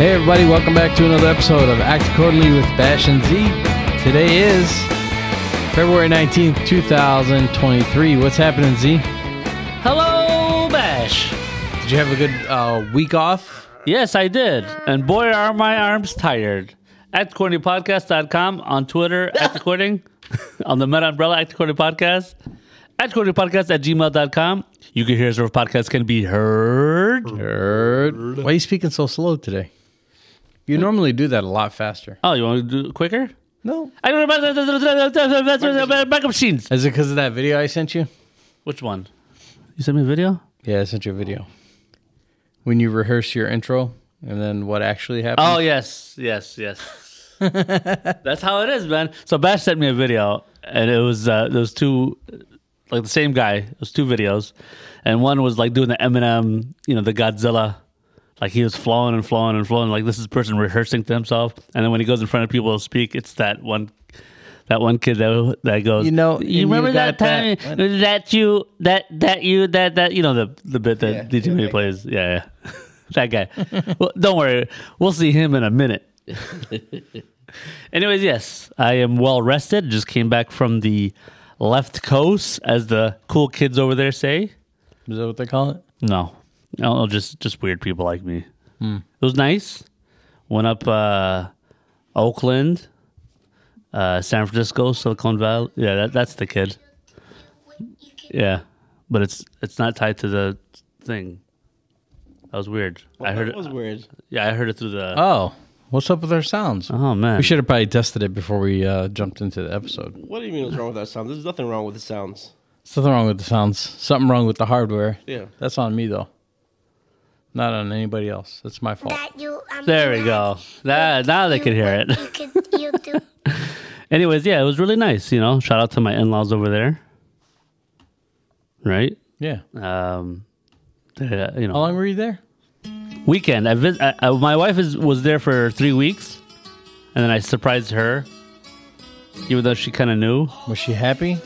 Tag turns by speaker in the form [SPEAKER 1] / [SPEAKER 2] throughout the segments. [SPEAKER 1] Hey, everybody, welcome back to another episode of Act Accordingly with Bash and Z. Today is February 19th, 2023. What's happening, Z?
[SPEAKER 2] Hello, Bash.
[SPEAKER 1] Did you have a good uh, week off?
[SPEAKER 2] Yes, I did. And boy, are my arms tired. At cornypodcast.com on Twitter, at the corny, on the Meta Umbrella, at the corny podcast, at cornypodcast at gmail.com. You can hear us where podcasts can be heard.
[SPEAKER 1] Nerd. Why are you speaking so slow today? You normally do that a lot faster.
[SPEAKER 2] Oh, you want to do it quicker?
[SPEAKER 1] No.
[SPEAKER 2] I don't know. Backup machines.
[SPEAKER 1] Is it because of that video I sent you?
[SPEAKER 2] Which one? You sent me a video?
[SPEAKER 1] Yeah, I sent you a video. When you rehearse your intro and then what actually happened?
[SPEAKER 2] Oh yes, yes, yes. That's how it is, man. So Bash sent me a video, and it was uh, those two, like the same guy. It was two videos, and one was like doing the Eminem, you know, the Godzilla, like he was flowing and flowing and flowing. Like this is a person rehearsing to himself, and then when he goes in front of people to speak, it's that one. That one kid that that goes,
[SPEAKER 1] You know,
[SPEAKER 2] you
[SPEAKER 1] you
[SPEAKER 2] remember
[SPEAKER 1] got
[SPEAKER 2] that time
[SPEAKER 1] that-
[SPEAKER 2] that, you that that you that that you know the the bit that
[SPEAKER 1] Yeah,
[SPEAKER 2] DJ
[SPEAKER 1] yeah,
[SPEAKER 2] May
[SPEAKER 1] that
[SPEAKER 2] plays, yeah, yeah, that guy. well, don't worry, we'll see him in a minute. Anyways, yes, I am well rested. Just came back from the left coast, as the cool kids over there say.
[SPEAKER 1] Oh, Is that what they call it?
[SPEAKER 2] No, no, just just weird people like me.
[SPEAKER 1] Hmm.
[SPEAKER 2] It was nice. Went up uh, Oakland, uh, San Francisco, Silicon Valley. Yeah, that, that's the kid. Yeah, but it's it's not tied to the thing. That was weird. I heard it.
[SPEAKER 1] weird.
[SPEAKER 2] Yeah, I heard it through the.
[SPEAKER 1] Oh, what's up with our sounds?
[SPEAKER 2] oh man,
[SPEAKER 1] We should have probably tested it before we uh, jumped into the episode.
[SPEAKER 3] What do you mean what's wrong with that sound? There's nothing wrong with the sounds.
[SPEAKER 1] Something wrong with the sounds. Something wrong with the hardware.
[SPEAKER 3] Yeah.
[SPEAKER 1] That's on me though. Not on anybody else. That's my fault.
[SPEAKER 4] that you um,
[SPEAKER 2] There we go. That, now they can hear it.
[SPEAKER 4] you could you do
[SPEAKER 2] Anyways, yeah, it was really nice. You know, shout out to my in laws over there. Right?
[SPEAKER 1] Yeah.
[SPEAKER 2] Um, uh, you know,
[SPEAKER 1] How long were you there?
[SPEAKER 2] weekend. I, vis- I, I my wife is was there for three weeks, and then I surprised her, even though she kind of knew.
[SPEAKER 1] Was she happy?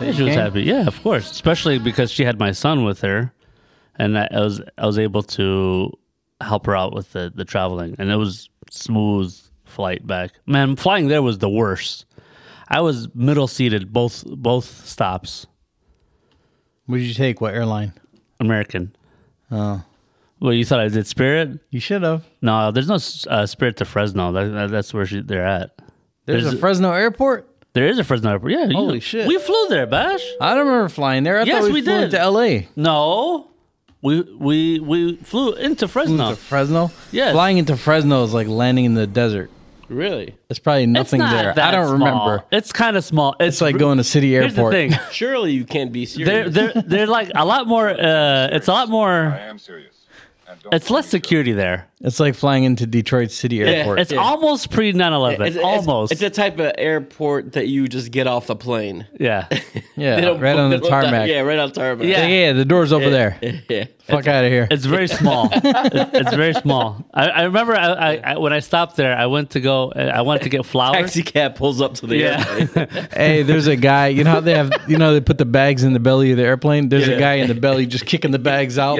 [SPEAKER 2] Yeah, she was happy. Yeah, of course, especially because she had my son with her, and I, I was I was able to help her out with the the traveling, and it was smooth flight back. Man, flying there was the worst. I was middle seated both both stops.
[SPEAKER 1] What did you take? What airline?
[SPEAKER 2] American.
[SPEAKER 1] Oh.
[SPEAKER 2] Well, you thought I did Spirit?
[SPEAKER 1] You should have.
[SPEAKER 2] No, there's no uh, Spirit to Fresno. That, that, that's where she, they're at.
[SPEAKER 1] There's,
[SPEAKER 2] There's
[SPEAKER 1] a
[SPEAKER 2] a-
[SPEAKER 1] Fresno airport.
[SPEAKER 2] There is a Fresno airport. Yeah. you-
[SPEAKER 1] Holy shit.
[SPEAKER 2] We flew there, Bash.
[SPEAKER 1] I don't remember flying there. I
[SPEAKER 2] Yes,
[SPEAKER 1] thought we,
[SPEAKER 2] we
[SPEAKER 1] flew
[SPEAKER 2] did.
[SPEAKER 1] to LA.
[SPEAKER 2] No, we we we flew into Fresno.
[SPEAKER 1] To Fresno?
[SPEAKER 2] Yes.
[SPEAKER 1] Flying into Fresno is like landing in the desert.
[SPEAKER 3] Really?
[SPEAKER 1] There's probably
[SPEAKER 2] It's
[SPEAKER 1] nothing
[SPEAKER 2] not
[SPEAKER 1] there.
[SPEAKER 2] that
[SPEAKER 1] I don't
[SPEAKER 2] small.
[SPEAKER 1] remember.
[SPEAKER 2] It's kind of small. It's,
[SPEAKER 1] It's like going to City
[SPEAKER 2] Here's
[SPEAKER 1] Airport.
[SPEAKER 2] the thing.
[SPEAKER 3] Surely you can't be
[SPEAKER 2] They're
[SPEAKER 3] serious.
[SPEAKER 2] they're they're like a lot more. Uh, it's a lot more.
[SPEAKER 5] I am serious. And don't
[SPEAKER 2] It's less
[SPEAKER 5] believe it.
[SPEAKER 2] security there.
[SPEAKER 1] It's like flying into Detroit City Airport.
[SPEAKER 2] It's almost pre 9/11. almost.
[SPEAKER 3] It's, a type of airport that you just get off the plane.
[SPEAKER 2] yeah.
[SPEAKER 3] They
[SPEAKER 1] yeah,
[SPEAKER 3] don't
[SPEAKER 1] right
[SPEAKER 3] book
[SPEAKER 1] on the
[SPEAKER 3] them up that-
[SPEAKER 1] tarmac.
[SPEAKER 3] Yeah, right on the tarmac.
[SPEAKER 1] Yeah,
[SPEAKER 2] Yeah.
[SPEAKER 1] yeah, the door's over there.
[SPEAKER 3] yeah.
[SPEAKER 1] Fuck out of here.
[SPEAKER 2] It's very small. It- it's very small. I, I remember I, I, I when I stopped there, I went to go. I wanted to get flowers.
[SPEAKER 3] Taxi cab pulls up to the
[SPEAKER 2] Yeah.
[SPEAKER 3] airplane.
[SPEAKER 1] Hey, there's a guy. You know how they have, you know, they put the bags in the belly of the airplane? There's a guy in the belly just kicking the bags out.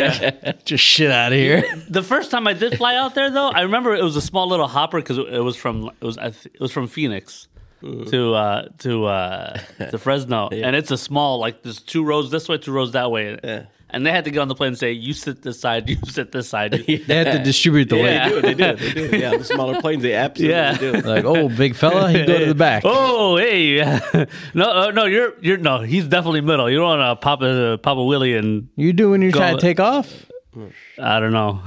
[SPEAKER 1] Just shit out of here.
[SPEAKER 2] The first time I did fly out there, though, I remember it was a small little hopper because it was from it was I th- it was from Phoenix to uh, to uh, to Fresno, and it's a small like there's two rows this way, two rows that way, and they had to get on the plane and say, "You sit this side, you sit this side." you-"
[SPEAKER 1] They had to distribute the
[SPEAKER 2] Yeah.
[SPEAKER 1] weight.
[SPEAKER 3] they do, they do. Yeah, the smaller planes, they absolutely
[SPEAKER 2] Yeah.
[SPEAKER 3] do.
[SPEAKER 1] Like, oh, big fella, you go to the back.
[SPEAKER 2] Oh hey, no uh, no you're you're no he's definitely middle. You don't want to pop a pop a willy and
[SPEAKER 1] You do when you're trying to
[SPEAKER 2] it.
[SPEAKER 1] take off?
[SPEAKER 2] I don't know.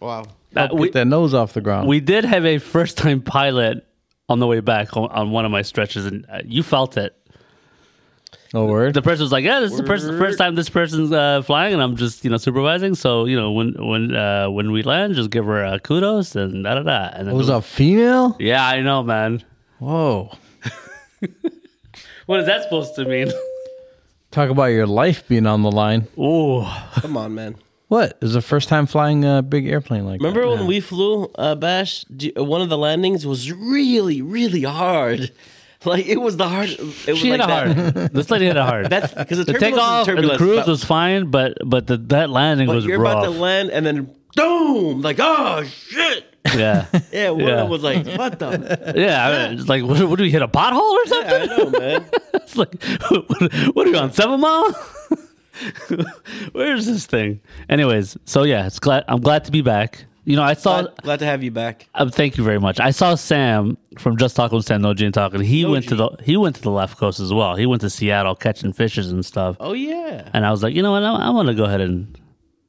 [SPEAKER 3] Wow.
[SPEAKER 2] Uh, we-
[SPEAKER 1] Get that nose off the ground.
[SPEAKER 2] We did have a first time pilot on the way back on, on one of my stretches, and uh, you felt it.
[SPEAKER 1] no word.
[SPEAKER 2] The person was like, "Yeah, this is the person, first time this person's uh, flying, and I'm just you know supervising. So you know when when uh, when we land, just give her uh, kudos and da da da." And then
[SPEAKER 1] it was
[SPEAKER 2] it
[SPEAKER 1] a female?
[SPEAKER 2] Yeah, I know, man.
[SPEAKER 1] Whoa.
[SPEAKER 2] What is that supposed to mean?
[SPEAKER 1] Talk about your life being on the line.
[SPEAKER 2] Ooh,
[SPEAKER 3] Come on, man.
[SPEAKER 1] What? It was the first time flying a big airplane like
[SPEAKER 3] Remember when we flew uh, Bash? do- One of the landings was really, really hard. Like it was the hard. It was
[SPEAKER 2] she
[SPEAKER 3] like
[SPEAKER 2] hit
[SPEAKER 3] that.
[SPEAKER 2] it hard. this lady hit it hard.
[SPEAKER 3] That's because the,
[SPEAKER 2] the
[SPEAKER 3] turbulence is
[SPEAKER 2] takeoff and the
[SPEAKER 3] turbulence,
[SPEAKER 2] cruise
[SPEAKER 3] but-
[SPEAKER 2] was fine, but but the, that landing
[SPEAKER 3] But
[SPEAKER 2] was
[SPEAKER 3] you're
[SPEAKER 2] rough.
[SPEAKER 3] about to land and then boom, like oh shit.
[SPEAKER 2] Yeah,
[SPEAKER 3] Yeah, one
[SPEAKER 2] Yeah.
[SPEAKER 3] of them was like, what the?
[SPEAKER 2] yeah. I mean, it's like, what, what do we hit a pothole or something?
[SPEAKER 3] I know, man.
[SPEAKER 2] It's like, what, what are you on seven mile? Where is this thing? Anyways, so yeah, it's glad I'm glad to be back. You know, I saw.
[SPEAKER 3] Glad, glad to have you back.
[SPEAKER 2] Um, thank you very much. I saw Sam from Just Talking with Sam No Gene Talking. He
[SPEAKER 3] No
[SPEAKER 2] went to
[SPEAKER 3] Gene.
[SPEAKER 2] the he went to the left coast as well. He went to Seattle catching fishes and stuff.
[SPEAKER 3] Oh yeah.
[SPEAKER 2] And I was like, you know what? I, I want to go ahead and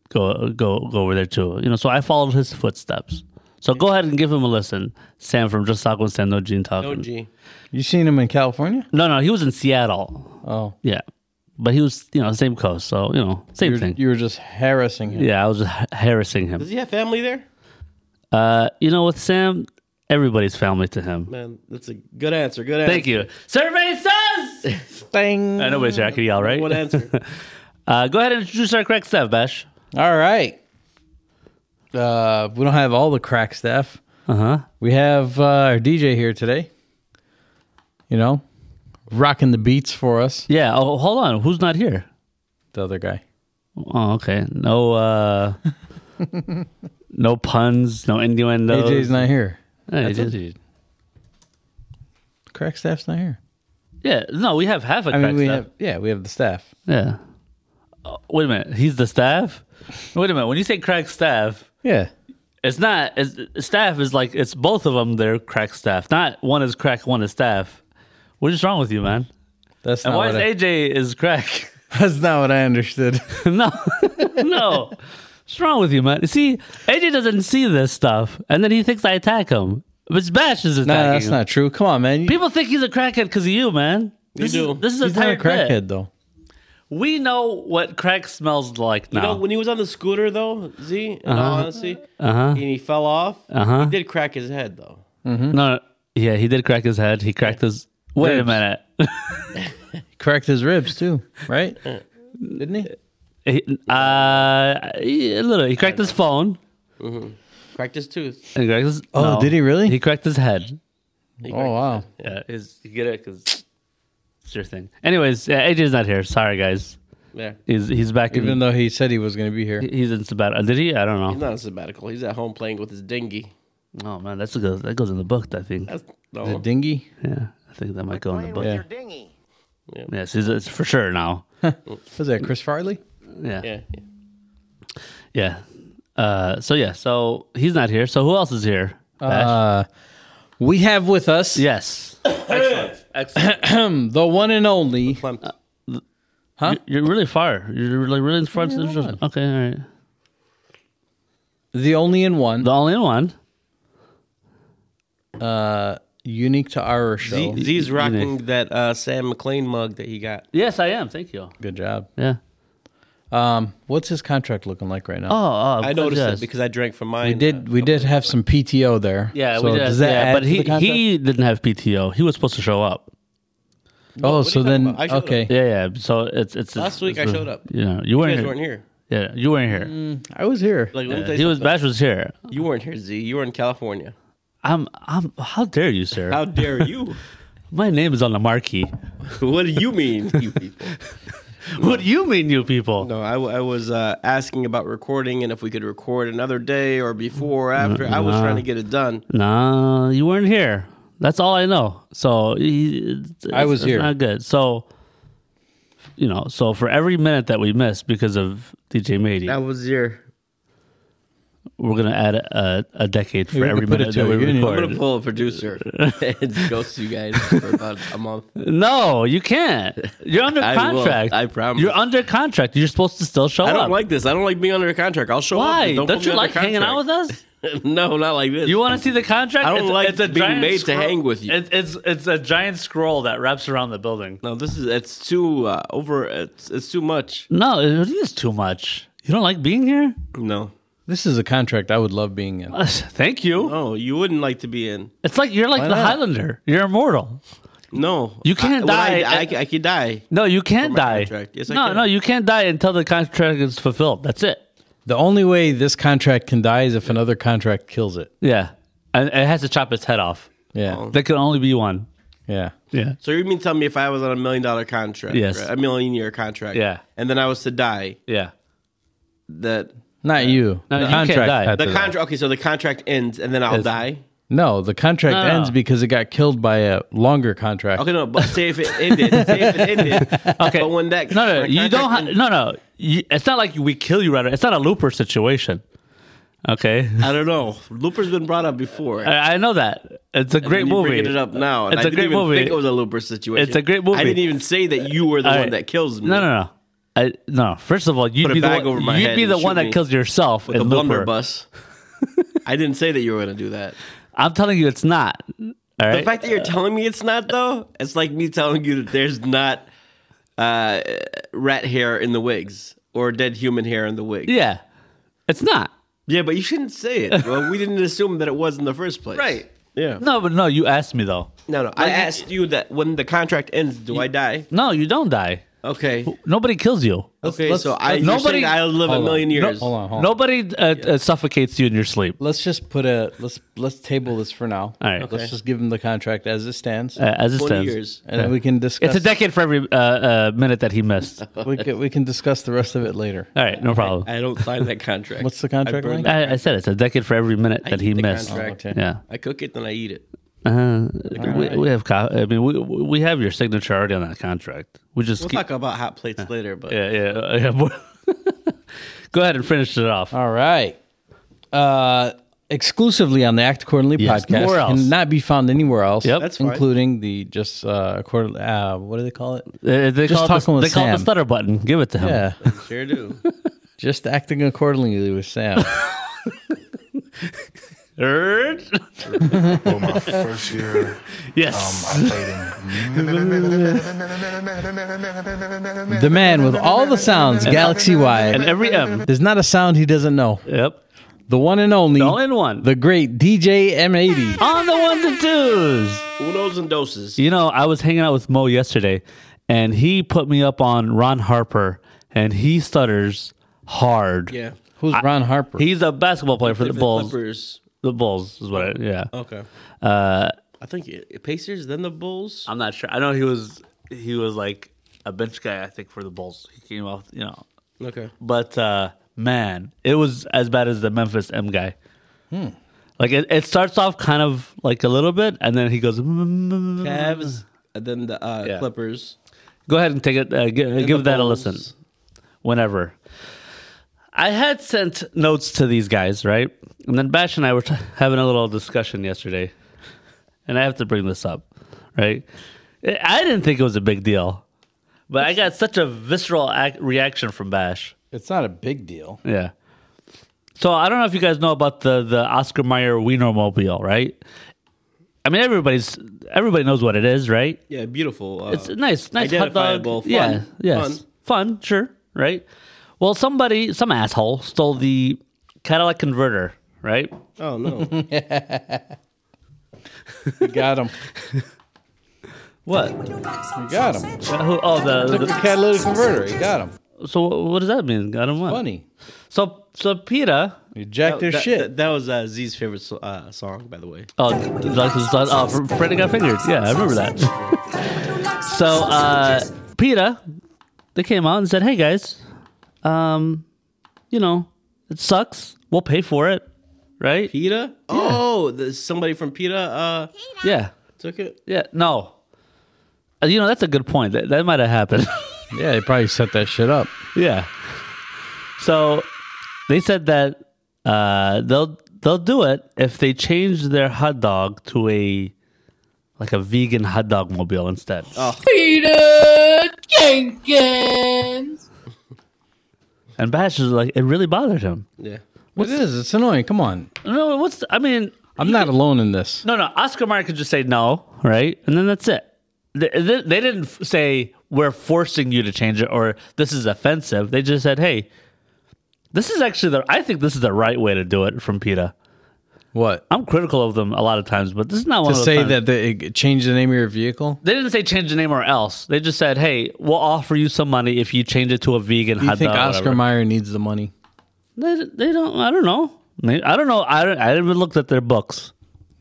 [SPEAKER 2] go go go over there too. You know, so I followed his footsteps. So go ahead and give him a listen, Sam from Just Talking with Sam No Gene Talking.
[SPEAKER 3] No G.
[SPEAKER 1] You seen him in California?
[SPEAKER 2] No, no, he was in Seattle.
[SPEAKER 1] Oh,
[SPEAKER 2] Yeah, but he was you know same coast, so you know same
[SPEAKER 1] you were,
[SPEAKER 2] thing.
[SPEAKER 1] Oh. you were just harassing him.
[SPEAKER 2] yeah, I was just ha- harassing him.
[SPEAKER 3] Does he have family there?
[SPEAKER 2] Uh, you know, with Sam, everybody's family to him.
[SPEAKER 3] Man, that's a good answer. Good answer.
[SPEAKER 2] Thank you. Survey says.
[SPEAKER 1] Bang.
[SPEAKER 2] I know, but I could yell, right?
[SPEAKER 3] What answer?
[SPEAKER 2] Uh, go ahead and introduce our correct staff, Bash.
[SPEAKER 1] All right. Uh, we don't have all the crack staff.
[SPEAKER 2] Uh huh.
[SPEAKER 1] We have uh, our DJ here today. You know, rocking the beats for us.
[SPEAKER 2] Yeah. Oh, hold on. Who's not here?
[SPEAKER 1] The other guy.
[SPEAKER 2] Oh, okay. No. uh No puns. No innuendos.
[SPEAKER 1] AJ's not here.
[SPEAKER 2] Hey,
[SPEAKER 1] I told
[SPEAKER 2] AJ's
[SPEAKER 1] you. Crack staff's not here.
[SPEAKER 2] Yeah. No, we have half a
[SPEAKER 1] I mean,
[SPEAKER 2] correct
[SPEAKER 1] we
[SPEAKER 2] staff.
[SPEAKER 1] have yeah, we have the staff.
[SPEAKER 2] Yeah. Oh, wait a minute. He's the staff. Wait a minute. When you say crack staff.
[SPEAKER 1] Yeah,
[SPEAKER 2] It's not it's, staff is like it's both of them. They're crack staff. Not one is crack, one is staff. What is wrong with you, man?
[SPEAKER 1] that's
[SPEAKER 2] And
[SPEAKER 1] not
[SPEAKER 2] why
[SPEAKER 1] what
[SPEAKER 2] is
[SPEAKER 1] I,
[SPEAKER 2] AJ is crack?
[SPEAKER 1] that's not what I understood.
[SPEAKER 2] no, no. What's wrong with you, man? See, AJ doesn't see this stuff, and then he thinks I attack him. But Bash is
[SPEAKER 1] no,
[SPEAKER 2] attacking
[SPEAKER 1] that's
[SPEAKER 2] him.
[SPEAKER 1] not true. Come on, man. You,
[SPEAKER 2] People think he's a crackhead because of you, man. This
[SPEAKER 3] do.
[SPEAKER 2] Is, this is
[SPEAKER 1] he's
[SPEAKER 2] a
[SPEAKER 1] not a
[SPEAKER 2] tired bit.
[SPEAKER 1] crackhead though.
[SPEAKER 2] We know what crack smells like
[SPEAKER 3] You know,
[SPEAKER 2] now.
[SPEAKER 3] when he was on the scooter though, Z, in all honesty,
[SPEAKER 2] uh
[SPEAKER 3] and he fell off,
[SPEAKER 2] Uh-huh.
[SPEAKER 3] he did crack his head though.
[SPEAKER 2] huh. No, yeah, he did crack his head. He cracked his. Wait a
[SPEAKER 1] Ribs.
[SPEAKER 2] minute.
[SPEAKER 1] He cracked his ribs too, right? Didn't he?
[SPEAKER 2] He- uh, a little. He cracked his phone.
[SPEAKER 3] Cracked his tooth.
[SPEAKER 2] And he cracked his,
[SPEAKER 1] Oh,
[SPEAKER 2] no.
[SPEAKER 1] did he really?
[SPEAKER 2] He cracked his head.
[SPEAKER 3] He
[SPEAKER 1] oh
[SPEAKER 3] cracked-
[SPEAKER 1] wow.
[SPEAKER 2] Yeah, his, you get it because it's your thing. Anyways, yeah, AJ's not here. Sorry, guys.
[SPEAKER 3] Yeah.
[SPEAKER 2] He's he's back in.
[SPEAKER 1] Even though he said he was going to be here,
[SPEAKER 2] he's in Sabbatical. Did he? I don't know.
[SPEAKER 3] He's not a sabbatical. He's at home playing with his dinghy.
[SPEAKER 2] oh man, that's a good, that goes in the book. I think.
[SPEAKER 3] That's
[SPEAKER 1] the
[SPEAKER 3] no.
[SPEAKER 1] dinghy.
[SPEAKER 2] Yeah, I think that might go in the book.
[SPEAKER 1] Yeah.
[SPEAKER 4] your dinghy.
[SPEAKER 2] Yes, he's, it's for sure now.
[SPEAKER 1] Was that Chris Farley?
[SPEAKER 2] Yeah, yeah.
[SPEAKER 3] yeah, yeah.
[SPEAKER 2] Uh, so yeah, so he's not here. So who else is here? Bash?
[SPEAKER 1] Uh, we have with us hmm,
[SPEAKER 2] yes. Excellent. Excellent.
[SPEAKER 1] the one and only.
[SPEAKER 3] Clem-
[SPEAKER 2] You're really far. You're really really in front. okay, all right.
[SPEAKER 1] the only in one,
[SPEAKER 2] The only one.
[SPEAKER 1] unique to our show.
[SPEAKER 3] Z, Z's rocking that uh, Sam McLean mug that he got.
[SPEAKER 2] Yes, I am. Thank you.
[SPEAKER 1] Good job.
[SPEAKER 2] Yeah.
[SPEAKER 1] What's his contract looking like right now?
[SPEAKER 2] Oh, oh
[SPEAKER 3] I noticed it because I drank from mine. uh,
[SPEAKER 1] we did we did have some PTO there.
[SPEAKER 2] Yeah,
[SPEAKER 1] So
[SPEAKER 2] we did.
[SPEAKER 1] Does that
[SPEAKER 2] yeah,
[SPEAKER 1] add
[SPEAKER 2] but
[SPEAKER 1] to
[SPEAKER 2] he
[SPEAKER 1] the contract?
[SPEAKER 2] he didn't have PTO. He was supposed to show up.
[SPEAKER 1] Oh,
[SPEAKER 3] what are
[SPEAKER 1] so
[SPEAKER 3] you talking
[SPEAKER 1] then
[SPEAKER 3] about? I showed
[SPEAKER 1] okay.
[SPEAKER 2] Yeah, yeah. So it's it's
[SPEAKER 3] Last week I
[SPEAKER 2] it's-
[SPEAKER 3] showed up.
[SPEAKER 2] You know, you
[SPEAKER 3] You
[SPEAKER 2] weren't,
[SPEAKER 3] guys
[SPEAKER 2] here.
[SPEAKER 3] weren't here.
[SPEAKER 2] Yeah, you weren't here.
[SPEAKER 1] I was here.
[SPEAKER 3] Like, let me
[SPEAKER 2] Yeah,
[SPEAKER 3] tell you
[SPEAKER 2] he was
[SPEAKER 3] something.
[SPEAKER 2] Bash was here.
[SPEAKER 3] You weren't here, Z. You were in California.
[SPEAKER 2] I'm I'm. How dare you, sir?
[SPEAKER 3] How dare you?
[SPEAKER 2] My name is on the marquee.
[SPEAKER 3] what do you mean, you people?
[SPEAKER 2] What do you mean, you people?
[SPEAKER 3] No, I, w- I was uh, asking about recording and if we could record another day or before or after. I was trying to get it done.
[SPEAKER 2] Nah, you weren't here. That's all I know. So he, it's-
[SPEAKER 1] I was
[SPEAKER 2] it's
[SPEAKER 1] here.
[SPEAKER 2] Not good. So you know, so for every minute that we missed because of DJ Mady,
[SPEAKER 3] That was your.
[SPEAKER 2] we're gonna add a, a decade for
[SPEAKER 1] we can
[SPEAKER 2] every
[SPEAKER 1] put it
[SPEAKER 2] minute
[SPEAKER 1] to
[SPEAKER 2] that
[SPEAKER 1] it.
[SPEAKER 2] we
[SPEAKER 1] You didn't- I'm
[SPEAKER 3] I'm
[SPEAKER 2] record.
[SPEAKER 3] gonna pull a producer and ghost you guys for about a month.
[SPEAKER 2] No, you can't. You're under
[SPEAKER 3] I will.
[SPEAKER 2] contract.
[SPEAKER 3] I promise.
[SPEAKER 2] You're under contract. You're supposed to still show
[SPEAKER 3] I don't
[SPEAKER 2] up.
[SPEAKER 3] like this. I don't like being under a contract. I'll show up.
[SPEAKER 2] Why?
[SPEAKER 3] but
[SPEAKER 2] Don't,
[SPEAKER 3] put me
[SPEAKER 2] you
[SPEAKER 3] under
[SPEAKER 2] like hanging out with us?
[SPEAKER 3] contract. no, not like this.
[SPEAKER 2] You want to see the contract?
[SPEAKER 3] I don't like being
[SPEAKER 2] giant
[SPEAKER 3] made to
[SPEAKER 2] scroll-
[SPEAKER 3] hang with you.
[SPEAKER 2] It's, it's it's a giant scroll that wraps around the building.
[SPEAKER 3] no, this is it's too uh, over. It's it's too much.
[SPEAKER 2] No, it is too much. You don't like being here? Uh,
[SPEAKER 3] No,
[SPEAKER 1] This is a contract I would love being in.
[SPEAKER 2] Thank you.
[SPEAKER 3] no, you wouldn't like to be in.
[SPEAKER 2] It's like you're like the
[SPEAKER 1] not?
[SPEAKER 2] Highlander. You're immortal.
[SPEAKER 3] No,
[SPEAKER 2] You can't
[SPEAKER 3] I, when I-
[SPEAKER 2] die.
[SPEAKER 3] I, I, could die.
[SPEAKER 2] No, you can't
[SPEAKER 3] my
[SPEAKER 2] die.
[SPEAKER 3] contract. Yes, I
[SPEAKER 2] no,
[SPEAKER 3] can.
[SPEAKER 2] no, you can't die until the contract is fulfilled. That's it.
[SPEAKER 1] The only way this contract can die is if another contract kills it.
[SPEAKER 2] Yeah, and it has to chop its head off.
[SPEAKER 1] Yeah.
[SPEAKER 2] There can only be one.
[SPEAKER 1] Yeah.
[SPEAKER 2] Yeah.
[SPEAKER 3] So you mean tell me if I was on a million dollar contract,
[SPEAKER 2] Yes.
[SPEAKER 3] right, a million year contract,
[SPEAKER 2] Yeah.
[SPEAKER 3] and then I was to die,
[SPEAKER 2] Yeah.
[SPEAKER 3] that
[SPEAKER 1] Not you.
[SPEAKER 2] No,
[SPEAKER 1] the
[SPEAKER 2] you can't die.
[SPEAKER 1] had
[SPEAKER 3] The
[SPEAKER 1] to die.
[SPEAKER 3] contract. Okay, so the contract ends, and then I'll die.
[SPEAKER 1] No, the contract
[SPEAKER 2] No, no,
[SPEAKER 1] ends
[SPEAKER 2] no.
[SPEAKER 1] because it got killed by a longer contract.
[SPEAKER 3] Okay, no, but say if it ended. say if it ended.
[SPEAKER 2] Okay.
[SPEAKER 3] but when that
[SPEAKER 2] No, no,
[SPEAKER 3] when a
[SPEAKER 2] you don't.
[SPEAKER 3] contract
[SPEAKER 2] Ha-
[SPEAKER 3] ends-
[SPEAKER 2] no, no. You, it's not like we kill you right away. It's not a looper situation. Okay,
[SPEAKER 3] I don't know. Looper's been brought up before.
[SPEAKER 2] I, I know that. It's a great
[SPEAKER 3] And you're
[SPEAKER 2] movie.
[SPEAKER 3] Bringing it up now. and
[SPEAKER 2] It's
[SPEAKER 3] I
[SPEAKER 2] a
[SPEAKER 3] didn't
[SPEAKER 2] great
[SPEAKER 3] even
[SPEAKER 2] movie.
[SPEAKER 3] Think it was a Looper situation.
[SPEAKER 2] It's a great movie.
[SPEAKER 3] I didn't even say that you were the
[SPEAKER 2] All
[SPEAKER 3] one
[SPEAKER 2] right.
[SPEAKER 3] that kills me.
[SPEAKER 2] No, no, no. I, no, first of all, you'd
[SPEAKER 3] Put a
[SPEAKER 2] be the
[SPEAKER 3] bag
[SPEAKER 2] one,
[SPEAKER 3] over my
[SPEAKER 2] you'd
[SPEAKER 3] head
[SPEAKER 2] be
[SPEAKER 3] and
[SPEAKER 2] the one
[SPEAKER 3] shoot
[SPEAKER 2] that
[SPEAKER 3] me
[SPEAKER 2] kills yourself
[SPEAKER 3] The
[SPEAKER 2] in looper.
[SPEAKER 3] blunderbuss. I didn't say that you were going to do that.
[SPEAKER 2] I'm telling you, it's not. All
[SPEAKER 3] The
[SPEAKER 2] right.
[SPEAKER 3] fact
[SPEAKER 1] Uh,
[SPEAKER 3] that you're telling me it's not though, it's like me telling you that there's not uh, rat hair in the wigs or dead human hair in the wig.
[SPEAKER 2] yeah, it's not.
[SPEAKER 3] Yeah, but you shouldn't say it. Well, we didn't assume that it was in the first place.
[SPEAKER 2] Right.
[SPEAKER 3] Yeah.
[SPEAKER 2] No, but no, you asked me though.
[SPEAKER 3] No, no. I asked you that when the contract ends, do I die?
[SPEAKER 2] No, you don't die.
[SPEAKER 3] Okay.
[SPEAKER 2] Nobody kills you.
[SPEAKER 3] Okay.
[SPEAKER 1] let's-
[SPEAKER 3] so I
[SPEAKER 2] let's-
[SPEAKER 3] nobody.
[SPEAKER 2] nobody-
[SPEAKER 3] I live a
[SPEAKER 1] Hold on.
[SPEAKER 3] million
[SPEAKER 1] No,
[SPEAKER 3] years.
[SPEAKER 1] hold on, hold on.
[SPEAKER 2] Nobody uh, uh, suffocates you in your sleep.
[SPEAKER 1] Let's just put a let's let's table this for now.
[SPEAKER 2] All right. Okay.
[SPEAKER 1] Let's just give him the contract as it stands,
[SPEAKER 2] Uh, as it
[SPEAKER 3] Twenty
[SPEAKER 2] stands,
[SPEAKER 3] years.
[SPEAKER 1] and then we can discuss.
[SPEAKER 2] it's a decade for every uh, uh, minute that he missed. All
[SPEAKER 1] We can, we can discuss the rest of it later.
[SPEAKER 2] right, no problem.
[SPEAKER 3] I don't sign that contract.
[SPEAKER 1] What's the contract
[SPEAKER 3] I burned
[SPEAKER 1] like?
[SPEAKER 3] it.
[SPEAKER 2] I, I said it's a decade for every minute that he
[SPEAKER 3] eat the
[SPEAKER 2] missed.
[SPEAKER 3] contract.
[SPEAKER 1] Oh, okay.
[SPEAKER 2] Yeah,
[SPEAKER 3] I cook it, then I eat it.
[SPEAKER 2] uh, we, we have. Co- I mean, we we have your signature already on that contract. We just
[SPEAKER 3] We'll
[SPEAKER 2] keep,
[SPEAKER 3] talk about hot plates later, but
[SPEAKER 2] yeah, yeah, uh, yeah. Go ahead and finish it off.
[SPEAKER 1] All right. Uh, exclusively on the Act Accordingly
[SPEAKER 2] Yes,
[SPEAKER 1] podcast,
[SPEAKER 2] nowhere else.
[SPEAKER 1] cannot be found anywhere else.
[SPEAKER 2] Yep. That's
[SPEAKER 3] fine.
[SPEAKER 1] including the just uh, accord- uh what do they call it?
[SPEAKER 2] Uh, they
[SPEAKER 1] Just
[SPEAKER 2] call it
[SPEAKER 1] talking
[SPEAKER 2] the,
[SPEAKER 1] with
[SPEAKER 2] they call it the
[SPEAKER 1] Sam.
[SPEAKER 2] stutter button. Give it to him.
[SPEAKER 1] Yeah,
[SPEAKER 3] sure do.
[SPEAKER 1] just acting accordingly with Sam.
[SPEAKER 2] Err.
[SPEAKER 5] Well, my first year,
[SPEAKER 2] Yes.
[SPEAKER 1] Oh
[SPEAKER 5] I played in.
[SPEAKER 1] the man with all the sounds galaxy
[SPEAKER 2] and
[SPEAKER 1] wide.
[SPEAKER 2] every M.
[SPEAKER 1] There's not a sound he doesn't know.
[SPEAKER 2] Yep.
[SPEAKER 1] The one and only,
[SPEAKER 2] All in one.
[SPEAKER 1] the great DJ M80.
[SPEAKER 2] on the ones and twos.
[SPEAKER 3] Unos and doses.
[SPEAKER 2] You know, I was hanging out with Mo yesterday, and he put me up on Ron Harper, and he stutters hard.
[SPEAKER 3] Yeah.
[SPEAKER 1] Who's Ron Harper?
[SPEAKER 2] He's a basketball player for the
[SPEAKER 3] If
[SPEAKER 2] Bulls.
[SPEAKER 3] Clippers.
[SPEAKER 2] The Bulls is what. I, yeah.
[SPEAKER 3] Okay.
[SPEAKER 2] Uh,
[SPEAKER 3] I think it, Pacers, then the Bulls.
[SPEAKER 2] I'm not sure. I know he was. He was like a bench guy, I think, for the Bulls. He came off, you know.
[SPEAKER 3] Okay.
[SPEAKER 2] But uh, man, it was as bad as the Memphis M guy. Like it, it starts off kind of like a little bit, and then he goes.
[SPEAKER 3] Cavs, and then the uh,
[SPEAKER 2] Yeah.
[SPEAKER 3] Clippers.
[SPEAKER 2] Go ahead and take it. Uh, gi- give
[SPEAKER 3] the
[SPEAKER 2] that a
[SPEAKER 3] Bulls.
[SPEAKER 2] listen, whenever. I had sent notes to these guys, right? And then Bash and I were t- having a little discussion yesterday, and I have to bring this up, right? I I didn't think it was a big deal, but I got such a visceral ac reaction from Bash.
[SPEAKER 1] it's not a big deal.
[SPEAKER 2] Yeah. So I don't know if you guys know about the the Oscar Mayer Wienermobile, right? I mean, everybody's everybody knows what it is, right?
[SPEAKER 3] Yeah, beautiful. Uh,
[SPEAKER 2] It's nice, nice hot dog.
[SPEAKER 3] identifiable, fun,
[SPEAKER 2] yeah, yes,
[SPEAKER 3] fun.
[SPEAKER 2] fun. sure, right? Well, somebody, some asshole, stole the Cadillac converter, right?
[SPEAKER 3] oh, no.
[SPEAKER 1] You got him.
[SPEAKER 2] What?
[SPEAKER 1] You got him.
[SPEAKER 2] Uh, who- oh, the,
[SPEAKER 1] Took the
[SPEAKER 2] the-
[SPEAKER 1] catalytic converter. You got him.
[SPEAKER 2] so what does that mean? I don't want.
[SPEAKER 1] Funny.
[SPEAKER 2] So so Peta.
[SPEAKER 1] You jacked their
[SPEAKER 3] that,
[SPEAKER 1] shit.
[SPEAKER 3] That, that was uh, Z's favorite so- uh, song, by the way.
[SPEAKER 2] Oh, like this- oh, from Freddy got fingered. Yeah, I remember that. So uh, Peta, they came out and said, "Hey guys, um, you know, it sucks. We'll pay for it, right?
[SPEAKER 3] PETA? Oh, the, somebody from PETA uh,
[SPEAKER 2] Yeah."
[SPEAKER 3] took it?
[SPEAKER 2] Yeah, no. Uh, You know, that's a good point. That, that might have happened.
[SPEAKER 1] Yeah, they probably set that shit up.
[SPEAKER 2] yeah. So they said that uh, they'll they'll do it if they change their hot dog to a like a vegan hot dog mobile instead.
[SPEAKER 4] Peter Jenkins.
[SPEAKER 2] And Bash is like, it really bothered him.
[SPEAKER 3] Yeah.
[SPEAKER 1] What it is? It's annoying. Come on.
[SPEAKER 2] No, what's the- I mean,
[SPEAKER 1] I'm not alone in this.
[SPEAKER 2] no, no. Oscar Mayer could just say no, right? And then that's it. They, they- they didn't f- say we're forcing you to change it or this is offensive. They just said, hey, this is actually the. I think this is the right way to do it from PETA.
[SPEAKER 1] What?
[SPEAKER 2] I'm critical of them a lot of times, but this is not one
[SPEAKER 1] To
[SPEAKER 2] of those
[SPEAKER 1] say
[SPEAKER 2] times.
[SPEAKER 1] that they it changed the name of your vehicle?
[SPEAKER 2] They didn't say change the name or else. They just said, "Hey, we'll offer you some money if you change it to a vegan
[SPEAKER 1] Do you
[SPEAKER 2] hot
[SPEAKER 1] think
[SPEAKER 2] dog." or
[SPEAKER 1] Oscar
[SPEAKER 2] whatever."
[SPEAKER 1] Mayer needs the money?
[SPEAKER 2] They, they don't. I don't know. May- I don't know. I don't. I haven't looked at their books.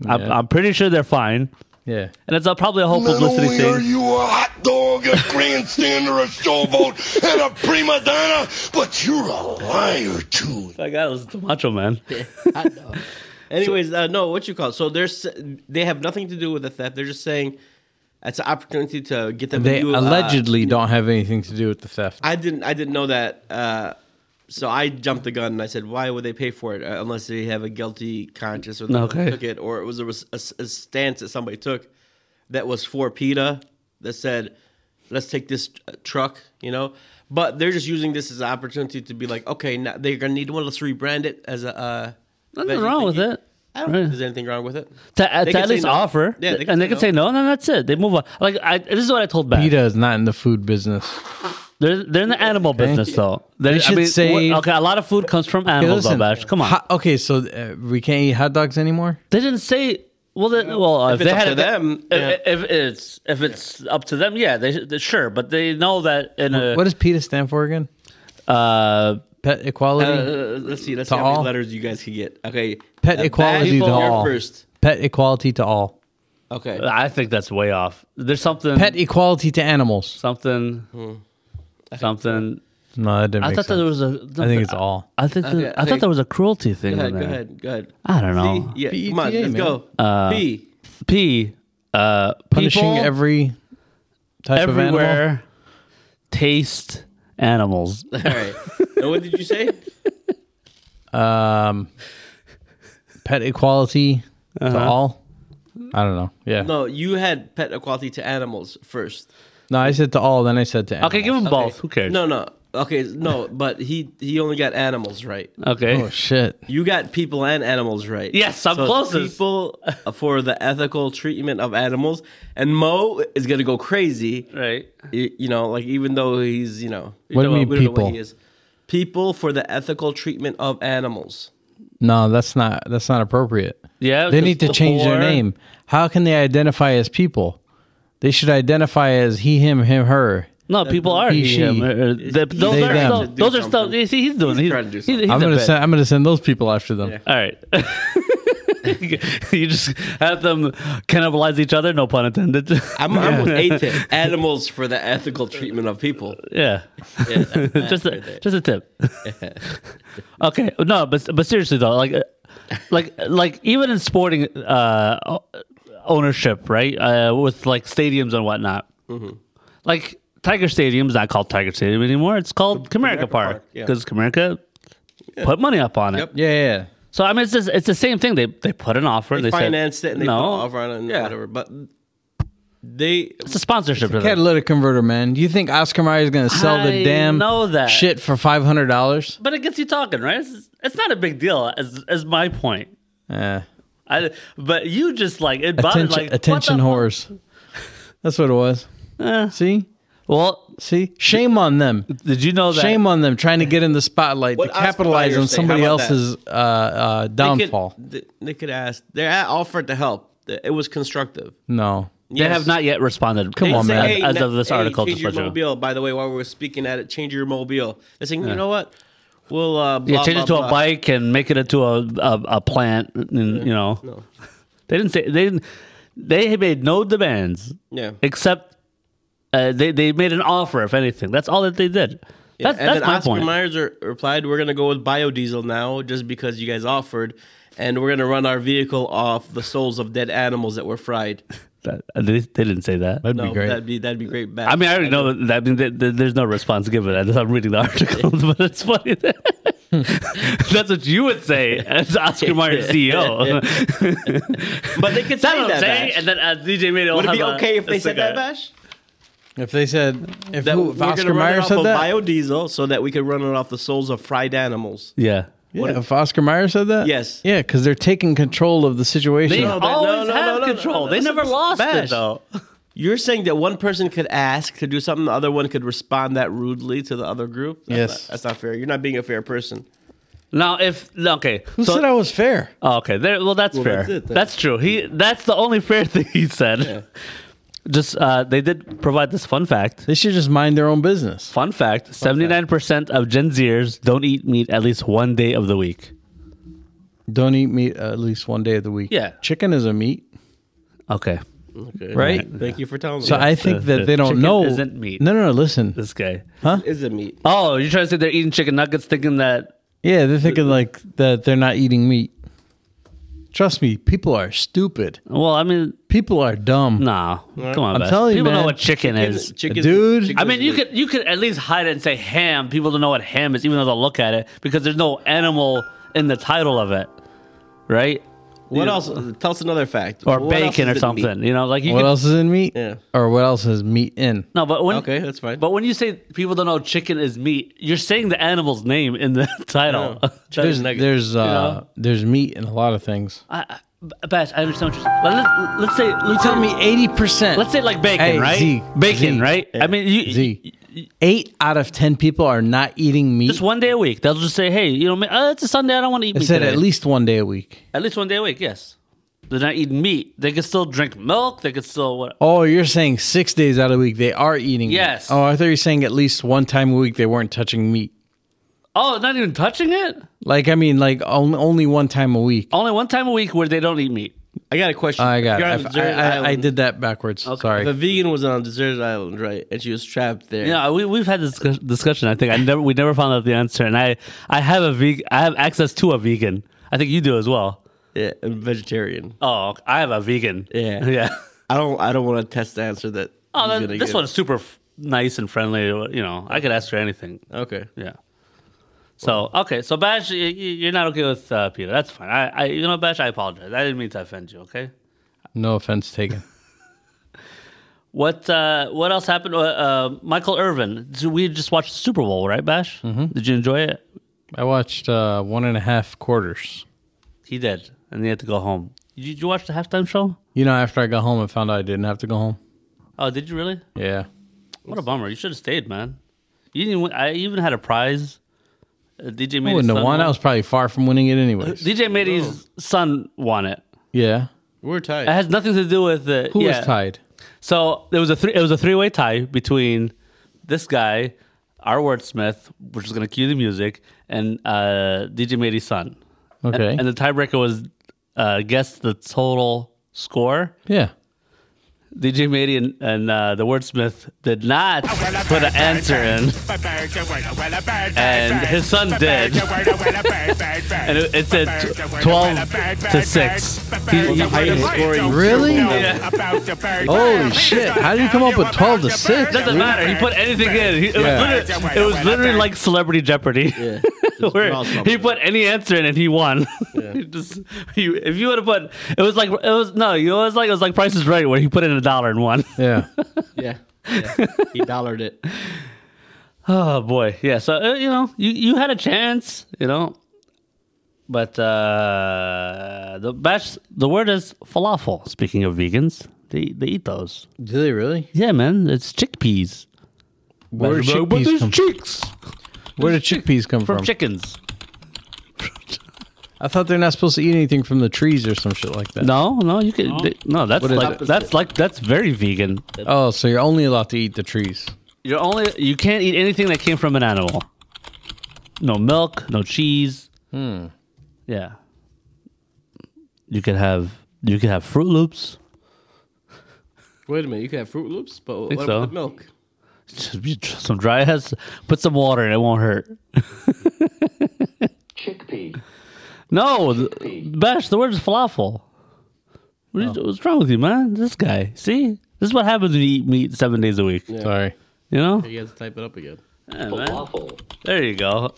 [SPEAKER 2] I'm,
[SPEAKER 1] Yeah.
[SPEAKER 2] I'm pretty sure they're fine.
[SPEAKER 1] Yeah.
[SPEAKER 2] and it's uh, probably a whole
[SPEAKER 6] Little
[SPEAKER 2] publicity
[SPEAKER 6] wiener,
[SPEAKER 2] thing.
[SPEAKER 6] you a hot dog, a grandstander, a showboat, and a prima donna, but you're a liar too.
[SPEAKER 2] I gotta listen to Macho Man.
[SPEAKER 3] Anyways, uh, no, what you call it? So there's they have nothing to do with the theft. They're just saying it's an opportunity to get them.
[SPEAKER 1] They
[SPEAKER 3] to do, uh,
[SPEAKER 1] allegedly don't have anything to do with the theft.
[SPEAKER 3] I didn't. I didn't know that. Uh, so I jumped the gun and I said, "Why would they pay for it uh, unless they have a guilty conscience or they
[SPEAKER 2] Okay.
[SPEAKER 3] took it, or it was a, res- a s- a stance that somebody took that was for PETA that said, let's take this uh, truck, you know." But they're just using this as an opportunity to be like, okay, now they're gonna need one. Let's rebrand it as a. Uh,
[SPEAKER 2] Nothing
[SPEAKER 3] veggie
[SPEAKER 2] wrong with
[SPEAKER 3] thingy.
[SPEAKER 2] it.
[SPEAKER 3] I don't
[SPEAKER 2] Right.
[SPEAKER 3] think there's anything wrong with it.
[SPEAKER 2] To, uh, to
[SPEAKER 3] They can
[SPEAKER 2] at
[SPEAKER 3] say
[SPEAKER 2] least
[SPEAKER 3] no.
[SPEAKER 2] offer,
[SPEAKER 3] Yeah, they can
[SPEAKER 2] and they
[SPEAKER 3] say
[SPEAKER 2] can
[SPEAKER 3] no.
[SPEAKER 2] say no, and then that's it. They move on. Like I, this is what I told Beth.
[SPEAKER 1] PETA's not in the food business.
[SPEAKER 2] They're they're in the animal business though. They,
[SPEAKER 1] should save-
[SPEAKER 2] okay. A lot of food comes from animals
[SPEAKER 1] listen,
[SPEAKER 2] though, Bash. Come on.
[SPEAKER 1] Hot, okay, so uh, we can't eat hot dogs anymore?
[SPEAKER 2] They didn't say. Well, they, well, uh, if,
[SPEAKER 3] it's
[SPEAKER 2] they
[SPEAKER 3] up
[SPEAKER 2] had
[SPEAKER 3] to
[SPEAKER 2] it-
[SPEAKER 3] them,
[SPEAKER 2] if,
[SPEAKER 3] yeah.
[SPEAKER 2] if it's if it's up to them, yeah, they, they sure. But they know that in a
[SPEAKER 1] What does PETA stand for again?
[SPEAKER 2] uh,
[SPEAKER 1] Pet equality?
[SPEAKER 3] Uh, let's see. Let's see
[SPEAKER 1] To
[SPEAKER 3] how many
[SPEAKER 1] all?
[SPEAKER 3] letters you guys can get. Okay,
[SPEAKER 1] Pet
[SPEAKER 3] Uh,
[SPEAKER 1] equality
[SPEAKER 3] Bash,
[SPEAKER 1] to
[SPEAKER 3] you're
[SPEAKER 1] all.
[SPEAKER 3] First.
[SPEAKER 1] Pet equality to all.
[SPEAKER 3] Okay.
[SPEAKER 2] I think that's way off. There's something
[SPEAKER 1] Pet equality to animals.
[SPEAKER 2] something
[SPEAKER 3] Hmm.
[SPEAKER 2] something.
[SPEAKER 1] No, that didn't
[SPEAKER 2] I
[SPEAKER 1] make
[SPEAKER 2] thought
[SPEAKER 1] sense.
[SPEAKER 2] there was Uh, a.
[SPEAKER 1] I think it's all.
[SPEAKER 2] I think
[SPEAKER 3] Okay,
[SPEAKER 2] there- I,
[SPEAKER 3] I
[SPEAKER 2] thought
[SPEAKER 3] think-
[SPEAKER 2] there was a cruelty thing
[SPEAKER 3] Go
[SPEAKER 2] in
[SPEAKER 3] ahead. Go
[SPEAKER 2] there.
[SPEAKER 3] ahead. Go ahead.
[SPEAKER 2] I don't know.
[SPEAKER 3] Yeah.
[SPEAKER 1] B E
[SPEAKER 3] Come on.
[SPEAKER 1] T A,
[SPEAKER 3] Let's
[SPEAKER 1] man.
[SPEAKER 3] go. P.
[SPEAKER 2] P uh,
[SPEAKER 1] Punishing
[SPEAKER 2] people
[SPEAKER 1] every type of animal.
[SPEAKER 2] everywhere taste animals.
[SPEAKER 3] All right. now, what did you say?
[SPEAKER 1] um, pet equality to
[SPEAKER 2] Uh-huh.
[SPEAKER 1] all. I don't know. Yeah. No.
[SPEAKER 3] No, you had pet equality to animals first.
[SPEAKER 1] I said to all, then I said to animals.
[SPEAKER 2] Okay, give them both. Who cares?
[SPEAKER 3] No, no. Okay, no, but he he only got animals right.
[SPEAKER 2] Okay.
[SPEAKER 1] Oh shit!
[SPEAKER 3] You got people and animals right.
[SPEAKER 2] Yes, I'm
[SPEAKER 3] so it's
[SPEAKER 2] closest.
[SPEAKER 3] People for the ethical treatment of animals, and Mo is gonna go crazy.
[SPEAKER 2] Right.
[SPEAKER 3] You, you know, like even though he's you know,
[SPEAKER 1] What do you
[SPEAKER 3] we
[SPEAKER 1] mean
[SPEAKER 3] don't know
[SPEAKER 1] people?
[SPEAKER 3] what he is. People for the ethical treatment of animals.
[SPEAKER 1] No, that's not that's not appropriate.
[SPEAKER 2] Yeah.
[SPEAKER 1] They need to change their name. How can they identify as people? They should identify as he, him, him, her.
[SPEAKER 2] No, people are
[SPEAKER 1] he,
[SPEAKER 2] he,
[SPEAKER 1] she.
[SPEAKER 2] him. or- or the- those
[SPEAKER 1] they,
[SPEAKER 2] are
[SPEAKER 1] them.
[SPEAKER 2] still, those are still. You see, he's doing. He's,
[SPEAKER 3] trying to do
[SPEAKER 2] he's-
[SPEAKER 3] something.
[SPEAKER 2] he's
[SPEAKER 1] I'm
[SPEAKER 2] a
[SPEAKER 1] gonna
[SPEAKER 2] bit.
[SPEAKER 1] send I'm gonna send those people after them.
[SPEAKER 2] All right. you just have them cannibalize each other. No pun intended.
[SPEAKER 3] I'm, I'm with ATIP. Animals for the ethical treatment of people.
[SPEAKER 2] yeah.
[SPEAKER 3] Yeah, that- that
[SPEAKER 2] just
[SPEAKER 3] right there.
[SPEAKER 2] a, just a tip. okay, no, but but seriously though, like uh, like like even in sporting uh, o- ownership, right? Uh, with like stadiums and whatnot,
[SPEAKER 3] Mm-hmm.
[SPEAKER 2] like Tiger Stadium's not called Tiger Stadium anymore. It's called Comerica,
[SPEAKER 3] Comerica Park,
[SPEAKER 2] Park
[SPEAKER 3] yeah.
[SPEAKER 2] because Comerica put money up on it.
[SPEAKER 3] Yep.
[SPEAKER 1] Yeah, yeah.
[SPEAKER 2] So I mean, it's just, it's the same thing. They they put an offer. and They, said-
[SPEAKER 3] financed it and they
[SPEAKER 2] no,
[SPEAKER 3] put an offer on it and
[SPEAKER 2] Yeah.
[SPEAKER 3] whatever. But they
[SPEAKER 2] It's a sponsorship. to them.
[SPEAKER 1] Catalytic converter, man. Do you think Oscar Mayer is gonna sell
[SPEAKER 2] I
[SPEAKER 1] the damn
[SPEAKER 2] know that.
[SPEAKER 1] shit for five hundred dollars?
[SPEAKER 2] But it gets you talking, right? It's, it's not a big deal. As as my point.
[SPEAKER 1] Yeah.
[SPEAKER 2] I, but you just like it bothered
[SPEAKER 1] Eh, Attention,
[SPEAKER 2] like what
[SPEAKER 1] attention
[SPEAKER 2] the fuck?
[SPEAKER 1] whores. That's what it was.
[SPEAKER 3] Eh.
[SPEAKER 1] See,
[SPEAKER 2] Well,
[SPEAKER 1] see. Shame on them.
[SPEAKER 2] did you know that?
[SPEAKER 1] Shame on them trying to get in the spotlight
[SPEAKER 3] What
[SPEAKER 1] to
[SPEAKER 3] Oscar
[SPEAKER 1] capitalize
[SPEAKER 3] Mayer
[SPEAKER 1] on
[SPEAKER 3] say?
[SPEAKER 1] somebody
[SPEAKER 3] How about that?
[SPEAKER 1] else's uh, uh,
[SPEAKER 3] they
[SPEAKER 1] downfall.
[SPEAKER 3] could, they- they could ask. They offered to help. It was constructive.
[SPEAKER 1] No.
[SPEAKER 2] They have not yet responded. Come
[SPEAKER 1] They on, say, man.
[SPEAKER 2] As, as of this
[SPEAKER 3] hey,
[SPEAKER 2] article,
[SPEAKER 3] change
[SPEAKER 2] just
[SPEAKER 3] your
[SPEAKER 2] let you know.
[SPEAKER 3] mobile. By the way, while we were speaking at it, change your mobile. They're saying, you know what? We'll uh, blah,
[SPEAKER 2] Yeah, change
[SPEAKER 3] blah,
[SPEAKER 2] it to
[SPEAKER 3] blah.
[SPEAKER 2] a bike and make it into a a, a plant. And, you know, they didn't say they didn't. They made no demands
[SPEAKER 3] Yeah.
[SPEAKER 2] except uh, they they made an offer. If anything, that's all that they did.
[SPEAKER 3] Yeah,
[SPEAKER 2] That's,
[SPEAKER 3] and
[SPEAKER 2] that's
[SPEAKER 3] then
[SPEAKER 2] my
[SPEAKER 3] Oscar
[SPEAKER 2] point.
[SPEAKER 3] Myers re- replied, "We're gonna go with biodiesel now, just because you guys offered, and we're gonna run our vehicle off the souls of dead animals that were fried."
[SPEAKER 2] That- they, they didn't say that.
[SPEAKER 1] That'd
[SPEAKER 3] No,
[SPEAKER 1] be great.
[SPEAKER 3] that'd be that'd be great. Back.
[SPEAKER 2] I mean, I already know that. I mean, th- th- there's no response given. I I'm reading the article, but it's funny. That that's what you would say as Oscar Mayer E CEO.
[SPEAKER 3] but they could
[SPEAKER 2] That's
[SPEAKER 3] say
[SPEAKER 2] what I'm
[SPEAKER 3] that.
[SPEAKER 2] saying.
[SPEAKER 3] Bash.
[SPEAKER 2] And then uh, DJ made it.
[SPEAKER 3] Would it be okay if they said that,
[SPEAKER 2] back?
[SPEAKER 3] Bash?
[SPEAKER 1] If they said, if,
[SPEAKER 3] That
[SPEAKER 1] who, if
[SPEAKER 3] we're
[SPEAKER 1] Oscar
[SPEAKER 3] gonna run it
[SPEAKER 1] Mayer
[SPEAKER 3] off
[SPEAKER 1] said
[SPEAKER 3] of
[SPEAKER 1] that,
[SPEAKER 3] biodiesel so that we could run it off the souls of fried animals.
[SPEAKER 2] Yeah.
[SPEAKER 1] yeah, if Oscar Mayer said that,
[SPEAKER 3] Yes.
[SPEAKER 1] yeah, because they're taking control of the situation.
[SPEAKER 2] They
[SPEAKER 3] No, but no,
[SPEAKER 2] always
[SPEAKER 3] no,
[SPEAKER 2] have
[SPEAKER 3] no, no,
[SPEAKER 2] control.
[SPEAKER 3] no, no,
[SPEAKER 2] they
[SPEAKER 3] listen,
[SPEAKER 2] never
[SPEAKER 3] listen,
[SPEAKER 2] lost it
[SPEAKER 3] Bash.
[SPEAKER 2] though.
[SPEAKER 3] You're saying that one person could ask to do something, the other one could respond that rudely to the other group. That's
[SPEAKER 1] Yes.
[SPEAKER 3] not, that's not fair. You're not being a fair person.
[SPEAKER 2] Now, if okay,
[SPEAKER 1] Who
[SPEAKER 2] so
[SPEAKER 1] said I was fair?
[SPEAKER 2] oh, okay, there. Well, that's fair.
[SPEAKER 3] that's
[SPEAKER 2] That's,
[SPEAKER 3] it then.
[SPEAKER 2] true. He. That's the only fair thing he said. Just uh, they did provide this fun fact.
[SPEAKER 1] They should just mind their own business.
[SPEAKER 2] Fun fact: seventy-nine percent of Gen Zers don't eat meat at least one day of the week.
[SPEAKER 1] Don't eat meat at least one day of the week.
[SPEAKER 2] Yeah.
[SPEAKER 1] chicken is a meat.
[SPEAKER 2] Okay,
[SPEAKER 3] Okay.
[SPEAKER 1] Right?
[SPEAKER 3] Thank you for telling me.
[SPEAKER 1] So I think
[SPEAKER 2] the-
[SPEAKER 1] that they don't
[SPEAKER 2] chicken
[SPEAKER 1] know.
[SPEAKER 2] isn't meat.
[SPEAKER 1] No, no, no. Listen.
[SPEAKER 2] This guy.
[SPEAKER 3] is it meat?
[SPEAKER 2] Oh, you're trying to say they're eating chicken nuggets, thinking that
[SPEAKER 1] Yeah, they're thinking like that they're not eating meat. Trust me, people are stupid.
[SPEAKER 2] well, I mean,
[SPEAKER 1] People are dumb.
[SPEAKER 2] nah. Come on,
[SPEAKER 1] I'm
[SPEAKER 2] Bess.
[SPEAKER 1] telling you,
[SPEAKER 2] people
[SPEAKER 1] man.
[SPEAKER 2] know what chicken, is.
[SPEAKER 3] Chicken,
[SPEAKER 1] Dude.
[SPEAKER 2] I mean, you could you could at least hide it and say ham. People don't know what ham is, even though they'll look at it because there's no animal in the title of it, right?
[SPEAKER 3] What else? Tell us another fact.
[SPEAKER 2] Or
[SPEAKER 3] What else
[SPEAKER 2] bacon or
[SPEAKER 3] is it
[SPEAKER 2] something.
[SPEAKER 3] meat?
[SPEAKER 2] You know, like you
[SPEAKER 1] What
[SPEAKER 2] could,
[SPEAKER 1] else is in meat?
[SPEAKER 3] Yeah.
[SPEAKER 1] Or what else is meat in?
[SPEAKER 2] no, but when
[SPEAKER 3] Okay, that's fine.
[SPEAKER 2] But when you say people don't know chicken is meat, you're saying the animal's name in the title.
[SPEAKER 3] Yeah.
[SPEAKER 2] That
[SPEAKER 1] There's
[SPEAKER 2] is neg-
[SPEAKER 1] there's uh,
[SPEAKER 2] know?
[SPEAKER 1] there's meat in a lot of things.
[SPEAKER 2] I, I, Bash, I understand what you're saying. Let, let's say let's
[SPEAKER 1] Tell me eighty percent.
[SPEAKER 2] Let's say like bacon,
[SPEAKER 1] Hey,
[SPEAKER 2] right?
[SPEAKER 1] Z,
[SPEAKER 2] bacon,
[SPEAKER 1] Z,
[SPEAKER 2] right? I mean, you,
[SPEAKER 1] Z. Eight out of ten people are not eating meat.
[SPEAKER 2] just one day a week. They'll just say, "Hey, you know, ma- uh, it's a Sunday. I don't want to eat
[SPEAKER 1] I
[SPEAKER 2] meat."
[SPEAKER 1] said
[SPEAKER 2] today.
[SPEAKER 1] at least one day a week.
[SPEAKER 2] at least one day a week. Yes, they're not eating meat. They can still drink milk. They can still what?
[SPEAKER 1] Oh, you're saying six days out of the week they are eating. meat.
[SPEAKER 2] Yes.
[SPEAKER 1] Oh, I thought you were saying at least one time a week they weren't touching meat.
[SPEAKER 2] Oh, not even touching it.
[SPEAKER 1] Like I mean, like on- only one time a week.
[SPEAKER 2] Only one time a week where they don't eat meat.
[SPEAKER 3] I got a question.
[SPEAKER 1] Oh, I got. It.
[SPEAKER 3] You're on
[SPEAKER 1] I,
[SPEAKER 3] a deserted
[SPEAKER 1] I- I, I
[SPEAKER 3] island.
[SPEAKER 1] did that backwards. Sorry.
[SPEAKER 3] The vegan was on a deserted island, right? And she was trapped there.
[SPEAKER 2] Yeah, we we've had this discuss- discussion. I think I never we never found out the answer, and I I have a veg I have access to a vegan. I think you do as well.
[SPEAKER 3] Yeah, and vegetarian.
[SPEAKER 2] Oh, I have a vegan.
[SPEAKER 3] Yeah.
[SPEAKER 2] yeah.
[SPEAKER 3] I don't. I don't want to test the answer that.
[SPEAKER 2] Oh,
[SPEAKER 3] he's
[SPEAKER 2] then
[SPEAKER 3] gonna
[SPEAKER 2] this
[SPEAKER 3] give.
[SPEAKER 2] one's super f- nice and friendly. You know, I could ask her anything.
[SPEAKER 3] Okay.
[SPEAKER 2] Yeah. So okay, so Bash, y- y- you're not okay with uh, Peter. That's fine. I, I, you know, Bash, I apologize. I didn't mean to offend you. Okay.
[SPEAKER 1] no offense taken.
[SPEAKER 2] What uh, what else happened? Uh, uh, Michael Irvin. So We just watched the Super Bowl, right, Bash? Mm-hmm. Did you enjoy it?
[SPEAKER 1] I watched uh, one and a half quarters.
[SPEAKER 2] He did, and he had to go home. Did you watch the halftime show?
[SPEAKER 1] You know, after I got home, I found out I didn't have to go home.
[SPEAKER 2] Oh, did you really?
[SPEAKER 1] Yeah.
[SPEAKER 2] What a bummer. You should have stayed, man. You didn't. Even, I even had a prize. Uh, DJ
[SPEAKER 1] I
[SPEAKER 2] made
[SPEAKER 1] wouldn't have won. I was probably far from winning it anyways.
[SPEAKER 2] DJ Mady's son won it.
[SPEAKER 1] yeah. Uh,
[SPEAKER 3] We're
[SPEAKER 2] It
[SPEAKER 3] tied.
[SPEAKER 2] has nothing to do with it.
[SPEAKER 1] Who
[SPEAKER 2] yeah.
[SPEAKER 1] was tied?
[SPEAKER 2] So there was a three. It was a three-way tie between this guy, our wordsmith, which is going to cue the music, and uh, DJ Matey's son. And,
[SPEAKER 1] Okay.
[SPEAKER 2] and the tiebreaker was uh, guess the total score.
[SPEAKER 1] yeah.
[SPEAKER 2] DJ Matey and, and uh, the wordsmith did not put an answer in,
[SPEAKER 7] and his son did. and
[SPEAKER 2] and it, it said tw- twelve to six. He- he-
[SPEAKER 1] Really?
[SPEAKER 7] Holy
[SPEAKER 1] shit. How did you come up with 12 to 6?
[SPEAKER 7] Doesn't matter. He put anything in.
[SPEAKER 2] He- it,
[SPEAKER 1] Yeah.
[SPEAKER 2] was literally, it was literally like Celebrity Jeopardy. Where
[SPEAKER 3] awesome.
[SPEAKER 2] he put any answer in and he won. He just, he- if you would have put, it was like it was no, you know, it was like it was like Price is Right where he put in a dollar and won.
[SPEAKER 1] Yeah.
[SPEAKER 3] Yeah. He dollared it.
[SPEAKER 2] Oh boy, yeah. So uh, you know, you you had a chance, you know, but uh the best the word is falafel. Speaking of vegans, they they eat those.
[SPEAKER 1] Do they really?
[SPEAKER 2] Yeah, man, it's chickpeas.
[SPEAKER 1] Where did
[SPEAKER 2] But
[SPEAKER 1] chickpeas
[SPEAKER 2] there's
[SPEAKER 1] come from?
[SPEAKER 2] cheeks
[SPEAKER 1] Where did chickpeas come
[SPEAKER 2] from
[SPEAKER 1] from?
[SPEAKER 2] chickens.
[SPEAKER 1] I thought they're not supposed to eat anything from the trees or some shit like that.
[SPEAKER 2] No, no, you can. they- no, that's
[SPEAKER 1] What is
[SPEAKER 2] like
[SPEAKER 1] it?
[SPEAKER 2] that's like that's very vegan.
[SPEAKER 1] Oh, so you're only allowed to eat the trees.
[SPEAKER 2] You're only you can't eat anything that came from an animal. No milk, no cheese. Hmm. Yeah. You could have you could have Fruit Loops.
[SPEAKER 3] Wait a minute. You can have Fruit Loops, but what
[SPEAKER 2] Think
[SPEAKER 3] about
[SPEAKER 2] so.
[SPEAKER 3] the milk?
[SPEAKER 2] Just be- just some dry ass. Put some water in. It won't hurt.
[SPEAKER 8] Chickpea.
[SPEAKER 2] No, th- Bash. The word is falafel. What is- What's wrong with you, man? This guy. See, this is what happens when you eat meat seven days a week.
[SPEAKER 1] Sorry.
[SPEAKER 2] You know.
[SPEAKER 3] You have to type it up again.
[SPEAKER 2] Yeah, man.
[SPEAKER 8] Falafel.
[SPEAKER 2] There you go.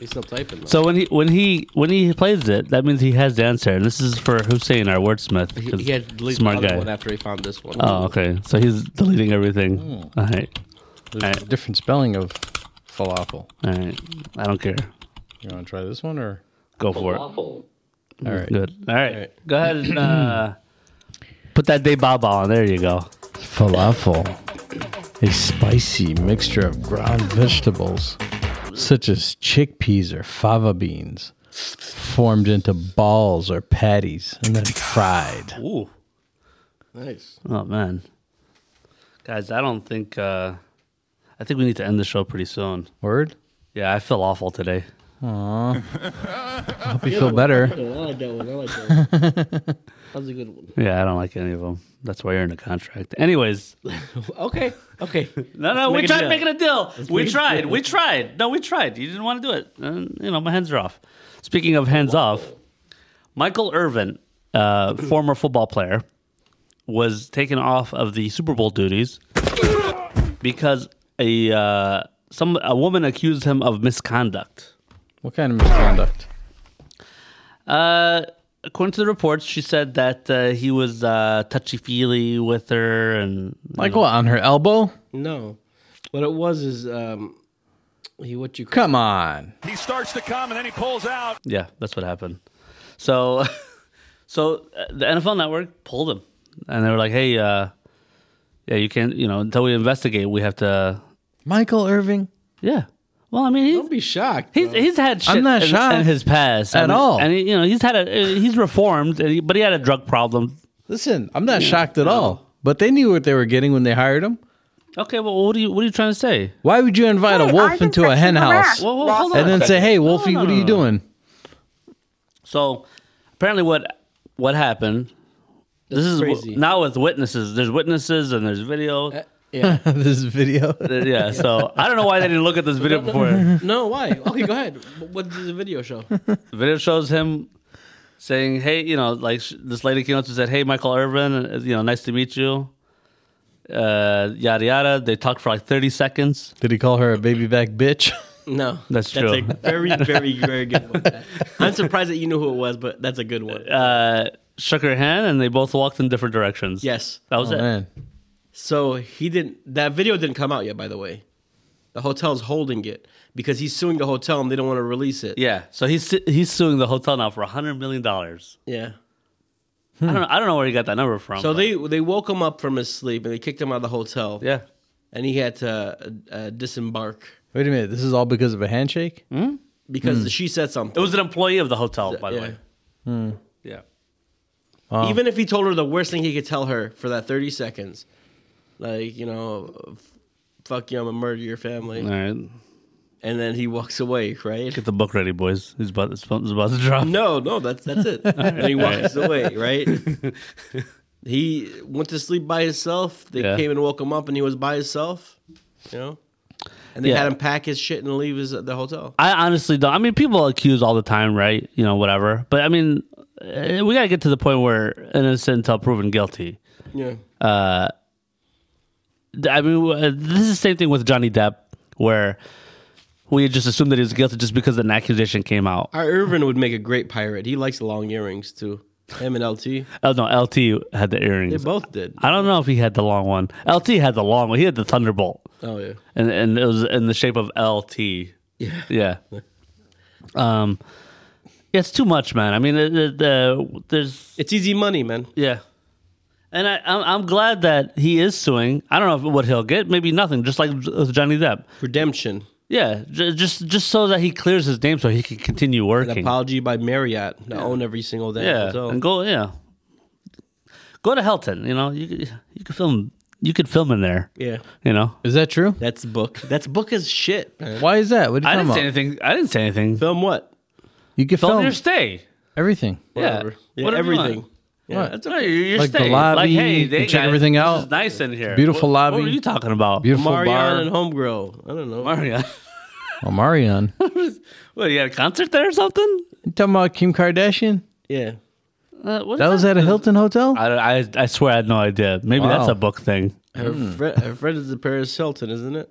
[SPEAKER 3] He's still typing. Though.
[SPEAKER 2] So when he when he when he plays it, that means he has the answer. And this is for Hussein, our wordsmith.
[SPEAKER 3] he,
[SPEAKER 2] 'cause
[SPEAKER 3] he had deleted
[SPEAKER 2] smart
[SPEAKER 3] the other
[SPEAKER 2] guy.
[SPEAKER 3] one after he found this one.
[SPEAKER 2] Oh, okay. So he's deleting everything.
[SPEAKER 3] Hmm.
[SPEAKER 2] All right,
[SPEAKER 1] There's
[SPEAKER 2] Alright.
[SPEAKER 1] a different spelling of falafel.
[SPEAKER 2] all right. I don't care.
[SPEAKER 1] You want to try this one or?
[SPEAKER 2] Go for it.
[SPEAKER 8] Falafel.
[SPEAKER 1] All right.
[SPEAKER 2] Good. All right.
[SPEAKER 3] Alright.
[SPEAKER 2] Go ahead and uh, put that day baba on. There you go.
[SPEAKER 1] Falafel, a spicy mixture of ground vegetables such as chickpeas or fava beans, formed into balls or patties and then fried.
[SPEAKER 2] Ooh.
[SPEAKER 3] nice.
[SPEAKER 2] Oh man, guys, I don't think. Uh, I think we need to end the show pretty soon.
[SPEAKER 1] Word?
[SPEAKER 2] Yeah, I feel awful today.
[SPEAKER 1] Hope you feel better.
[SPEAKER 3] I like that one. I like that one. That was a good one.
[SPEAKER 2] Yeah, I don't like any of them. That's why you're in the contract. Anyways,
[SPEAKER 3] Okay. Okay.
[SPEAKER 2] no, no, we
[SPEAKER 3] make a
[SPEAKER 2] tried
[SPEAKER 3] deal.
[SPEAKER 2] making a deal. we
[SPEAKER 3] make a
[SPEAKER 2] tried.
[SPEAKER 3] deal.
[SPEAKER 2] We tried. No, we tried. You didn't want to do it. And, you know, my hands are off. Speaking of hands off, Michael Irvin, uh, former football player, was taken off of the Super Bowl duties because a uh, some a woman accused him of misconduct.
[SPEAKER 1] What kind of misconduct?
[SPEAKER 2] Uh, according to the reports, she said that uh, he was uh, touchy feely with her and
[SPEAKER 1] Like what? On her elbow?
[SPEAKER 3] No. What it was is um he what you call
[SPEAKER 1] Come on.
[SPEAKER 7] He starts to come and then he pulls out.
[SPEAKER 2] Yeah, that's what happened. So, so uh, the NFL Network pulled him, and they were like, "Hey, uh, yeah, you can't. You know, until we investigate, we have to.
[SPEAKER 1] Michael Irving?
[SPEAKER 2] Yeah. Well, I mean,
[SPEAKER 3] Don't be shocked.
[SPEAKER 2] he's he's,
[SPEAKER 3] bro.
[SPEAKER 2] he's had shit
[SPEAKER 1] I'm not
[SPEAKER 2] in,
[SPEAKER 1] shocked
[SPEAKER 2] in his past
[SPEAKER 1] at
[SPEAKER 2] and,
[SPEAKER 1] all.
[SPEAKER 2] and he, you know he's had a uh, he's reformed, and he- but he had a drug problem.
[SPEAKER 1] Listen, I'm not shocked at all. But they knew what they were getting when they hired him.
[SPEAKER 2] Okay, well, what are you what are you trying to say?
[SPEAKER 1] Why would you invite a
[SPEAKER 8] Hey,
[SPEAKER 1] wolf
[SPEAKER 8] I've been
[SPEAKER 1] into a hen
[SPEAKER 8] sexually
[SPEAKER 1] house
[SPEAKER 8] harassed.
[SPEAKER 2] Whoa, whoa, hold on.
[SPEAKER 1] and
[SPEAKER 2] a
[SPEAKER 1] then say,
[SPEAKER 2] second.
[SPEAKER 1] "Hey,
[SPEAKER 2] No,
[SPEAKER 1] Wolfie,
[SPEAKER 2] no,
[SPEAKER 1] what are
[SPEAKER 2] no,
[SPEAKER 1] you
[SPEAKER 2] no.
[SPEAKER 1] doing?"
[SPEAKER 2] So apparently, what what happened? This is
[SPEAKER 3] crazy.
[SPEAKER 2] now with witnesses. There's witnesses and there's video. Uh,
[SPEAKER 3] yeah.
[SPEAKER 1] this video.
[SPEAKER 2] yeah. So I don't know why they didn't look at this video before.
[SPEAKER 3] No, why? Okay, go ahead. What- What does the video show?
[SPEAKER 2] The video shows him saying, "Hey, you know, like sh- this lady came up and said, "Hey, Michael Irvin, uh, you know, nice to meet you." Uh, yada yada. They talked for like thirty seconds.
[SPEAKER 1] Did he call her a baby back bitch? Oh,
[SPEAKER 3] No.
[SPEAKER 2] That's
[SPEAKER 3] That's
[SPEAKER 2] true.
[SPEAKER 3] a very, very, very good one. I'm surprised that you knew who it was, but that's a good one.
[SPEAKER 2] Uh, shook her hand, and they both walked in different directions.
[SPEAKER 3] yes.
[SPEAKER 2] that was
[SPEAKER 1] Oh,
[SPEAKER 2] it.
[SPEAKER 1] man.
[SPEAKER 3] So he didn't. That video didn't come out yet, by the way. The hotel's holding it because he's suing the hotel and they don't want to release it.
[SPEAKER 2] Yeah. So he's su- he's suing the hotel now for hundred million dollars.
[SPEAKER 3] Yeah.
[SPEAKER 1] Hmm.
[SPEAKER 2] I don't know, I don't know where he got that number from.
[SPEAKER 3] So
[SPEAKER 2] but-
[SPEAKER 3] they they woke him up from his sleep and they kicked him out of the hotel.
[SPEAKER 2] yeah.
[SPEAKER 3] And he had to uh, uh, disembark
[SPEAKER 1] Wait a minute. This is all because of a handshake?
[SPEAKER 3] because she said something.
[SPEAKER 2] Hmm. It was an employee of the hotel, by the
[SPEAKER 3] Yeah.
[SPEAKER 2] way. Yeah.
[SPEAKER 3] Even if he told her the worst thing he could tell her for that 30 seconds, like, you know, f- fuck you, I'm going to murder your family.
[SPEAKER 2] All right.
[SPEAKER 3] And then he walks away, right?
[SPEAKER 2] Get the book ready, boys. He's about it's about, it's about to drop.
[SPEAKER 3] No, no, that's that's it. and he walks away, right? he went to sleep by himself. They
[SPEAKER 2] Yeah.
[SPEAKER 3] came and woke him up, and he was by himself. You know, and they
[SPEAKER 2] Yeah.
[SPEAKER 3] had him pack his shit and leave his the hotel.
[SPEAKER 2] I honestly don't. I mean, people accuse all the time, right? You know, whatever. But I mean, eh, we got to get to the point where innocent until proven guilty.
[SPEAKER 3] Yeah,
[SPEAKER 2] Th- I mean, w- eh, this is the same thing with Johnny Depp, where we just assumed that he was guilty just because an accusation came out.
[SPEAKER 3] our Irvin would make a great pirate. He likes long earrings too. Him and LT,
[SPEAKER 2] Oh no, LT had the
[SPEAKER 3] they
[SPEAKER 2] earrings.
[SPEAKER 3] both did.
[SPEAKER 2] I don't know if he had the long one. LT had the long one. He had the thunderbolt,
[SPEAKER 3] Oh yeah,
[SPEAKER 2] and and it was in the shape of LT.
[SPEAKER 3] yeah.
[SPEAKER 2] Yeah. Um, yeah, it's too much, man. I mean, eh, eh, the there's
[SPEAKER 3] It's easy money, man.
[SPEAKER 2] Yeah. And I, I'm, I'm glad that he is suing. I don't know what he'll get. Maybe nothing, just like with Johnny Depp.
[SPEAKER 3] Redemption.
[SPEAKER 2] Yeah, j- just just so that he clears his name so he can continue
[SPEAKER 3] An
[SPEAKER 2] working.
[SPEAKER 3] apology by Marriott. They own every single damn
[SPEAKER 2] Yeah,
[SPEAKER 3] hotel.
[SPEAKER 2] and go yeah, go to Helton. You know, you could- you could film you could film in there.
[SPEAKER 3] yeah,
[SPEAKER 2] You know,
[SPEAKER 1] Is that true?
[SPEAKER 3] that's book. That's book as shit, man.
[SPEAKER 1] Why is that? What you
[SPEAKER 2] I
[SPEAKER 1] talking
[SPEAKER 2] didn't
[SPEAKER 1] about?
[SPEAKER 2] say anything. I didn't say anything. Film,
[SPEAKER 3] Film what?
[SPEAKER 1] You can film,
[SPEAKER 2] your stay.
[SPEAKER 1] everything.
[SPEAKER 3] Whatever.
[SPEAKER 2] Yeah,
[SPEAKER 3] Yeah,
[SPEAKER 2] whatever you
[SPEAKER 3] everything.
[SPEAKER 2] want.
[SPEAKER 3] Yeah,
[SPEAKER 1] What?
[SPEAKER 3] that's
[SPEAKER 2] No, your, your
[SPEAKER 1] Like the
[SPEAKER 2] stay. like
[SPEAKER 1] lobby,
[SPEAKER 2] hey,
[SPEAKER 1] you
[SPEAKER 2] they
[SPEAKER 1] can check
[SPEAKER 2] got-
[SPEAKER 1] everything
[SPEAKER 2] this
[SPEAKER 1] out.
[SPEAKER 2] is nice in here.
[SPEAKER 1] Beautiful
[SPEAKER 2] What- What
[SPEAKER 1] lobby.
[SPEAKER 2] were you talking about?
[SPEAKER 1] Beautiful bar.
[SPEAKER 3] Marion and Homegirl. I don't know.
[SPEAKER 2] Mario.
[SPEAKER 1] Oh, Marion. you
[SPEAKER 2] What, you had a concert there or something?
[SPEAKER 1] talking about Kim Kardashian?
[SPEAKER 3] yeah.
[SPEAKER 2] Uh, what
[SPEAKER 1] That
[SPEAKER 2] is
[SPEAKER 1] was at a Hilton hotel?
[SPEAKER 2] I, I, I swear I had no idea. Maybe that's
[SPEAKER 1] Wow.
[SPEAKER 2] a book thing.
[SPEAKER 3] Her,
[SPEAKER 2] Hmm.
[SPEAKER 3] fri- her friend is the Paris Hilton, isn't it?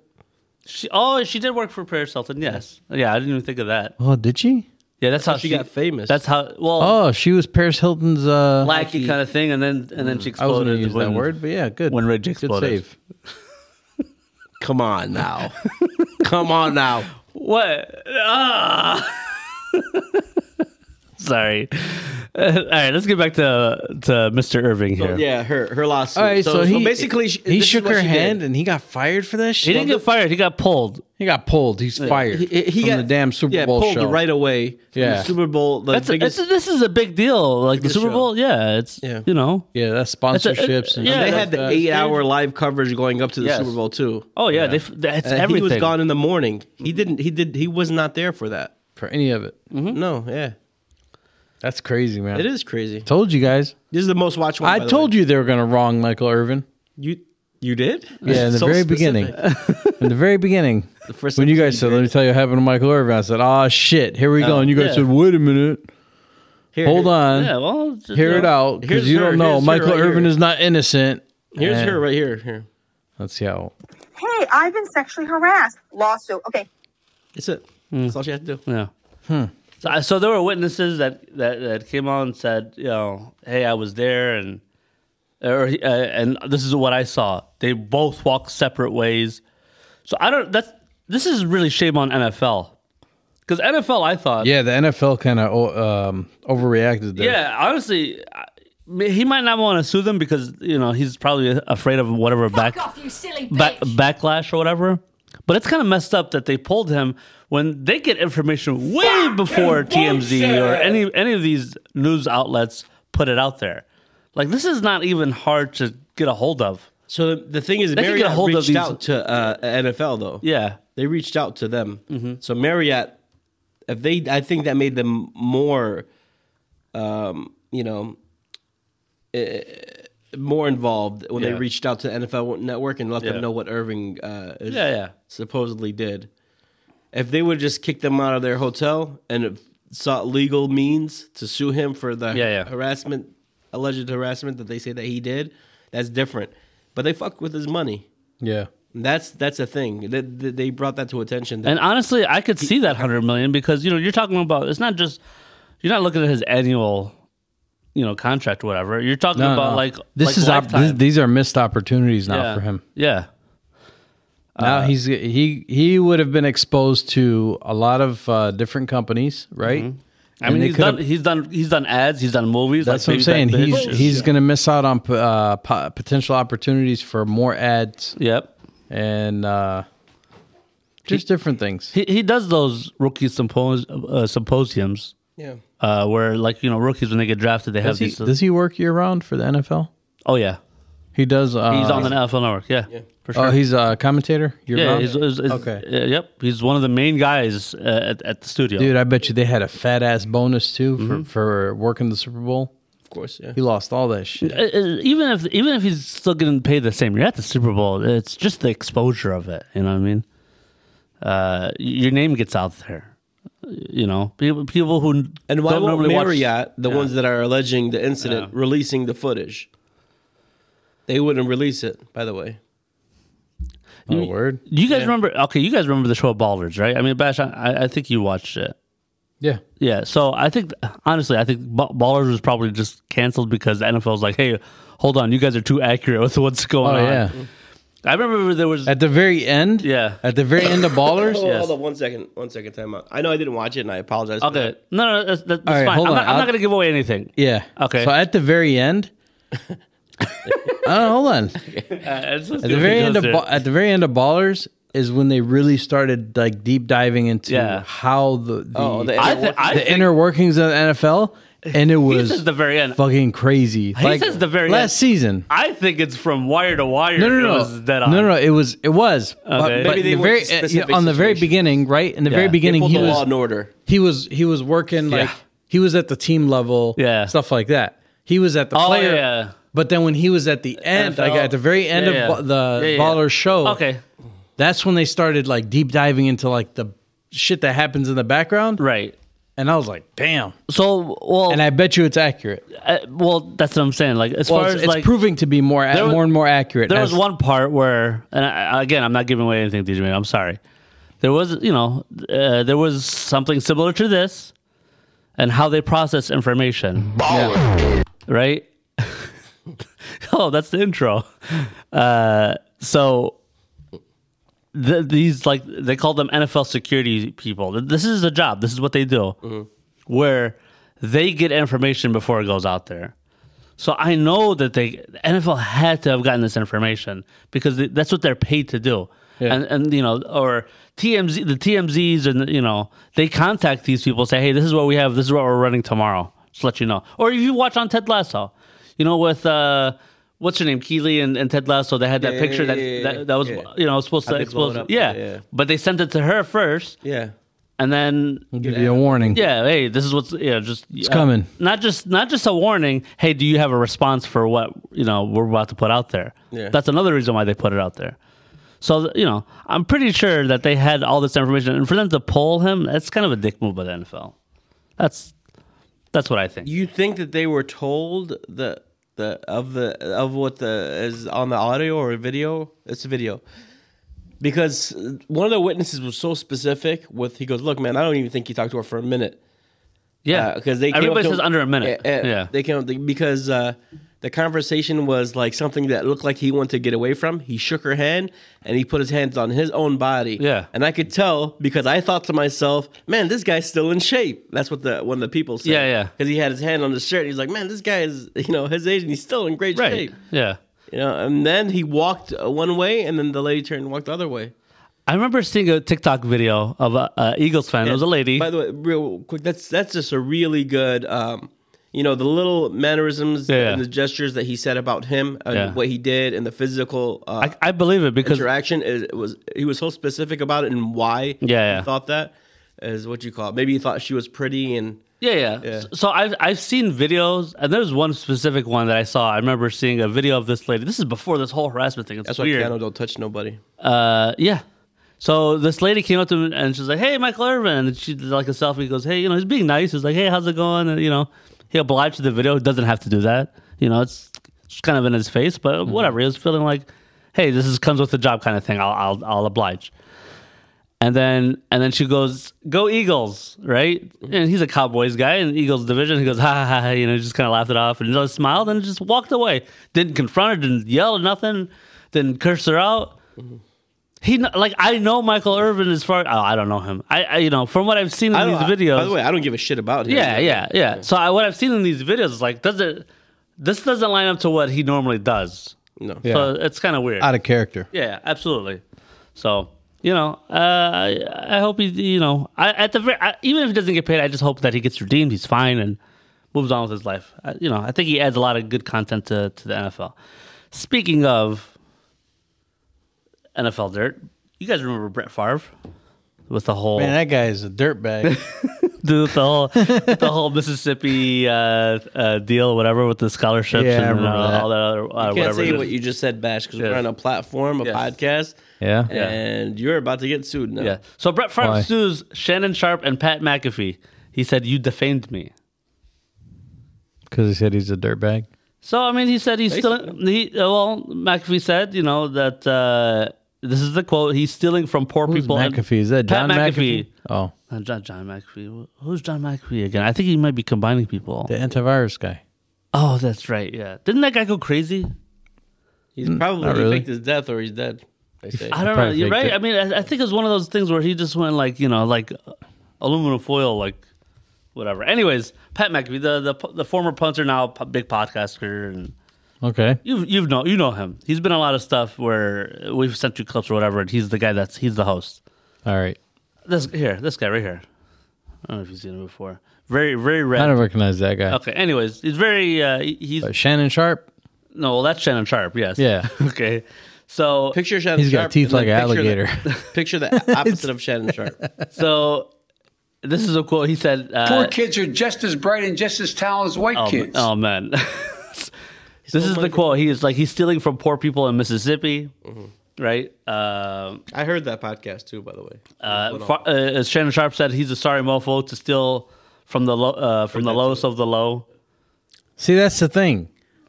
[SPEAKER 2] She, oh, she did work for Paris Hilton. Yes. Yeah, I didn't even think of that.
[SPEAKER 1] Oh, did she?
[SPEAKER 2] Yeah, that's how
[SPEAKER 3] She got famous.
[SPEAKER 2] That's how. Well,
[SPEAKER 1] Oh, she was Paris Hilton's. Uh,
[SPEAKER 2] lackey kind of thing, and then and then she
[SPEAKER 1] I wasn't
[SPEAKER 2] exploded.
[SPEAKER 1] going to use
[SPEAKER 2] when-
[SPEAKER 1] that word, but yeah, good.
[SPEAKER 2] When Ridge
[SPEAKER 1] good
[SPEAKER 2] exploded.
[SPEAKER 1] save.
[SPEAKER 3] come on now. come on now.
[SPEAKER 2] What? Ah. Sorry. Uh, all right, let's get back to to Mr. Irving here.
[SPEAKER 3] Yeah, her her lawsuit.
[SPEAKER 1] All right, so, he
[SPEAKER 3] basically she-
[SPEAKER 1] he
[SPEAKER 3] this is
[SPEAKER 1] shook
[SPEAKER 3] what
[SPEAKER 1] her
[SPEAKER 3] she
[SPEAKER 1] hand
[SPEAKER 3] did.
[SPEAKER 1] and he got fired for that
[SPEAKER 2] He
[SPEAKER 1] shit.
[SPEAKER 2] didn't get fired. He got pulled.
[SPEAKER 1] He got pulled. He's fired
[SPEAKER 3] He, he
[SPEAKER 1] from
[SPEAKER 3] got
[SPEAKER 1] the damn Super
[SPEAKER 3] yeah,
[SPEAKER 1] Bowl
[SPEAKER 3] pulled
[SPEAKER 1] show.
[SPEAKER 3] right away. from
[SPEAKER 1] Yeah.
[SPEAKER 3] the Super Bowl. The
[SPEAKER 2] That's a,
[SPEAKER 3] biggest.
[SPEAKER 2] that's a- this is a big deal. Like the
[SPEAKER 3] Biggest
[SPEAKER 2] Super
[SPEAKER 3] show.
[SPEAKER 2] Bowl. Yeah, it's
[SPEAKER 3] Yeah.
[SPEAKER 2] you know.
[SPEAKER 1] Yeah, that's
[SPEAKER 2] a- it-
[SPEAKER 1] sponsorships. and
[SPEAKER 2] yeah,
[SPEAKER 3] they
[SPEAKER 1] stuff
[SPEAKER 3] had the
[SPEAKER 1] like that.
[SPEAKER 3] eight hour live coverage going up to the
[SPEAKER 2] Yes.
[SPEAKER 3] Super Bowl too.
[SPEAKER 2] Oh yeah, they f that's
[SPEAKER 3] And
[SPEAKER 2] everything.
[SPEAKER 1] Mm-hmm.
[SPEAKER 3] He was gone in the morning. He didn't. He did. He was not there for that.
[SPEAKER 1] for any of it.
[SPEAKER 3] No, yeah,
[SPEAKER 1] That's crazy, man.
[SPEAKER 3] it is crazy.
[SPEAKER 1] Told you guys.
[SPEAKER 3] This is the most watched one.
[SPEAKER 1] I
[SPEAKER 3] by the
[SPEAKER 1] told
[SPEAKER 3] way.
[SPEAKER 1] you they were going to wrong Michael Irvin.
[SPEAKER 3] you, you did.
[SPEAKER 1] Yeah, in the
[SPEAKER 3] So
[SPEAKER 1] very
[SPEAKER 3] specific.
[SPEAKER 1] beginning. In the very beginning.
[SPEAKER 3] The first
[SPEAKER 1] When you
[SPEAKER 3] episode
[SPEAKER 1] guys said,
[SPEAKER 3] did.
[SPEAKER 1] let me tell you what happened to Michael Irvin, I said, oh, shit, here we go.
[SPEAKER 3] Oh,
[SPEAKER 1] And you guys
[SPEAKER 2] yeah.
[SPEAKER 1] said, wait a minute.
[SPEAKER 3] Here,
[SPEAKER 1] Hold on.
[SPEAKER 2] Yeah, well, just,
[SPEAKER 1] Hear
[SPEAKER 2] you
[SPEAKER 1] it
[SPEAKER 2] know,
[SPEAKER 1] out. Because
[SPEAKER 3] here's
[SPEAKER 1] you
[SPEAKER 3] her-
[SPEAKER 1] don't know.
[SPEAKER 3] here's her
[SPEAKER 1] Michael
[SPEAKER 3] right
[SPEAKER 1] Irvin
[SPEAKER 3] here.
[SPEAKER 1] is not innocent.
[SPEAKER 3] Here's
[SPEAKER 1] And-
[SPEAKER 3] her right here. Here,
[SPEAKER 1] Let's see how.
[SPEAKER 8] Hey, I've been sexually harassed. Lawsuit. Okay,
[SPEAKER 3] it's it.
[SPEAKER 1] Mm.
[SPEAKER 3] That's all she had to do.
[SPEAKER 2] Yeah. So, I, so there were witnesses that, that, that came out and said, you know, hey, I was there, and or uh, and this is what I saw. They both walked separate ways. So I don't. That's this is really shame on NFL because NFL, I thought,
[SPEAKER 1] Yeah, the NFL kind of um, overreacted there.
[SPEAKER 2] yeah, honestly. I, he might not want to sue them because you know he's probably afraid of whatever back
[SPEAKER 9] Fuck off, you silly bitch.
[SPEAKER 2] back, backlash or whatever. But it's kind of messed up that they pulled him when they get information way before TMZ or any any of these news outlets put it out there. Like this is not even hard to get a hold of.
[SPEAKER 3] So the, the thing is,
[SPEAKER 2] They could get
[SPEAKER 3] Marriott
[SPEAKER 2] a hold of
[SPEAKER 3] reached
[SPEAKER 2] these-
[SPEAKER 3] out to uh, NFL though.
[SPEAKER 2] Yeah,
[SPEAKER 3] they reached out to them.
[SPEAKER 2] Mm-hmm.
[SPEAKER 3] So Marriott, if they, I think that made them more, um, you know, eh, more involved when they
[SPEAKER 2] Yeah.
[SPEAKER 3] reached out to NFL Network and let
[SPEAKER 2] Yeah.
[SPEAKER 3] them know what Irving uh, is-
[SPEAKER 2] yeah, yeah.
[SPEAKER 3] supposedly did. If they would just kick them out of their hotel and have sought legal means to sue him for the
[SPEAKER 2] Yeah, yeah.
[SPEAKER 3] harassment, alleged harassment that they say that he did, that's different. But they fuck with his money.
[SPEAKER 1] Yeah.
[SPEAKER 3] That's that's a thing. They, they they brought that to attention.
[SPEAKER 2] And honestly, I could see that hundred million because you know you're talking about it's not just you're not looking at his annual, you know, contract or whatever. You're talking
[SPEAKER 1] No,
[SPEAKER 2] about
[SPEAKER 1] no.
[SPEAKER 2] like
[SPEAKER 1] Uh-uh. this
[SPEAKER 2] like
[SPEAKER 1] is op-
[SPEAKER 2] lifetime.
[SPEAKER 1] this, these are missed opportunities now
[SPEAKER 2] yeah.
[SPEAKER 1] for him.
[SPEAKER 2] Yeah,
[SPEAKER 1] Now he's he he would have been exposed to a lot of uh, different companies, right?
[SPEAKER 2] I mean
[SPEAKER 1] they
[SPEAKER 2] he's
[SPEAKER 1] could've-
[SPEAKER 2] done he's done he's done ads, he's done movies.
[SPEAKER 1] That's
[SPEAKER 2] like
[SPEAKER 1] what I'm
[SPEAKER 2] Big Fat
[SPEAKER 1] saying. He's
[SPEAKER 2] Bitch.
[SPEAKER 1] he's going to miss out on uh, po- potential opportunities for more ads
[SPEAKER 2] yep.
[SPEAKER 1] and uh, just different things.
[SPEAKER 2] he, he does those rookie sympos- uh, symposiums
[SPEAKER 3] yeah.
[SPEAKER 2] uh, where like you know rookies when they get drafted they have
[SPEAKER 1] Does he,
[SPEAKER 2] these uh,
[SPEAKER 1] does he work year round for the NFL?
[SPEAKER 2] oh yeah
[SPEAKER 1] He does. Uh,
[SPEAKER 2] he's on the NFL network yeah, for sure
[SPEAKER 1] Oh, he's a commentator. Year
[SPEAKER 2] yeah
[SPEAKER 1] round?
[SPEAKER 2] he's, he's- he's-
[SPEAKER 1] Okay.
[SPEAKER 2] uh, yep he's one of the main guys uh, at, at the studio
[SPEAKER 1] Dude, I bet you they had a fat ass bonus too for,
[SPEAKER 2] Mm-hmm.
[SPEAKER 1] for working the Super Bowl.
[SPEAKER 3] Of course, yeah.
[SPEAKER 1] He lost all that shit.
[SPEAKER 2] Uh, uh, even if even if he's still getting paid the same you're at the Super Bowl it's just the exposure of it you know what I mean uh, your name gets out there you know people people who
[SPEAKER 3] And why
[SPEAKER 2] don't
[SPEAKER 3] won't
[SPEAKER 2] normally watch-
[SPEAKER 3] Marriott, the
[SPEAKER 2] Yeah.
[SPEAKER 3] ones that are alleging the incident,
[SPEAKER 2] Yeah.
[SPEAKER 3] releasing the footage? They wouldn't release it, by the way.
[SPEAKER 1] My Oh, word.
[SPEAKER 2] Do you guys remember? Okay, you guys remember the show Ballers, right? I mean, Bash, I, I think you watched it.
[SPEAKER 1] Yeah.
[SPEAKER 2] Yeah. So I think, honestly, I think Ba- Ballers was probably just canceled because the NFL was like, hey, hold on, you guys are too accurate with what's
[SPEAKER 1] Oh
[SPEAKER 2] going on.
[SPEAKER 1] yeah.
[SPEAKER 2] I remember there was.
[SPEAKER 1] At the very end.
[SPEAKER 2] Yeah.
[SPEAKER 1] At the very end of Ballers.
[SPEAKER 3] Oh, hold on one second. One second, time out. I know I didn't watch it, and I apologize. for
[SPEAKER 2] okay.
[SPEAKER 3] that.
[SPEAKER 2] No, no, that's, that's
[SPEAKER 1] All right,
[SPEAKER 2] fine.
[SPEAKER 1] hold
[SPEAKER 2] I'm
[SPEAKER 1] on,
[SPEAKER 2] not, I'm
[SPEAKER 1] I'll-
[SPEAKER 2] not going to give away anything.
[SPEAKER 1] Yeah.
[SPEAKER 2] Okay.
[SPEAKER 1] So at the very end. oh, hold on.
[SPEAKER 2] At
[SPEAKER 1] At the very end of ba- at the very end of Ballers is when they really started like deep diving into
[SPEAKER 2] Yeah.
[SPEAKER 1] how the the,
[SPEAKER 3] Oh, the
[SPEAKER 2] I, th- I
[SPEAKER 1] the
[SPEAKER 2] think
[SPEAKER 1] inner workings of the NFL, and it
[SPEAKER 2] he
[SPEAKER 1] was
[SPEAKER 2] says the very end.
[SPEAKER 1] fucking crazy.
[SPEAKER 2] He says the very
[SPEAKER 1] last
[SPEAKER 2] end.
[SPEAKER 1] season.
[SPEAKER 2] I think it's from wire to wire.
[SPEAKER 1] No, no,
[SPEAKER 2] It
[SPEAKER 1] no,
[SPEAKER 2] was dead on.
[SPEAKER 1] no, no, no. It was, it was.
[SPEAKER 2] Okay.
[SPEAKER 1] But, but
[SPEAKER 3] Maybe they
[SPEAKER 1] the
[SPEAKER 3] went
[SPEAKER 1] very,
[SPEAKER 3] to
[SPEAKER 1] uh,
[SPEAKER 3] specific
[SPEAKER 1] on the very
[SPEAKER 3] situations.
[SPEAKER 1] beginning, right? In the very
[SPEAKER 2] Yeah. They
[SPEAKER 3] They
[SPEAKER 1] beginning,
[SPEAKER 3] pulled
[SPEAKER 1] he
[SPEAKER 3] the law
[SPEAKER 1] was
[SPEAKER 3] and order.
[SPEAKER 1] he was he was working like
[SPEAKER 2] Yeah.
[SPEAKER 1] he was at the team level,
[SPEAKER 2] Yeah.
[SPEAKER 1] stuff like that. He was at the
[SPEAKER 2] Oh,
[SPEAKER 1] player,
[SPEAKER 2] yeah.
[SPEAKER 1] but then when he was at the end, like
[SPEAKER 2] NFL.
[SPEAKER 1] at the very end
[SPEAKER 2] Yeah,
[SPEAKER 1] of
[SPEAKER 2] yeah.
[SPEAKER 1] ba- the
[SPEAKER 2] Yeah, yeah.
[SPEAKER 1] baller show,
[SPEAKER 2] Okay.
[SPEAKER 1] that's when they started like deep diving into like the shit that happens in the background,
[SPEAKER 2] Right.
[SPEAKER 1] and I was like, damn.
[SPEAKER 2] So, well,
[SPEAKER 1] And I bet you it's accurate.
[SPEAKER 2] uh, well, that's what I'm saying. Like, as
[SPEAKER 1] Well,
[SPEAKER 2] far
[SPEAKER 1] it's,
[SPEAKER 2] as
[SPEAKER 1] it's
[SPEAKER 2] like,
[SPEAKER 1] proving to be more ac-
[SPEAKER 2] There was-
[SPEAKER 1] more and more accurate.
[SPEAKER 2] There
[SPEAKER 1] as-
[SPEAKER 2] was one part where, and I, again, I'm not giving away anything, DJ. Man, I'm sorry. There was, you know, uh, there was something similar to this, and how they process information, right? oh, that's the intro. Uh, so the, these, like, they call them NFL security people. This is a job. This is what they do,
[SPEAKER 3] Mm-hmm.
[SPEAKER 2] where they get information before it goes out there. So I know that they the NFL had to have gotten this information because th- that's what they're paid to do. And and you know, or TMZ, the TMZs, and you know, they contact these people, say, hey, this is what we have, this is what we're running tomorrow. Just to let you know. Or if you watch on Ted Lasso, you know, with uh, what's her name, Keeley and, and Ted Lasso, they had that
[SPEAKER 3] Yeah,
[SPEAKER 2] picture
[SPEAKER 3] yeah,
[SPEAKER 2] that,
[SPEAKER 3] yeah, yeah,
[SPEAKER 2] that that was
[SPEAKER 3] yeah.
[SPEAKER 2] you know supposed
[SPEAKER 3] How
[SPEAKER 2] to
[SPEAKER 3] they blow it
[SPEAKER 2] expose.
[SPEAKER 3] up,
[SPEAKER 2] Yeah.
[SPEAKER 3] yeah.
[SPEAKER 2] but they sent it to her first,
[SPEAKER 3] Yeah.
[SPEAKER 2] and then
[SPEAKER 1] Give you a warning.
[SPEAKER 2] yeah, hey, this is what's yeah, just it's
[SPEAKER 1] coming.
[SPEAKER 2] Not just not just a warning. Hey, do you have a response for what you know we're about to put out there?
[SPEAKER 3] Yeah.
[SPEAKER 2] That's another reason why they put it out there. So th- you know, I'm pretty sure that they had all this information, and for them to poll him, that's kind of a dick move by the NFL. That's that's what I think.
[SPEAKER 3] You think that they were told the the of the of what the is on the audio or video? It's a video. Because one of the witnesses was so specific with he goes, "Look, man, I don't even think he talked to her for a minute."
[SPEAKER 2] yeah,
[SPEAKER 3] because uh, they came up
[SPEAKER 2] everybody
[SPEAKER 3] to
[SPEAKER 2] says
[SPEAKER 3] him-
[SPEAKER 2] under a minute.
[SPEAKER 3] Eh, eh,
[SPEAKER 2] yeah,
[SPEAKER 3] they came up because uh, the conversation was like something that looked like he wanted to get away from. He shook her hand and he put his hands on his own body.
[SPEAKER 2] Yeah.
[SPEAKER 3] and I could tell because I thought to myself, "Man, this guy's still in shape." That's what the one of the people said.
[SPEAKER 2] Yeah, yeah.
[SPEAKER 3] Because he had his hand on his shirt. He's like, "Man, this guy is you know his age and he's still in great
[SPEAKER 2] right.
[SPEAKER 3] shape."
[SPEAKER 2] Yeah.
[SPEAKER 3] You know, and then he walked uh, one way, and then the lady turned and walked the other way.
[SPEAKER 2] I remember seeing a TikTok video of a, a Eagles fan. It was a lady.
[SPEAKER 3] By the way, real quick, that's that's just a really good. Um, you know the little mannerisms
[SPEAKER 2] Yeah, yeah.
[SPEAKER 3] and the gestures that he said about him and
[SPEAKER 2] Yeah.
[SPEAKER 3] what he did and the physical uh,
[SPEAKER 2] I, I believe it because
[SPEAKER 3] interaction is it was he was so specific about it and why
[SPEAKER 2] Yeah, yeah.
[SPEAKER 3] he thought that is what you call it. Maybe he thought she was pretty and
[SPEAKER 2] Yeah, yeah. S- So I've I've seen videos, and there's one specific one that I saw. I remember seeing a video of this lady. This is before this whole harassment thing. It's
[SPEAKER 3] that's why
[SPEAKER 2] weird.
[SPEAKER 3] Keanu don't touch nobody.
[SPEAKER 2] Uh, yeah. So this lady came up to me and she's like, "Hey, Michael Irvin," and she did like a selfie. Goes, "Hey, you know, he's being nice." He's like, "Hey, how's it going?" And you know, he obliged to the video. Doesn't have to do that. You know, it's, it's kind of in his face, but whatever. He was feeling like, "Hey, this is comes with the job," kind of thing. I'll I'll, I'll oblige. And then and then she goes, "Go Eagles!" Right? And he's a Cowboys guy in Eagles division. He goes, "Ha ha!" ha," You know, just kind of laughed it off and just smiled and just walked away. Didn't confront her. Didn't yell. Nothing. Didn't curse her out. He kn- like I know Michael Irvin as far. Oh, I don't know him. I, I you know from what I've seen in
[SPEAKER 3] I don't-
[SPEAKER 2] these
[SPEAKER 3] I-
[SPEAKER 2] videos.
[SPEAKER 3] By the way, I don't give a shit about him.
[SPEAKER 2] yeah, yeah, yeah. So I, what I've seen in these videos is like does it? This doesn't line up to what he normally does.
[SPEAKER 3] No.
[SPEAKER 2] So it's kind of weird.
[SPEAKER 1] Out of character.
[SPEAKER 2] Yeah, absolutely. So you know, uh, I, I hope he. You know, I, at the very, I, even if he doesn't get paid, I just hope that he gets redeemed. He's fine and moves on with his life. I, you know, I think he adds a lot of good content to to the NFL. Speaking of NFL dirt, you guys remember Brett Favre with the whole
[SPEAKER 1] Man, that guy is a dirtbag.
[SPEAKER 2] dude, with the whole with the whole Mississippi uh, uh, deal, whatever, with the scholarships
[SPEAKER 1] Yeah, I
[SPEAKER 2] and uh,
[SPEAKER 1] remember that.
[SPEAKER 2] all that other uh,
[SPEAKER 3] I can't
[SPEAKER 2] whatever. it
[SPEAKER 3] say
[SPEAKER 2] is.
[SPEAKER 3] what you just said, Bash, because
[SPEAKER 2] Yes.
[SPEAKER 3] we're on a platform, a
[SPEAKER 2] Yes.
[SPEAKER 3] podcast,
[SPEAKER 1] yeah.
[SPEAKER 3] and you're about to get sued now.
[SPEAKER 2] Yeah. So Brett Favre
[SPEAKER 1] Why?
[SPEAKER 2] sues Shannon Sharp and Pat McAfee. He said, "You defamed me."
[SPEAKER 1] Because he said he's a dirtbag.
[SPEAKER 2] So I mean, he said he's still. He, uh, well, McAfee said, you know, that uh, this is the quote: "He's stealing from poor
[SPEAKER 1] Who's
[SPEAKER 2] people." and-
[SPEAKER 1] McAfee? Is that
[SPEAKER 2] Pat
[SPEAKER 1] John
[SPEAKER 2] McAfee.
[SPEAKER 1] McAfee? Oh,
[SPEAKER 2] Uh, John, John McAfee. Who's John McAfee again? I think he might be combining people.
[SPEAKER 1] the antivirus guy.
[SPEAKER 2] Oh, that's right. Yeah. Didn't that guy go crazy?
[SPEAKER 3] He's
[SPEAKER 2] Mm,
[SPEAKER 3] probably
[SPEAKER 1] not really.
[SPEAKER 3] faked his death or he's dead. They say.
[SPEAKER 2] I don't know.
[SPEAKER 1] probably
[SPEAKER 2] You're
[SPEAKER 1] faked it.
[SPEAKER 2] right. I mean, I, I think it was one of those things where he just went like, you know, like uh, aluminum foil, like whatever. Anyways, Pat McAfee, the the, the former punter, now p- big podcaster, and
[SPEAKER 1] Okay.
[SPEAKER 2] you've you've know you know him. He's been on a lot of stuff where we've sent you clips or whatever, and he's the guy that's he's the host.
[SPEAKER 1] All right.
[SPEAKER 2] This here, this guy right here. I don't know if you've seen him before. Very very red.
[SPEAKER 1] I don't recognize that guy.
[SPEAKER 2] okay. Anyways, he's very uh, he- he's
[SPEAKER 1] But Shannon Sharp.
[SPEAKER 2] no. Well, that's Shannon Sharp. Yes.
[SPEAKER 1] Yeah.
[SPEAKER 2] okay. So
[SPEAKER 3] Picture Shannon
[SPEAKER 1] He's got
[SPEAKER 3] Sharp,
[SPEAKER 1] teeth
[SPEAKER 3] and then
[SPEAKER 1] like an
[SPEAKER 3] picture The, picture the opposite of Shannon Sharp.
[SPEAKER 2] so this is a quote. He said. Uh,
[SPEAKER 9] Poor kids are just as bright and just as talented as white
[SPEAKER 2] Oh,
[SPEAKER 9] kids.
[SPEAKER 2] oh, man. this is the quote. He is like he's stealing from poor people in Mississippi, right? Um
[SPEAKER 3] I heard that podcast too, by the way.
[SPEAKER 2] uh, far, uh, as Shannon Sharp said, he's a sorry mofo to steal from the low, uh, from the lowest of the low.
[SPEAKER 1] See, that's the thing.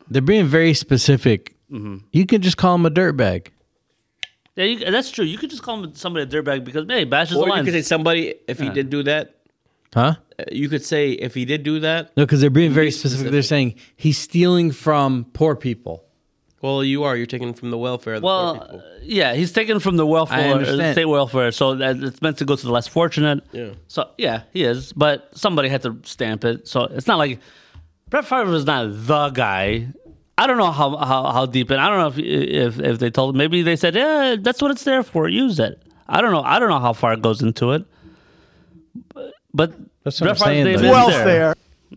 [SPEAKER 1] They're being very specific.
[SPEAKER 2] Mm-hmm.
[SPEAKER 1] You can just call him a dirtbag.
[SPEAKER 2] Yeah, you, that's true. You could just call him somebody a dirtbag because hey, bashes
[SPEAKER 3] or
[SPEAKER 2] the
[SPEAKER 3] you
[SPEAKER 2] lines.
[SPEAKER 3] could say somebody if he did do that.
[SPEAKER 1] Huh?
[SPEAKER 3] uh, You could say if he did do that.
[SPEAKER 1] No, because they're being very specific. They're saying he's stealing from poor people.
[SPEAKER 3] Well, you are. You're taking from the welfare. Of the poor
[SPEAKER 2] well,
[SPEAKER 3] people.
[SPEAKER 2] yeah, he's taken from the
[SPEAKER 1] I
[SPEAKER 2] welfare,
[SPEAKER 1] understand.
[SPEAKER 2] uh, state welfare, so that it's meant to go to the less fortunate.
[SPEAKER 3] Yeah.
[SPEAKER 2] So yeah, he is, but somebody had to stamp it. So it's not like Brett Favre was not the guy. I don't know how how, how deep in. I don't know if if if they told. Maybe they said, yeah, that's what it's there for. Use it. I don't know. I don't know how far it goes into it. But
[SPEAKER 1] That's what I'm
[SPEAKER 2] Favre's
[SPEAKER 1] saying,
[SPEAKER 2] name
[SPEAKER 1] though.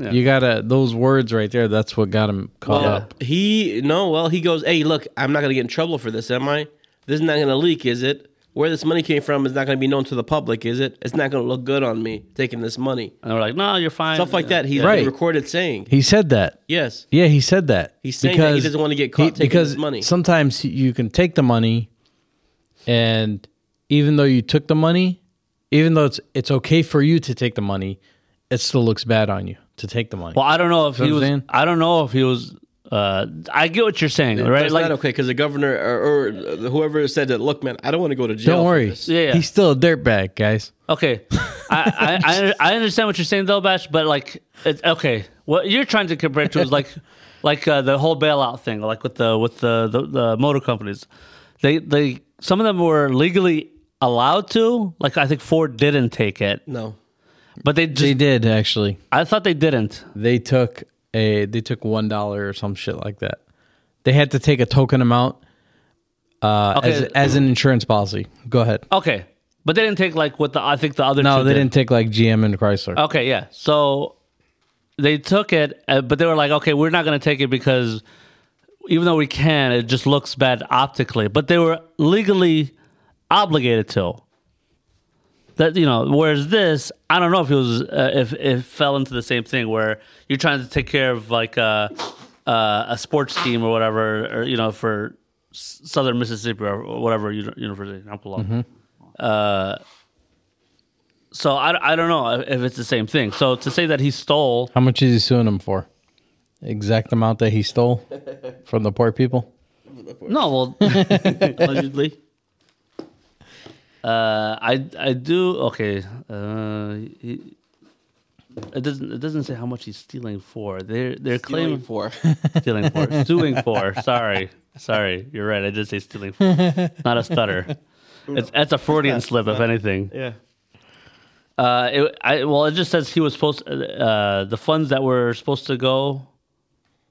[SPEAKER 2] is
[SPEAKER 1] You gotta those words right there. That's what got him caught
[SPEAKER 3] uh,
[SPEAKER 1] up.
[SPEAKER 3] he no. Well, he goes. Hey, look, I'm not gonna get in trouble for this, am I? This is not gonna leak, is it? where this money came from is not going to be known to the public, is it? It's not going to look good on me taking this money.
[SPEAKER 2] And they're like, no, you're fine.
[SPEAKER 3] Stuff like that. He's
[SPEAKER 1] Right.
[SPEAKER 3] recorded saying.
[SPEAKER 1] He said that.
[SPEAKER 3] Yes.
[SPEAKER 1] Yeah, he said that.
[SPEAKER 3] He's saying that he doesn't wanna get caught taking
[SPEAKER 1] because
[SPEAKER 3] his money.
[SPEAKER 1] Sometimes you can take the money, and even though you took the money, even though it's it's okay for you to take the money, it still looks bad on you to take the money.
[SPEAKER 2] Well, I don't know if
[SPEAKER 1] You know
[SPEAKER 2] he
[SPEAKER 1] what I'm
[SPEAKER 2] was.
[SPEAKER 1] saying?
[SPEAKER 2] I don't know if he was. Uh, I get what you're saying,
[SPEAKER 3] But
[SPEAKER 2] right?
[SPEAKER 3] it's
[SPEAKER 2] Like,
[SPEAKER 3] not okay because the governor or, or whoever said that. Look, man, I don't want to go to jail.
[SPEAKER 1] don't
[SPEAKER 3] for
[SPEAKER 1] worry.
[SPEAKER 3] this."
[SPEAKER 2] Yeah, yeah.
[SPEAKER 1] He's still a dirtbag, guys.
[SPEAKER 2] okay, I, I, I I understand what you're saying though, Bash. But like, it's okay. What you're trying to compare it to is like, like uh, the whole bailout thing, like with the with the, the the motor companies. They they some of them were legally allowed to. Like, I think Ford didn't take it,
[SPEAKER 3] No.
[SPEAKER 2] but they just.
[SPEAKER 1] They did actually.
[SPEAKER 2] I thought they didn't.
[SPEAKER 1] They took a they took one dollar or some shit like that. They had to take a token amount uh,
[SPEAKER 2] Okay.
[SPEAKER 1] as as an insurance policy. Go ahead.
[SPEAKER 2] Okay, but they didn't take like what the I think the other.
[SPEAKER 1] No,
[SPEAKER 2] two
[SPEAKER 1] they
[SPEAKER 2] did.
[SPEAKER 1] didn't take like GM and Chrysler.
[SPEAKER 2] Okay, yeah. So they took it, uh, but they were like, okay, we're not going to take it because even though we can, it just looks bad optically. But they were legally obligated to. That you know, whereas this, I don't know if it was uh, if it fell into the same thing where you're trying to take care of like a uh, a sports team or whatever, or you know, for S- Southern Mississippi or whatever uni- university. I'm pulling up. So I, I don't know if it's the same thing. So to say that he stole
[SPEAKER 1] How much is he suing them for? Exact amount that he stole from the poor people.
[SPEAKER 2] No, well, allegedly. Uh, I I do okay. Uh, he- it doesn't it doesn't say how much he's stealing for. They're they're claiming
[SPEAKER 3] Claim for.
[SPEAKER 2] stealing for suing for. Sorry, sorry, you're right. I did say stealing for, not a stutter. It's that's a Freudian slip, if anything.
[SPEAKER 3] yeah.
[SPEAKER 2] Uh, it, I, well, it just says he was supposed uh, the funds that were supposed to go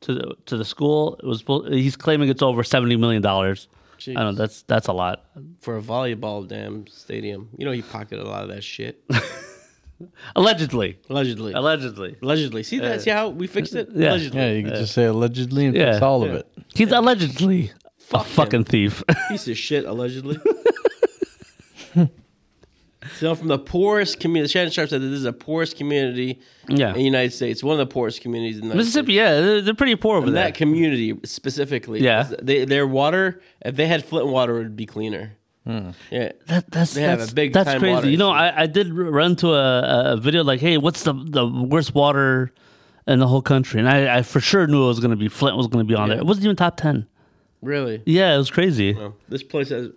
[SPEAKER 2] to the, to the school. It was supposed- he's claiming it's over seventy million dollars. I don't know. That's that's a lot.
[SPEAKER 3] For a volleyball damn stadium. You know, he pocketed a lot of that shit.
[SPEAKER 2] Allegedly,
[SPEAKER 3] Allegedly.
[SPEAKER 2] allegedly,
[SPEAKER 3] Allegedly. See that? See how we fixed it?
[SPEAKER 2] Yeah.
[SPEAKER 3] Allegedly.
[SPEAKER 1] Yeah, you could just say allegedly and
[SPEAKER 2] yeah,
[SPEAKER 1] fix all of
[SPEAKER 3] yeah.
[SPEAKER 1] it.
[SPEAKER 2] he's allegedly a
[SPEAKER 3] him.
[SPEAKER 2] fucking thief.
[SPEAKER 3] Piece of shit, allegedly. so from the poorest community, Shannon Sharp said that this is the poorest community
[SPEAKER 2] yeah,
[SPEAKER 3] in the United States, one of the poorest communities in the United
[SPEAKER 2] Mississippi. Yeah, they're, they're pretty poor over
[SPEAKER 3] States.
[SPEAKER 2] there.
[SPEAKER 3] That community specifically,
[SPEAKER 2] Yeah.
[SPEAKER 3] they, their water, if they had Flint water, it would be cleaner.
[SPEAKER 2] Hmm.
[SPEAKER 3] Yeah,
[SPEAKER 2] That, that's
[SPEAKER 3] They have
[SPEAKER 2] that's,
[SPEAKER 3] a big
[SPEAKER 2] that's
[SPEAKER 3] time
[SPEAKER 2] crazy.
[SPEAKER 3] water
[SPEAKER 2] you know,
[SPEAKER 3] issue.
[SPEAKER 2] I, I did r- run to a, a video like, hey, what's the the worst water in the whole country? And I, I for sure knew it was going to be Flint was going to be on there. It wasn't even top ten.
[SPEAKER 3] really.
[SPEAKER 2] Yeah, it was crazy.
[SPEAKER 3] No, This place has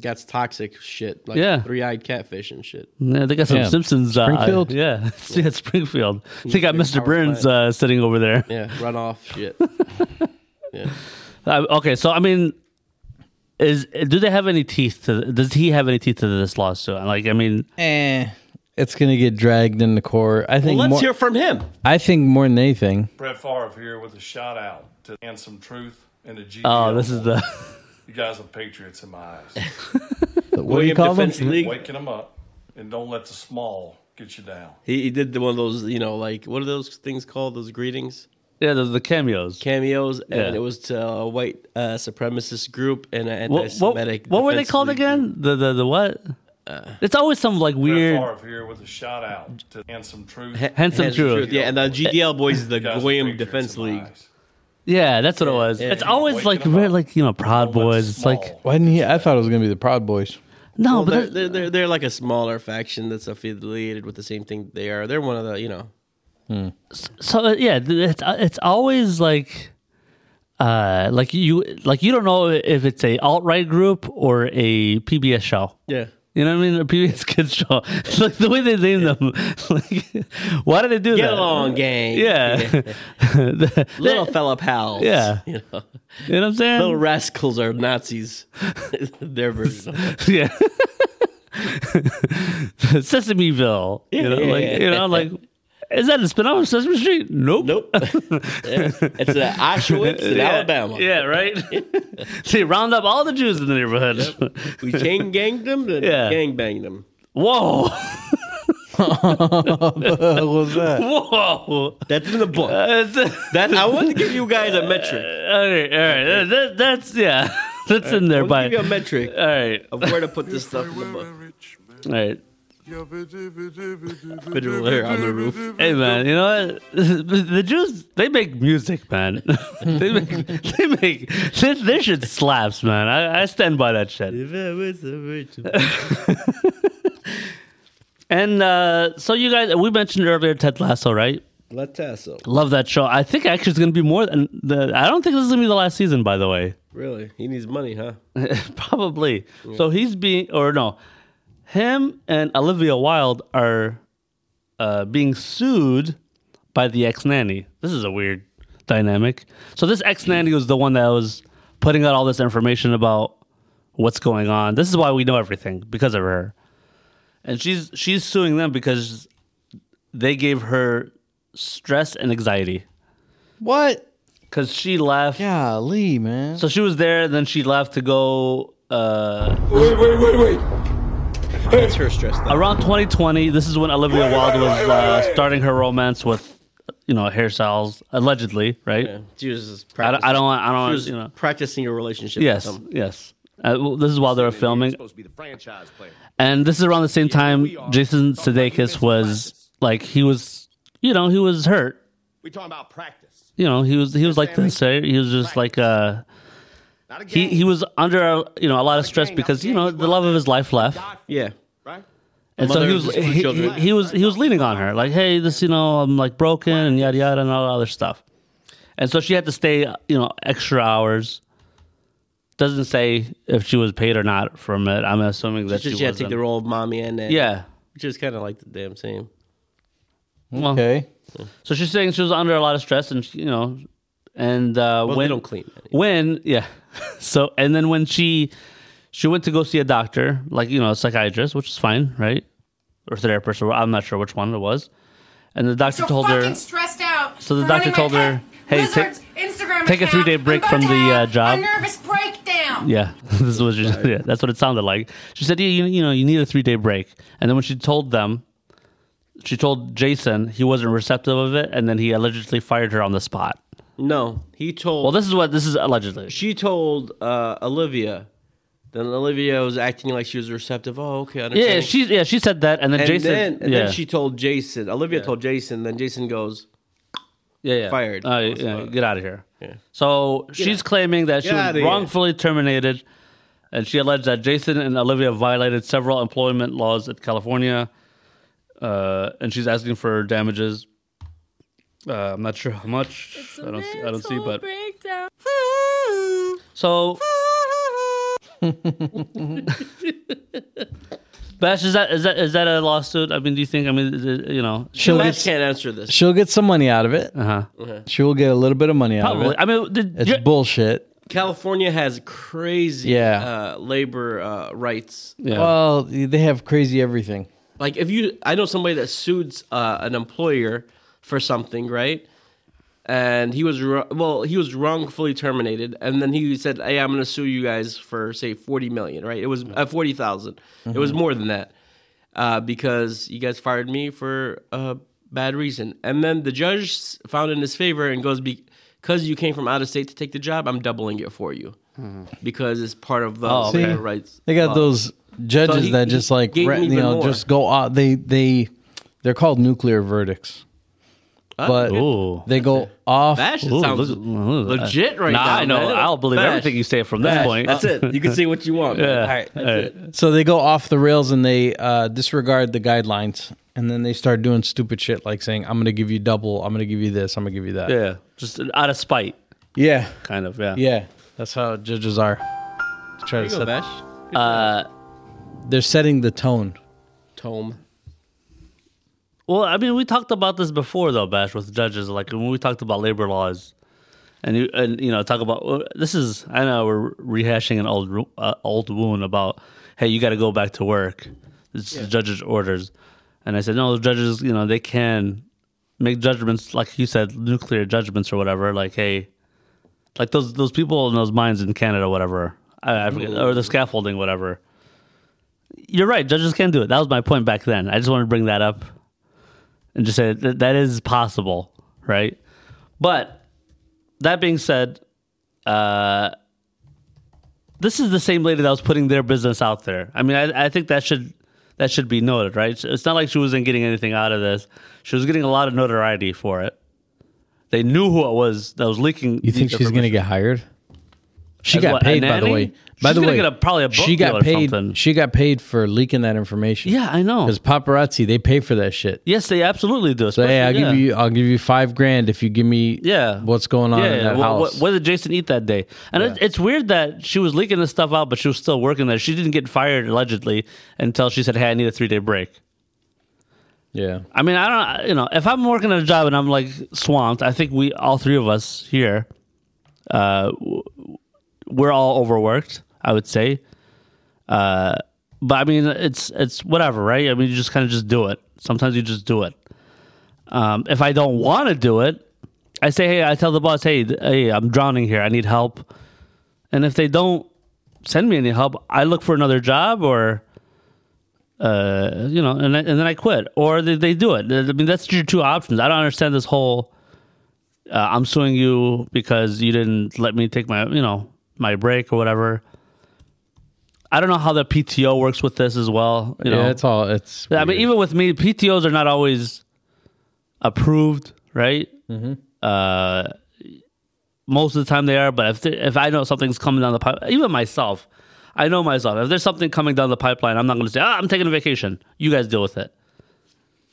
[SPEAKER 3] got toxic shit, like
[SPEAKER 2] Yeah. Mm.
[SPEAKER 3] three-eyed catfish and shit.
[SPEAKER 2] Yeah, they got some
[SPEAKER 1] Yeah.
[SPEAKER 2] Simpsons. Uh,
[SPEAKER 1] Springfield?
[SPEAKER 2] Yeah, yeah, Springfield. They got Mr.
[SPEAKER 3] power
[SPEAKER 2] Burns uh, sitting over there.
[SPEAKER 3] Yeah, runoff shit. Yeah.
[SPEAKER 2] Uh, okay, so I mean, is do they have any teeth to? Does he have any teeth to this lawsuit? Like, I mean,
[SPEAKER 1] Eh, it's gonna get dragged in the court. I think.
[SPEAKER 3] Well,
[SPEAKER 1] more,
[SPEAKER 3] let's hear from him.
[SPEAKER 1] I think more than anything.
[SPEAKER 7] Brett Favre here with a shout out to and some truth and a G.
[SPEAKER 2] oh, this is the
[SPEAKER 7] you guys are patriots in my eyes.
[SPEAKER 1] What do you call them?
[SPEAKER 3] Defense League.
[SPEAKER 7] Waking them up and don't let the small get you down.
[SPEAKER 3] He, he did the, one of those, you know, like what are those things called? Those greetings.
[SPEAKER 2] yeah, the, the cameos.
[SPEAKER 3] cameos,
[SPEAKER 2] Yeah.
[SPEAKER 3] and it was to a white uh, supremacist group and an
[SPEAKER 2] what, what,
[SPEAKER 3] anti-Semitic.
[SPEAKER 2] what were they
[SPEAKER 3] defense
[SPEAKER 2] called
[SPEAKER 3] league
[SPEAKER 2] again? The the the what? it's always some like weird.
[SPEAKER 7] Brett Favre here with a shout out to and some truth.
[SPEAKER 3] group.
[SPEAKER 2] Handsome
[SPEAKER 3] Handsome
[SPEAKER 2] Truth.
[SPEAKER 3] Yeah, and the GDL boys is the
[SPEAKER 7] You guys are
[SPEAKER 3] Goyam
[SPEAKER 7] patriots
[SPEAKER 3] Defense
[SPEAKER 7] in my
[SPEAKER 3] League.
[SPEAKER 7] eyes.
[SPEAKER 2] Yeah, that's what it was.
[SPEAKER 3] yeah.
[SPEAKER 2] It's always
[SPEAKER 7] Waking
[SPEAKER 2] like
[SPEAKER 7] them
[SPEAKER 2] weird,
[SPEAKER 7] up.
[SPEAKER 2] like you know, Proud
[SPEAKER 7] Don't let the
[SPEAKER 2] Boys. It's like
[SPEAKER 7] small
[SPEAKER 1] Why didn't he? I thought it was gonna be the Proud Boys.
[SPEAKER 2] no,
[SPEAKER 3] Well,
[SPEAKER 2] Oh, but
[SPEAKER 3] they're,
[SPEAKER 2] that-
[SPEAKER 3] they're, they're, they're like a smaller faction that's affiliated with the same thing they are. They're one of the, you know.
[SPEAKER 2] so uh, yeah, th- it's uh, it's always like, uh, like you like you don't know if it's a alt right group or a PBS show.
[SPEAKER 3] Yeah.
[SPEAKER 2] You know what I mean? A PBS kids show. It's like the way they name them. like, why did they do
[SPEAKER 3] Get
[SPEAKER 2] that?
[SPEAKER 3] along, gang.
[SPEAKER 2] Yeah.
[SPEAKER 3] Little
[SPEAKER 2] Little
[SPEAKER 3] fella pals.
[SPEAKER 2] Yeah.
[SPEAKER 3] You know,
[SPEAKER 2] You know what I'm saying?
[SPEAKER 3] little rascals are Nazis. Their version. of it.
[SPEAKER 2] yeah. Sesameville. You know, like you know, like is that a spin-off of Sesame Street? Nope.
[SPEAKER 3] Nope. Yeah. It's an Auschwitz in
[SPEAKER 2] yeah.
[SPEAKER 3] Alabama.
[SPEAKER 2] Yeah, right. See, round up all the Jews in the neighborhood.
[SPEAKER 3] We chain ganged them and
[SPEAKER 2] Yeah.
[SPEAKER 3] gang banged them.
[SPEAKER 2] Whoa.
[SPEAKER 1] What was that?
[SPEAKER 2] Whoa.
[SPEAKER 3] That's in the book.
[SPEAKER 2] That's,
[SPEAKER 3] That I want to give you guys a metric.
[SPEAKER 2] all right, all right. That, that's yeah. That's in there,
[SPEAKER 3] I'll
[SPEAKER 2] but
[SPEAKER 3] give you a metric
[SPEAKER 2] all right,
[SPEAKER 3] of where to put this stuff in the book.
[SPEAKER 2] all right.
[SPEAKER 3] Fiddle there on the roof.
[SPEAKER 2] Hey man, you know what? The Jews they make music, man. they make they make this, this shit slaps, man. I, I stand by that shit. And uh, so you guys, we mentioned earlier Ted Lasso, right?
[SPEAKER 3] Latasso.
[SPEAKER 2] Love that show. I think actually it's gonna be more than the. I don't think this is gonna be the last season, by the way.
[SPEAKER 3] Really? He needs money, huh?
[SPEAKER 2] Probably. So he's being, or no, him and Olivia Wilde are uh, being sued by the ex nanny. This is a weird dynamic. So this ex nanny was the one that was putting out all this information about what's going on. This is why we know everything because of her, and she's she's suing them because they gave her stress and anxiety
[SPEAKER 1] What?
[SPEAKER 2] because she left.
[SPEAKER 1] Golly, man.
[SPEAKER 2] So she was there, then she left to go. Uh,
[SPEAKER 3] That's her stress. Though.
[SPEAKER 2] around 2020 this is when olivia wilde was uh, starting her romance with you know hairstyles allegedly right
[SPEAKER 3] Yeah. She was just
[SPEAKER 2] I, don't-
[SPEAKER 3] practicing.
[SPEAKER 2] I don't want i don't
[SPEAKER 3] She
[SPEAKER 2] want
[SPEAKER 3] was
[SPEAKER 2] you know
[SPEAKER 3] practicing a relationship. With
[SPEAKER 2] yes
[SPEAKER 3] him.
[SPEAKER 2] yes uh, well, this is while they were filming and this is around the same time jason sudeikis was like he was you know he was hurt
[SPEAKER 10] We talking about practice.
[SPEAKER 2] you know he was he was like this right? he was just like uh
[SPEAKER 10] Not a
[SPEAKER 2] he, he was under you know a lot of stress because you know the love of his life left
[SPEAKER 3] Yeah.
[SPEAKER 10] right?
[SPEAKER 2] And so
[SPEAKER 3] mother
[SPEAKER 2] he
[SPEAKER 3] of
[SPEAKER 2] was
[SPEAKER 3] his two
[SPEAKER 2] he, he,
[SPEAKER 3] children.
[SPEAKER 2] he was he was leaning on her like, hey, this you know I'm like broken and yada yada and all that other stuff. And so she had to stay you know extra hours. Doesn't say if she was paid or not from it. I'm assuming that
[SPEAKER 3] She
[SPEAKER 2] she,
[SPEAKER 3] just had
[SPEAKER 2] was.
[SPEAKER 3] to take the role of mommy and nanny.
[SPEAKER 2] yeah.
[SPEAKER 3] Which is kind of like the damn same.
[SPEAKER 2] Well,
[SPEAKER 1] okay.
[SPEAKER 2] so she's saying she was under a lot of stress and she, you know, and uh,
[SPEAKER 3] Well,
[SPEAKER 2] when
[SPEAKER 3] they don't clean. nanny.
[SPEAKER 2] when yeah so and then when she she went to go see a doctor like you know a psychiatrist which is fine right or therapist or i'm not sure which one it was and the doctor
[SPEAKER 4] So
[SPEAKER 2] told
[SPEAKER 4] fucking
[SPEAKER 2] her
[SPEAKER 4] stressed out.
[SPEAKER 2] So the
[SPEAKER 4] from
[SPEAKER 2] doctor
[SPEAKER 4] running my
[SPEAKER 2] told her,
[SPEAKER 4] pet
[SPEAKER 2] "Hey,
[SPEAKER 4] lizards
[SPEAKER 2] take-
[SPEAKER 4] Instagram
[SPEAKER 2] take a
[SPEAKER 4] account.
[SPEAKER 2] three-day break
[SPEAKER 4] I'm about
[SPEAKER 2] from
[SPEAKER 4] to
[SPEAKER 2] the, uh,
[SPEAKER 4] have
[SPEAKER 2] job."
[SPEAKER 4] A nervous breakdown.
[SPEAKER 2] yeah this was just, yeah, that's what it sounded like she said you, you, you know you need a three day break and then when she told them she told jason he wasn't receptive of it and then he allegedly fired her on the spot
[SPEAKER 3] No, he told.
[SPEAKER 2] well this is what this is allegedly
[SPEAKER 3] she told uh, Olivia. Then Olivia was acting like she was receptive. Oh, okay. I understand.
[SPEAKER 2] yeah she yeah she said that and then
[SPEAKER 3] And
[SPEAKER 2] jason
[SPEAKER 3] then, and
[SPEAKER 2] yeah.
[SPEAKER 3] then she told Jason. Olivia told Jason. Then Jason goes,
[SPEAKER 2] yeah, yeah.
[SPEAKER 3] fired.
[SPEAKER 2] Uh, yeah, get out of here. So she's claiming that she
[SPEAKER 3] Get
[SPEAKER 2] was
[SPEAKER 3] outta here.
[SPEAKER 2] wrongfully terminated, and she alleged that Jason and Olivia violated several employment laws in California, uh, and she's asking for damages. Uh, I'm not sure how much. I don't see. I don't see, but
[SPEAKER 4] breakdown.
[SPEAKER 2] so. Bash, is that is that is that a lawsuit? I mean, do you think? I mean, is it, you know,
[SPEAKER 1] She'll
[SPEAKER 3] I
[SPEAKER 1] get,
[SPEAKER 3] can't answer this.
[SPEAKER 1] she'll get some money out of it.
[SPEAKER 2] uh-huh.
[SPEAKER 1] She will get a little bit of money out of
[SPEAKER 2] probably.
[SPEAKER 1] it.
[SPEAKER 2] I mean, the,
[SPEAKER 1] It's bullshit.
[SPEAKER 3] California has crazy
[SPEAKER 1] Yeah.
[SPEAKER 3] uh, labor uh, rights.
[SPEAKER 2] yeah.
[SPEAKER 1] Well, they have crazy everything.
[SPEAKER 3] Like if you, I know somebody that sued uh, an employer for something, right? And he was wro- well, he was wrongfully terminated, and then he said, "Hey, I'm going to sue you guys for say forty million, right? It was uh, forty It
[SPEAKER 1] Mm-hmm.
[SPEAKER 3] was more than that uh, because you guys fired me for a bad reason." And then the judge s- found in his favor and goes, "Because you came from out of state to take the job, I'm doubling it for you because it's part of the
[SPEAKER 1] Mm-hmm. Oh, okay.
[SPEAKER 3] labor
[SPEAKER 1] See?
[SPEAKER 3] rights."
[SPEAKER 1] They got
[SPEAKER 3] law."
[SPEAKER 1] those judges
[SPEAKER 3] So he-
[SPEAKER 1] that
[SPEAKER 3] he
[SPEAKER 1] just like
[SPEAKER 3] gave
[SPEAKER 1] ra-
[SPEAKER 3] me
[SPEAKER 1] you
[SPEAKER 3] even
[SPEAKER 1] know
[SPEAKER 3] more.
[SPEAKER 1] just go out. They they they're called nuclear verdicts,
[SPEAKER 3] Oh.
[SPEAKER 1] but
[SPEAKER 2] Ooh.
[SPEAKER 1] they go off.
[SPEAKER 3] That shit
[SPEAKER 2] Ooh,
[SPEAKER 3] sounds
[SPEAKER 2] look- ooh,
[SPEAKER 3] legit right
[SPEAKER 2] nah,
[SPEAKER 3] now.
[SPEAKER 2] I know.
[SPEAKER 3] man.
[SPEAKER 2] I'll believe
[SPEAKER 3] Bash.
[SPEAKER 2] everything you say from this
[SPEAKER 3] Bash.
[SPEAKER 2] point.
[SPEAKER 3] That's it. You can say what you want. man.
[SPEAKER 2] Yeah.
[SPEAKER 3] All right. That's
[SPEAKER 2] All right.
[SPEAKER 3] it.
[SPEAKER 1] So they go off the rails and they uh, disregard the guidelines, and then they start doing stupid shit like saying, "I'm going to give you double. I'm going to give you this. I'm going to give you that."
[SPEAKER 2] Yeah, just out of spite,
[SPEAKER 1] yeah,
[SPEAKER 2] kind of. Yeah.
[SPEAKER 1] yeah. That's how judges are. Try to
[SPEAKER 3] There you go,
[SPEAKER 1] set,
[SPEAKER 3] Bash.
[SPEAKER 1] they're setting the tone.
[SPEAKER 3] Tome.
[SPEAKER 2] Well, I mean, we talked about this before, though, Bash, with judges. Like when we talked about labor laws, and you and you know talk about well, this is I know we're rehashing an old ru- uh, old wound about hey, you got to go back to work. It's the judge's orders, and I said no, the judges, you know, they can make judgments like you said, nuclear judgments or whatever. Like hey, like those those people in those mines in Canada, whatever. I, I forget, or the scaffolding, whatever. You're right. Judges can do it. That was my point back then. I just wanted to bring that up and just say that, that is possible, right? But that being said, uh, this is the same lady that was putting their business out there. I mean, I, I think that should that should be noted, right? It's- It's not like she wasn't getting anything out of this. She was getting a lot of notoriety for it. They knew who it was that was leaking.
[SPEAKER 1] You think
[SPEAKER 2] these
[SPEAKER 1] she's going to
[SPEAKER 2] information.
[SPEAKER 1] get hired? She
[SPEAKER 2] As
[SPEAKER 1] got
[SPEAKER 2] what, a
[SPEAKER 1] paid, by the
[SPEAKER 2] nanny?
[SPEAKER 1] way. By
[SPEAKER 2] She's
[SPEAKER 1] the
[SPEAKER 2] gonna
[SPEAKER 1] way,
[SPEAKER 2] get a- probably a
[SPEAKER 1] she
[SPEAKER 2] book deal
[SPEAKER 1] got
[SPEAKER 2] or
[SPEAKER 1] paid.
[SPEAKER 2] something.
[SPEAKER 1] She got paid for leaking that information.
[SPEAKER 2] Yeah, I know.
[SPEAKER 1] because paparazzi they pay for that shit.
[SPEAKER 2] Yes, they absolutely do.
[SPEAKER 1] So hey, I'll
[SPEAKER 2] especially-
[SPEAKER 1] give
[SPEAKER 2] yeah.
[SPEAKER 1] you I'll give you five grand if you give me
[SPEAKER 2] yeah
[SPEAKER 1] what's going on
[SPEAKER 2] yeah,
[SPEAKER 1] in that
[SPEAKER 2] what,
[SPEAKER 1] house.
[SPEAKER 2] What, what did Jason eat that day? And it, it's weird that she was leaking this stuff out, but she was still working there. She didn't get fired allegedly until she said, "Hey, I need a three day break."
[SPEAKER 1] yeah,
[SPEAKER 2] I mean, I don't, you know, if I'm working at a job and I'm like swamped, I think we all three of us here, uh, w- we're all overworked. I would say, uh, but I mean, it's it's whatever, right? I mean, you just kind of just do it. Sometimes you just do it. Um, if I don't want to do it, I say, hey, I tell the boss, hey, th- hey, I'm drowning here. I need help. And if they don't send me any help, I look for another job or uh, you know, and, I- and then I quit, or they, they do it. I mean, that's your two options. I don't understand this whole. Uh, I'm suing you because you didn't let me take my, you know, my break or whatever. I don't know how the PTO works with this as well. You know,
[SPEAKER 1] yeah. It's all it's.
[SPEAKER 2] I mean,
[SPEAKER 1] weird.
[SPEAKER 2] even with me, PTOS are not always approved, right? Mm-hmm. Uh, most of the time they are, but if they- if I know something's coming down the pipe, even myself, I know myself. If there's something coming down the pipeline, I'm not going to say, "Ah, I'm taking a vacation. You guys deal with it."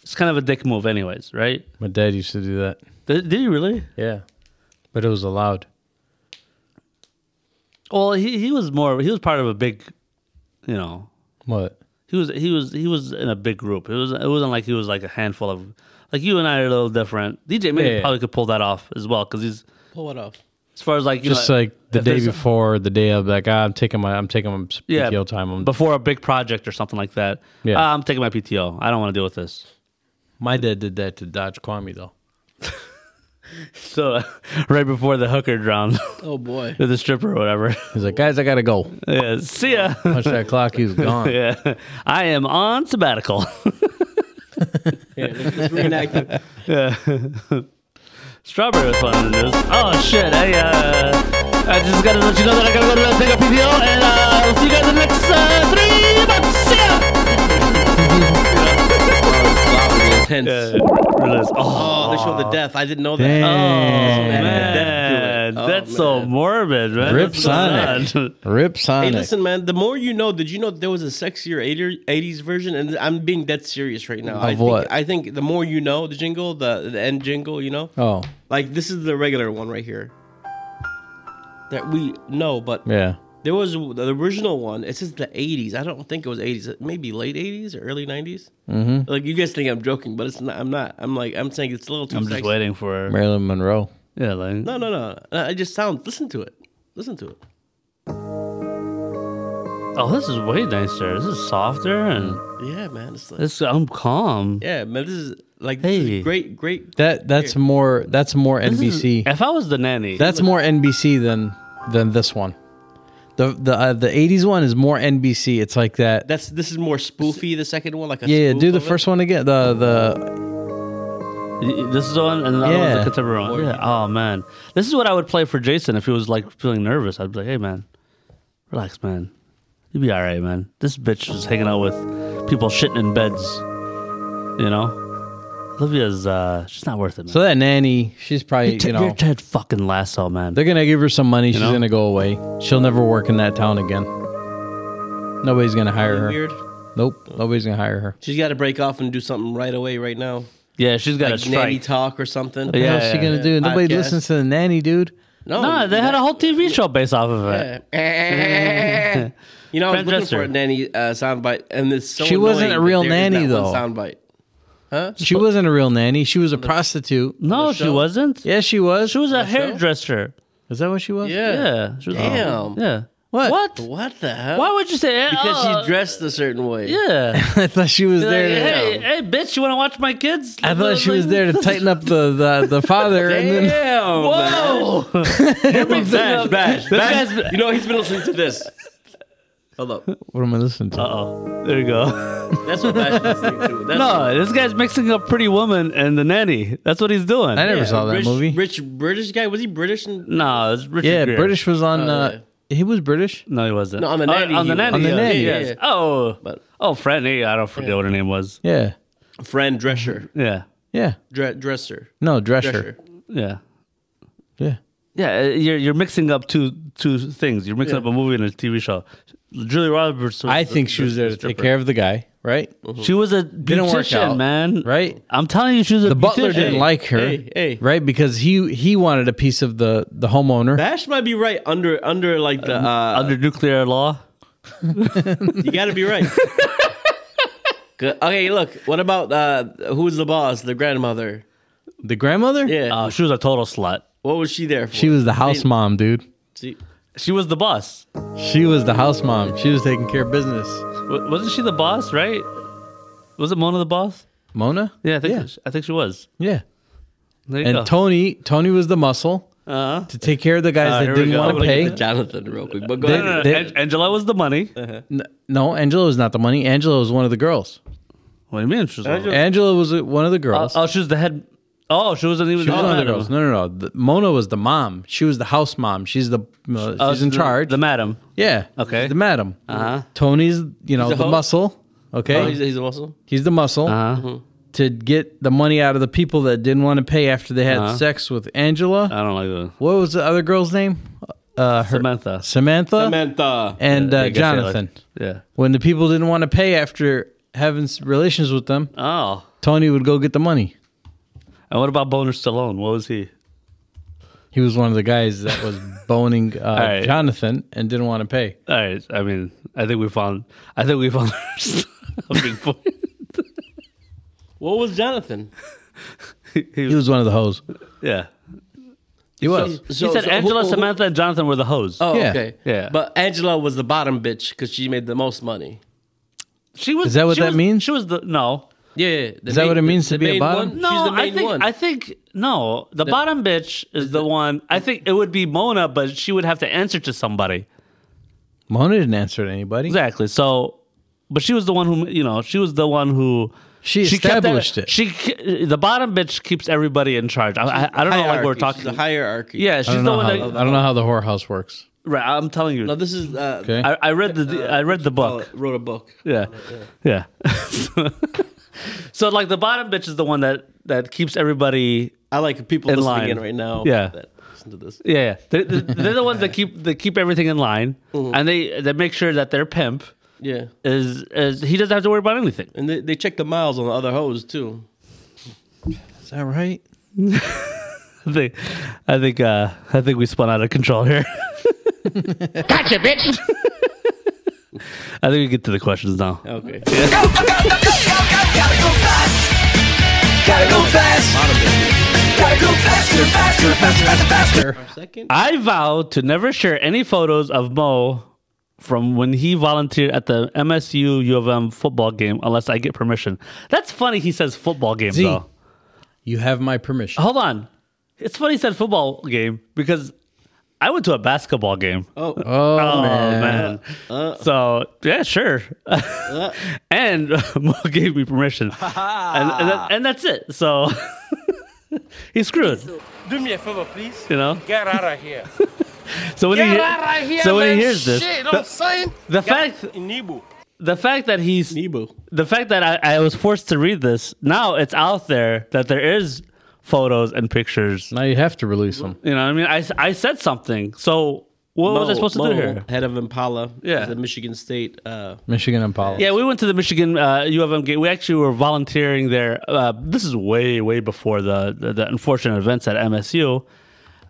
[SPEAKER 2] It's kind of a dick move, anyways, right?
[SPEAKER 1] my dad used to do that.
[SPEAKER 2] Did, did he really?
[SPEAKER 1] Yeah, but it was allowed.
[SPEAKER 2] Well, he he was more. He was part of a big, you know,
[SPEAKER 1] What?
[SPEAKER 2] he was he was he was in a big group. It was it wasn't like he was like a handful of like you and I are a little different. DJ maybe
[SPEAKER 1] Yeah, yeah.
[SPEAKER 2] probably could pull that off as well because he's
[SPEAKER 3] Pull it off.
[SPEAKER 2] as far as like you
[SPEAKER 1] Just
[SPEAKER 2] know,
[SPEAKER 1] like the
[SPEAKER 2] if
[SPEAKER 1] day
[SPEAKER 2] there's-
[SPEAKER 1] before, the day of, like ah, I'm taking my I'm taking my PTO time. I'm,
[SPEAKER 2] before a big project or something like that.
[SPEAKER 1] Yeah.
[SPEAKER 2] "Ah, I'm taking my PTO. I don't want to deal with this.
[SPEAKER 1] my dad did that to Dodge Kwame though.
[SPEAKER 2] So right before the hooker drowned,
[SPEAKER 3] Oh boy.
[SPEAKER 2] or the stripper or whatever.
[SPEAKER 1] He's like, guys, I gotta go.
[SPEAKER 2] yeah, see ya.
[SPEAKER 1] Punch that clock. He was gone.
[SPEAKER 2] yeah, I am on sabbatical.
[SPEAKER 3] It's reenacted.
[SPEAKER 2] Strawberry was fun in the news. Oh shit! I uh, I just gotta let you know that I gotta go to take a PTO, and uh, we'll see you guys in the next uh, three months. See ya.
[SPEAKER 3] Tense.
[SPEAKER 2] Realize- oh,
[SPEAKER 3] Oh, they showed the death. I didn't know that.
[SPEAKER 1] Damn.
[SPEAKER 2] man,
[SPEAKER 3] Oh,
[SPEAKER 2] that's
[SPEAKER 3] man.
[SPEAKER 2] so morbid, man.
[SPEAKER 1] Rip
[SPEAKER 2] That's so
[SPEAKER 1] Sonic.
[SPEAKER 2] sad.
[SPEAKER 1] Rip
[SPEAKER 3] Hey,
[SPEAKER 1] Sonic.
[SPEAKER 3] listen, man. The more you know, did you know there was a sexier 80 80s version? And I'm being dead serious right now. I think,
[SPEAKER 1] what?
[SPEAKER 3] I think the more you know, the jingle, the, the end jingle, you know,
[SPEAKER 1] Oh
[SPEAKER 3] like this is the regular one right here that we know. But
[SPEAKER 1] yeah.
[SPEAKER 3] there was the original one. It says the 80s. I don't think it was 80s. Maybe late 80s or early 90s. Mm-hmm. Like you guys think I'm joking, but it's not. I'm not. I'm like I'm saying it's a little too.
[SPEAKER 2] I'm just
[SPEAKER 3] sexy.
[SPEAKER 2] waiting for
[SPEAKER 1] Marilyn Monroe.
[SPEAKER 2] yeah, like
[SPEAKER 3] No, no, no. I I just sound. Listen to it. Listen to it.
[SPEAKER 2] oh, this is way nicer. This is softer and
[SPEAKER 3] Yeah, man. It's like,
[SPEAKER 2] this I'm calm.
[SPEAKER 3] yeah, man. This is like this
[SPEAKER 2] Hey.
[SPEAKER 3] is great, great.
[SPEAKER 1] That that's more that's more
[SPEAKER 2] This is-
[SPEAKER 1] NBC.
[SPEAKER 2] if I was the nanny,
[SPEAKER 1] That's more NBC than than this one. The the uh, the eighties one is more NBC. It's like that.
[SPEAKER 3] That's this is more spoofy. The second one, like a
[SPEAKER 1] yeah, yeah,
[SPEAKER 3] spoof
[SPEAKER 1] do the
[SPEAKER 3] of it.
[SPEAKER 1] first one again. The the
[SPEAKER 2] This is the one, and the other one's
[SPEAKER 1] Yeah.
[SPEAKER 2] the contemporary one. Yeah. Oh man, this is what I would play for Jason if he was like feeling nervous. I'd be like, "Hey man, relax, man. You'll be all right, man. This bitch is hanging out with people shitting in beds. You know, Olivia's uh, she's not worth it, man.
[SPEAKER 1] so that nanny, she's probably you
[SPEAKER 2] Take your
[SPEAKER 1] know
[SPEAKER 2] Ted fucking lasso, man.
[SPEAKER 1] they're gonna give her some money. She's
[SPEAKER 2] know?
[SPEAKER 1] gonna go away. She'll never work in that town again. Nobody's gonna hire her.
[SPEAKER 3] Weird.
[SPEAKER 1] Nope. Nobody's gonna hire her.
[SPEAKER 3] She's got to break off and do something right away, right now.
[SPEAKER 2] yeah, she's got
[SPEAKER 3] Like
[SPEAKER 2] a
[SPEAKER 3] nanny
[SPEAKER 2] strike.
[SPEAKER 3] talk or something.
[SPEAKER 1] What
[SPEAKER 2] Yeah,
[SPEAKER 1] else she
[SPEAKER 2] yeah,
[SPEAKER 1] gonna
[SPEAKER 3] yeah.
[SPEAKER 1] do? Nobody
[SPEAKER 3] Podcast.
[SPEAKER 1] listens to the nanny, dude.
[SPEAKER 3] No,
[SPEAKER 2] no, they had a whole TV show based off of it.
[SPEAKER 3] a. you know, I was
[SPEAKER 2] Fran
[SPEAKER 3] looking
[SPEAKER 2] Dresser.
[SPEAKER 3] for a nanny uh, soundbite, and it's so
[SPEAKER 1] She wasn't
[SPEAKER 3] annoying
[SPEAKER 1] a real
[SPEAKER 3] that there is
[SPEAKER 1] nanny,
[SPEAKER 3] not
[SPEAKER 1] though.
[SPEAKER 3] One soundbite.
[SPEAKER 1] She wasn't a real nanny. She was a prostitute.
[SPEAKER 2] No, she
[SPEAKER 3] show?
[SPEAKER 2] wasn't.
[SPEAKER 1] Yes, she was.
[SPEAKER 2] She was a hairdresser.
[SPEAKER 1] Is that what she was?
[SPEAKER 3] Yeah.
[SPEAKER 2] Yeah, she was,
[SPEAKER 3] Damn.
[SPEAKER 2] Yeah.
[SPEAKER 1] What?
[SPEAKER 2] What?
[SPEAKER 3] What the hell?
[SPEAKER 2] Why would you say eh,
[SPEAKER 3] Because
[SPEAKER 2] oh,
[SPEAKER 3] she dressed a certain way.
[SPEAKER 2] Yeah.
[SPEAKER 1] I thought she was
[SPEAKER 2] Like,
[SPEAKER 1] there. to-
[SPEAKER 2] hey, hey, bitch, you want to watch my kids?
[SPEAKER 1] I thought she was there to tighten up the the, the father, and then
[SPEAKER 3] Damn.
[SPEAKER 2] Whoa!
[SPEAKER 3] Bash, bash,
[SPEAKER 2] This
[SPEAKER 3] bash.
[SPEAKER 2] guy's-
[SPEAKER 3] You know he's been listening to this. Hold up.
[SPEAKER 1] what am I listening to?
[SPEAKER 2] oh, there you go.
[SPEAKER 3] That's what Bash is listening to. That's what-
[SPEAKER 2] No, this guy's mixing up Pretty Woman and the nanny. That's what he's doing.
[SPEAKER 1] I never saw that
[SPEAKER 3] rich,
[SPEAKER 1] movie.
[SPEAKER 3] Rich British guy was he British? And,
[SPEAKER 2] no, it's Richard
[SPEAKER 1] yeah,
[SPEAKER 2] Gere.
[SPEAKER 1] British was on. Uh,
[SPEAKER 3] yeah.
[SPEAKER 1] He was British.
[SPEAKER 2] No, he wasn't.
[SPEAKER 3] No, on the
[SPEAKER 2] Oh,
[SPEAKER 3] nanny
[SPEAKER 2] on the
[SPEAKER 3] he was.
[SPEAKER 2] nanny.
[SPEAKER 1] On the
[SPEAKER 2] yeah,
[SPEAKER 1] nanny,
[SPEAKER 2] yeah,
[SPEAKER 3] yeah.
[SPEAKER 2] yeah. Oh,
[SPEAKER 3] But-
[SPEAKER 2] oh, Franny. I don't forget what her name was.
[SPEAKER 1] Yeah,
[SPEAKER 3] Friend Drescher.
[SPEAKER 2] Yeah,
[SPEAKER 1] yeah.
[SPEAKER 3] Dre- dresser.
[SPEAKER 1] No, Drescher.
[SPEAKER 3] Drescher.
[SPEAKER 2] yeah,
[SPEAKER 1] Yeah,
[SPEAKER 2] yeah. uh, You're you're mixing up two two things. You're mixing up a movie and a TV show. Julie Roberts. Was
[SPEAKER 1] I
[SPEAKER 2] the-
[SPEAKER 1] think she
[SPEAKER 2] the-
[SPEAKER 1] was there
[SPEAKER 2] the
[SPEAKER 1] to take
[SPEAKER 2] stripper.
[SPEAKER 1] care of the guy, right?
[SPEAKER 2] She was a
[SPEAKER 1] Didn't work
[SPEAKER 2] beautician,
[SPEAKER 1] out,
[SPEAKER 2] man.
[SPEAKER 1] right?
[SPEAKER 2] I'm telling you, she was a
[SPEAKER 1] The butler
[SPEAKER 2] beautician.
[SPEAKER 1] didn't
[SPEAKER 2] Hey.
[SPEAKER 1] like her,
[SPEAKER 3] hey, hey.
[SPEAKER 1] right? Because he he wanted a piece of the the homeowner.
[SPEAKER 3] Bash might be right under under like
[SPEAKER 2] Um,
[SPEAKER 3] the uh,
[SPEAKER 2] under nuclear law.
[SPEAKER 3] you got to be right. Good. Okay, look. What about uh, who's the boss? The grandmother.
[SPEAKER 1] the grandmother.
[SPEAKER 3] Yeah.
[SPEAKER 2] Uh, she was a total slut.
[SPEAKER 3] what was she there for?
[SPEAKER 1] she was the house mom, dude.
[SPEAKER 3] See,
[SPEAKER 2] She was the boss.
[SPEAKER 1] She was the house mom. She was taking care of business.
[SPEAKER 2] W- wasn't she the boss? Right? Was it Mona the boss?
[SPEAKER 1] Mona.
[SPEAKER 2] Yeah, I think
[SPEAKER 1] yeah.
[SPEAKER 2] I think she was.
[SPEAKER 1] yeah.
[SPEAKER 2] There you
[SPEAKER 1] And
[SPEAKER 2] go.
[SPEAKER 1] Tony Tony was the muscle
[SPEAKER 2] uh-huh.
[SPEAKER 1] to take care of the guys
[SPEAKER 2] Ah,
[SPEAKER 1] that
[SPEAKER 2] here we
[SPEAKER 1] didn't
[SPEAKER 2] go.
[SPEAKER 1] want to
[SPEAKER 2] Look at
[SPEAKER 1] pay.
[SPEAKER 2] the
[SPEAKER 3] Jonathan, real quick. But go
[SPEAKER 2] No, no, no,
[SPEAKER 3] ahead.
[SPEAKER 1] they-
[SPEAKER 2] An- Angela was the money.
[SPEAKER 1] No, Angela was not the money. Angela was one of the girls.
[SPEAKER 2] What do you mean? She was the-
[SPEAKER 3] Angela-
[SPEAKER 1] Angela was uh, one of the
[SPEAKER 2] oh,
[SPEAKER 1] girls.
[SPEAKER 2] oh, she was the head. Oh, she wasn't even
[SPEAKER 1] She was
[SPEAKER 2] oh,
[SPEAKER 1] one of the
[SPEAKER 2] madam.
[SPEAKER 1] girls. No, no, no. The- Mona was the mom. She was the house mom. She's the uh,
[SPEAKER 2] Oh,
[SPEAKER 1] she's in
[SPEAKER 2] the-
[SPEAKER 1] charge.
[SPEAKER 2] The madam.
[SPEAKER 1] yeah.
[SPEAKER 2] Okay.
[SPEAKER 1] She's the madam.
[SPEAKER 2] Uh-huh.
[SPEAKER 1] Tony's, you know,
[SPEAKER 3] He's a
[SPEAKER 1] the
[SPEAKER 3] hoe?
[SPEAKER 1] muscle. Okay.
[SPEAKER 3] Oh,
[SPEAKER 1] he's,
[SPEAKER 3] he's, he's a muscle.
[SPEAKER 1] the muscle Mm-hmm.
[SPEAKER 2] Uh-huh.
[SPEAKER 1] to get the money out of the people that didn't want to pay after they had
[SPEAKER 2] Uh-huh.
[SPEAKER 1] sex with Angela.
[SPEAKER 2] I don't like
[SPEAKER 1] what was the other girl's name? Uh,
[SPEAKER 2] that.
[SPEAKER 1] her,
[SPEAKER 2] Samantha.
[SPEAKER 1] Samantha,
[SPEAKER 3] Samantha.
[SPEAKER 1] and
[SPEAKER 2] Yeah, I
[SPEAKER 1] uh,
[SPEAKER 2] guess I like-
[SPEAKER 1] Jonathan.
[SPEAKER 2] Yeah.
[SPEAKER 1] When the people didn't want to pay after having s- relations with them,
[SPEAKER 2] Oh.
[SPEAKER 1] Tony would go get the money.
[SPEAKER 2] And what about Boner Stallone? What was he?
[SPEAKER 1] He was one of the guys that was boning uh,
[SPEAKER 2] right.
[SPEAKER 1] Jonathan and didn't want to pay.
[SPEAKER 2] All right. I mean, I think we found. I think we found a big point.
[SPEAKER 3] What was Jonathan?
[SPEAKER 2] He
[SPEAKER 1] He
[SPEAKER 2] was-
[SPEAKER 1] was one of the hoes.
[SPEAKER 2] yeah.
[SPEAKER 1] He was.
[SPEAKER 2] he said
[SPEAKER 3] so
[SPEAKER 2] Angela,
[SPEAKER 3] who- who-
[SPEAKER 2] Samantha, and Jonathan were the hoes.
[SPEAKER 3] Oh,
[SPEAKER 1] Yeah.
[SPEAKER 3] okay.
[SPEAKER 2] Yeah.
[SPEAKER 3] But Angela was the bottom bitch because she made the most money.
[SPEAKER 2] she was.
[SPEAKER 1] Is that what
[SPEAKER 2] she
[SPEAKER 1] that
[SPEAKER 2] was-
[SPEAKER 1] means?
[SPEAKER 2] She was the no.
[SPEAKER 3] Yeah. yeah the
[SPEAKER 1] Is that what it means to
[SPEAKER 3] the
[SPEAKER 1] be a
[SPEAKER 3] main
[SPEAKER 1] bottom?
[SPEAKER 3] one-
[SPEAKER 2] No,
[SPEAKER 3] she's the main
[SPEAKER 2] I think
[SPEAKER 3] one.
[SPEAKER 2] I think no. The, bottom bitch is the one. I think it would be Mona, but she would have to answer to somebody.
[SPEAKER 1] Mona didn't answer to anybody.
[SPEAKER 2] Exactly. So, but she was the one who you know. She was the one who
[SPEAKER 1] She
[SPEAKER 2] kept that-
[SPEAKER 1] established it.
[SPEAKER 2] She ke- the bottom bitch keeps everybody in charge. I, I, I don't know like we're
[SPEAKER 3] Hierarchy. She's
[SPEAKER 2] talking.
[SPEAKER 3] a hierarchy.
[SPEAKER 2] yeah,
[SPEAKER 1] I
[SPEAKER 2] she's
[SPEAKER 1] don't,
[SPEAKER 2] the
[SPEAKER 1] know
[SPEAKER 2] one.
[SPEAKER 1] how,
[SPEAKER 2] that,
[SPEAKER 1] I don't know how the whorehouse works.
[SPEAKER 2] right, I'm telling you.
[SPEAKER 3] No, this is. Uh,
[SPEAKER 1] Okay.
[SPEAKER 2] I, I read the I read the
[SPEAKER 3] uh,
[SPEAKER 2] book.
[SPEAKER 3] wrote a book.
[SPEAKER 2] Yeah, yeah. so like the bottom bitch is the one that that keeps everybody
[SPEAKER 3] I like people
[SPEAKER 2] In
[SPEAKER 3] listening
[SPEAKER 2] line.
[SPEAKER 3] in right now.
[SPEAKER 2] Yeah.
[SPEAKER 3] That listen to this.
[SPEAKER 2] Yeah, yeah. They're, they're- they're the ones that keep they keep everything in line, and they they make sure that their pimp
[SPEAKER 3] Yeah.
[SPEAKER 2] is is he doesn't have to worry about anything.
[SPEAKER 3] And they, they check the miles on the other hose too.
[SPEAKER 1] Is that right?
[SPEAKER 2] I think I think uh, I think we spun out of control here.
[SPEAKER 4] Gotcha, bitch.
[SPEAKER 2] I think we get to the questions now.
[SPEAKER 3] Okay. Second.
[SPEAKER 2] I vow to never share any photos of Mo from when he volunteered at the MSU U of M football game unless I get permission. That's funny. He says football game
[SPEAKER 1] Z.
[SPEAKER 2] though.
[SPEAKER 1] You have my permission.
[SPEAKER 2] Hold on. It's funny he said football game because I went to a basketball game.
[SPEAKER 1] Oh,
[SPEAKER 2] Oh
[SPEAKER 1] man.
[SPEAKER 2] man! so yeah, sure. and Mo gave me permission, and and, that, and that's it. So he's screwed. Do me a favor, please. You know, get out of here. so when he so when he hears this, the, the fact the fact that he's
[SPEAKER 3] Nebu.
[SPEAKER 2] the fact that I, I was forced to read this now it's out there that there is photos and pictures.
[SPEAKER 1] Now you have to release them.
[SPEAKER 2] You know, what I mean, I s- I said something. So what was I supposed to do here?
[SPEAKER 3] Head of Impala.
[SPEAKER 2] Yeah.
[SPEAKER 3] The Michigan State. Uh,
[SPEAKER 1] Michigan Impala.
[SPEAKER 2] Yeah, we went to the Michigan uh, U of M game. We actually were volunteering there. Uh, this is way, way before the the, the unfortunate events at MSU.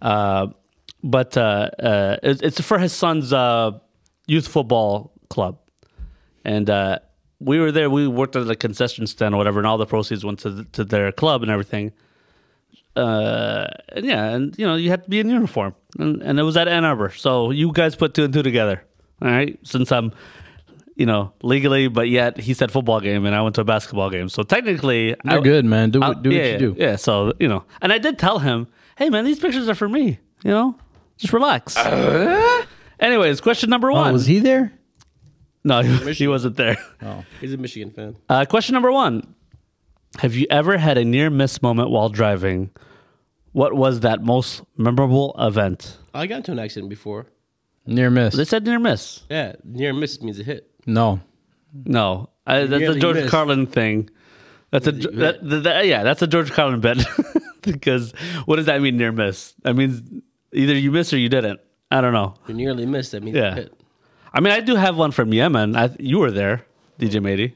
[SPEAKER 2] Uh, but uh, uh, it's, it's for his son's uh, youth football club, and uh, we were there. We worked at the concession stand or whatever, and all the proceeds went to the, to their club and everything. Uh, and yeah, and you know you had to be in uniform, and, and it was at Ann Arbor. So you guys put two and two together. All right, since I'm you know, legally, but yet he said football game and I went to a basketball game. So technically,
[SPEAKER 1] You're
[SPEAKER 2] I,
[SPEAKER 1] good, man. Do,
[SPEAKER 2] I-
[SPEAKER 1] what do
[SPEAKER 2] yeah,
[SPEAKER 1] what you do.
[SPEAKER 2] Yeah, so, you know, and I did tell him, hey, man, these pictures are for me, you know, just relax. Anyways, question number one.
[SPEAKER 1] Oh, was he there?
[SPEAKER 2] no, he, he wasn't there.
[SPEAKER 3] he's a Michigan fan.
[SPEAKER 2] Uh, question number one Have you ever had a near miss moment while driving? What was that most memorable event?
[SPEAKER 3] I got into an accident before.
[SPEAKER 1] Near miss.
[SPEAKER 2] They said near miss.
[SPEAKER 3] Yeah, near miss means a hit.
[SPEAKER 1] no.
[SPEAKER 2] No, I, that's
[SPEAKER 3] Yeah,
[SPEAKER 2] a
[SPEAKER 3] you
[SPEAKER 2] George
[SPEAKER 3] missed.
[SPEAKER 2] Carlin thing. That's a that, that- yeah, that's a George Carlin bet. because what does that mean near miss? That means either you miss or you didn't. I don't know.
[SPEAKER 3] You nearly missed. That means
[SPEAKER 2] Yeah.
[SPEAKER 3] a hit.
[SPEAKER 2] I mean, I do have one from Yemen. I, you were there, DJ Matey.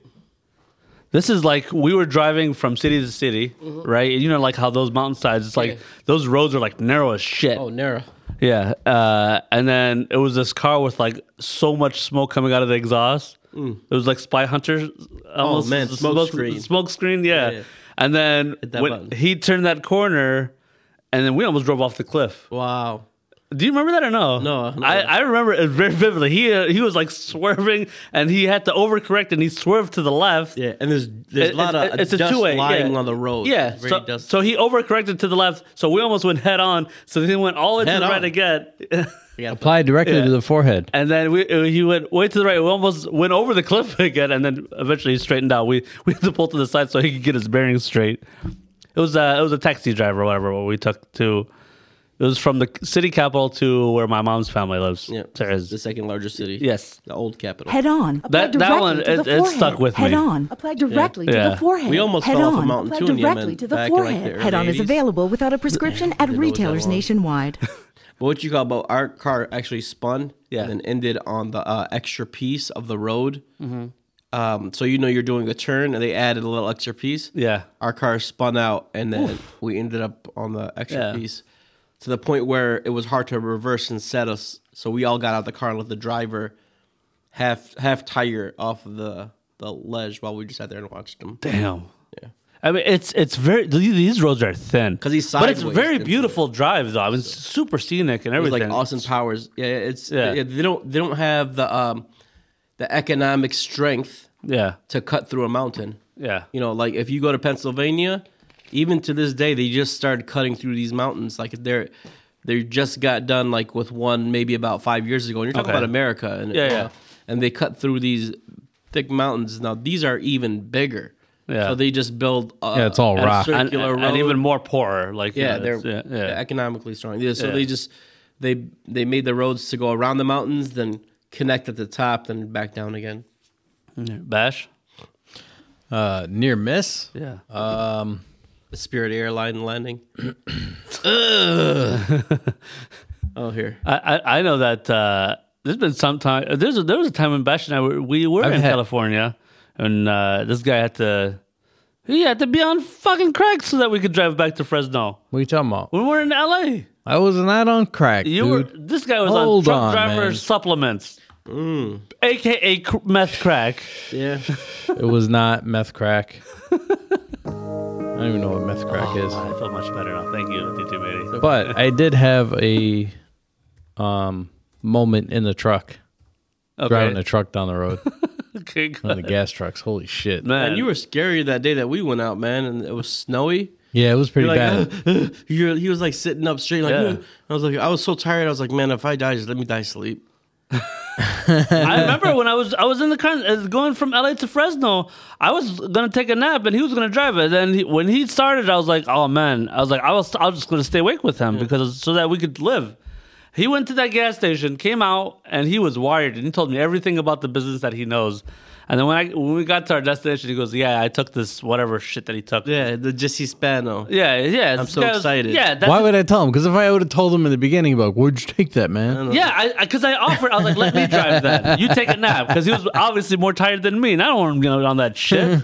[SPEAKER 2] This is like we were driving from city to city, right? And you know, like how those mountainsides, it's like
[SPEAKER 3] Mm-hmm. Yeah.
[SPEAKER 2] those roads are like narrow as shit.
[SPEAKER 3] Oh, narrow.
[SPEAKER 2] Yeah. Uh, and then it was this car with like so much smoke coming out of the exhaust. It was like Spy Hunter. Almost,
[SPEAKER 3] Mm. Oh, man, smoke screen.
[SPEAKER 2] Smoke screen, yeah.
[SPEAKER 3] Yeah, yeah.
[SPEAKER 2] And then
[SPEAKER 3] that
[SPEAKER 2] when
[SPEAKER 3] button.
[SPEAKER 2] he turned that corner, and then we almost drove off the cliff.
[SPEAKER 3] Wow.
[SPEAKER 2] Do you remember that or no?
[SPEAKER 3] No, no.
[SPEAKER 2] I, I remember it very vividly. He uh, he was like swerving, and he had to overcorrect, and he swerved to the left.
[SPEAKER 3] Yeah, and there's there's
[SPEAKER 2] It-
[SPEAKER 3] a lot
[SPEAKER 2] it's-
[SPEAKER 3] of
[SPEAKER 2] it's a
[SPEAKER 3] dust
[SPEAKER 2] two-way,
[SPEAKER 3] lying
[SPEAKER 2] yeah.
[SPEAKER 3] on the road.
[SPEAKER 2] Yeah,
[SPEAKER 3] Very
[SPEAKER 2] so,
[SPEAKER 3] dusty.
[SPEAKER 2] so he overcorrected to the left, so we almost went head on. So then he went all into
[SPEAKER 3] Head
[SPEAKER 2] the right
[SPEAKER 3] on.
[SPEAKER 2] again.
[SPEAKER 3] Yeah,
[SPEAKER 1] Apply directly
[SPEAKER 2] Yeah.
[SPEAKER 1] to the forehead.
[SPEAKER 2] And then we uh, he went way to the right. We almost went over the cliff again, and then eventually he straightened out. We we had to pull to the side so he could get his bearings straight. It was uh, it was a taxi driver, or whatever. What we took to, it was from the city capital to where my mom's family lives.
[SPEAKER 3] yeah.
[SPEAKER 2] Perez.
[SPEAKER 3] the second largest city.
[SPEAKER 2] yes,
[SPEAKER 3] the old capital.
[SPEAKER 11] Head on. Apply
[SPEAKER 2] That- that
[SPEAKER 11] directly
[SPEAKER 2] one,
[SPEAKER 11] to the
[SPEAKER 2] it- it
[SPEAKER 11] forehead.
[SPEAKER 2] stuck with
[SPEAKER 11] Head
[SPEAKER 2] me.
[SPEAKER 11] on. Apply directly
[SPEAKER 2] Yeah.
[SPEAKER 11] to the forehead.
[SPEAKER 3] We almost
[SPEAKER 11] Head
[SPEAKER 3] fell off a
[SPEAKER 11] on.
[SPEAKER 3] mountain
[SPEAKER 11] Apply
[SPEAKER 3] too in Yemen
[SPEAKER 11] directly to
[SPEAKER 3] back
[SPEAKER 11] the
[SPEAKER 3] in, like, the
[SPEAKER 11] forehead.
[SPEAKER 3] early
[SPEAKER 11] Head on is
[SPEAKER 3] 80s.
[SPEAKER 11] available without a prescription
[SPEAKER 3] Didn't
[SPEAKER 11] at
[SPEAKER 3] know it was that
[SPEAKER 11] retailers
[SPEAKER 3] long.
[SPEAKER 11] nationwide.
[SPEAKER 3] But what you call about our car actually spun
[SPEAKER 2] Yeah.
[SPEAKER 3] and then ended on the uh, extra piece of the road.
[SPEAKER 2] Mm-hmm.
[SPEAKER 3] Um, so you know you're doing a turn, and they added a little extra piece.
[SPEAKER 2] yeah.
[SPEAKER 3] Our car spun out, and then we ended up on the extra
[SPEAKER 2] Yeah.
[SPEAKER 3] piece to the point where it was hard to reverse and set us. So we all got out of the car and let the driver half half tire off of the the ledge while we just sat there and watched him.
[SPEAKER 2] Damn. I mean, it's it's very these these roads are thin
[SPEAKER 3] 'Cause he's
[SPEAKER 2] but it's
[SPEAKER 3] sideways
[SPEAKER 2] very
[SPEAKER 3] into it.
[SPEAKER 2] beautiful drive though. I mean, it's super scenic and
[SPEAKER 3] It was
[SPEAKER 2] everything.
[SPEAKER 3] like Austin Powers. Yeah, it's
[SPEAKER 2] Yeah.
[SPEAKER 3] yeah. They don't they don't have the um the economic strength
[SPEAKER 2] Yeah,
[SPEAKER 3] to cut through a mountain.
[SPEAKER 2] yeah,
[SPEAKER 3] You know, like if you go to Pennsylvania, even to this day, they just started cutting through these mountains. Like they're they just got done like with one maybe about five years ago. And you're talking
[SPEAKER 2] Okay.
[SPEAKER 3] about America, and
[SPEAKER 2] Yeah, yeah.
[SPEAKER 3] and they cut through these thick mountains. Now these are even bigger.
[SPEAKER 2] Yeah.
[SPEAKER 3] So they just build. A,
[SPEAKER 1] Yeah, it's all
[SPEAKER 3] a
[SPEAKER 1] rock.
[SPEAKER 2] and,
[SPEAKER 3] Circular
[SPEAKER 2] and
[SPEAKER 3] road.
[SPEAKER 2] even more poor. Like you
[SPEAKER 3] Yeah,
[SPEAKER 2] know,
[SPEAKER 3] they're
[SPEAKER 2] it's- yeah, yeah.
[SPEAKER 3] economically strong. Yeah, so
[SPEAKER 2] Yeah.
[SPEAKER 3] they just they they made the roads to go around the mountains, then connect at the top, then back down again.
[SPEAKER 2] Bash.
[SPEAKER 1] Uh, near miss.
[SPEAKER 2] Yeah.
[SPEAKER 3] The Spirit Airline landing. oh, here.
[SPEAKER 2] I, I, I know that uh, there's been some time. There's a, there was a time when Bash and I were, we were
[SPEAKER 1] I've
[SPEAKER 2] in
[SPEAKER 1] had-
[SPEAKER 2] California, and uh, this guy had to he had to be on fucking crack so that we could drive back to Fresno.
[SPEAKER 1] What are you talking about?
[SPEAKER 2] We were in L.A.
[SPEAKER 1] I was not on crack,
[SPEAKER 2] You
[SPEAKER 1] dude.
[SPEAKER 2] were this guy was
[SPEAKER 1] Hold
[SPEAKER 2] on truck
[SPEAKER 1] on,
[SPEAKER 2] driver
[SPEAKER 1] man.
[SPEAKER 2] supplements, aka cr- meth crack.
[SPEAKER 3] Yeah.
[SPEAKER 1] It was not meth crack. I don't even know what meth crack is.
[SPEAKER 2] I feel much better now. Thank you, DT Matey.
[SPEAKER 1] But I did have a um moment in the truck, driving the
[SPEAKER 2] Okay,
[SPEAKER 1] truck down the road,
[SPEAKER 2] okay
[SPEAKER 1] one of the
[SPEAKER 2] good.
[SPEAKER 1] gas trucks. Holy shit!
[SPEAKER 2] man,
[SPEAKER 3] And you were scary that day that we went out, man, and it was snowy.
[SPEAKER 1] Yeah, it was pretty
[SPEAKER 3] You're like,
[SPEAKER 1] bad.
[SPEAKER 3] you're, he was like sitting up straight, like,
[SPEAKER 2] Yeah.
[SPEAKER 3] "Ugh." I was like, I was so tired. I was like, man, if I die, just let me die sleep.
[SPEAKER 2] I remember when I was I was in the car uh, going from LA to Fresno. I was gonna take a nap and he was gonna drive it. Then he, when he started, I was like, oh man, I was like, I was I was just gonna stay awake with him because so that we could live. He went to that gas station, came out, and he was wired, and he told me everything about the business that he knows. And then when I when we got to our destination, he goes, yeah, I took this whatever shit that he took.
[SPEAKER 3] Yeah, the Jesse Spano.
[SPEAKER 2] yeah, yeah. I'm
[SPEAKER 3] so excited.
[SPEAKER 2] Yeah, that's
[SPEAKER 1] Why would I tell him? Because if I would have told him in the beginning, about where'd you take that, man?
[SPEAKER 2] Yeah, I because I, offered. I was like, "Let me drive that. You take a nap." Because he was obviously more tired than me, and I don't want him going on that shit.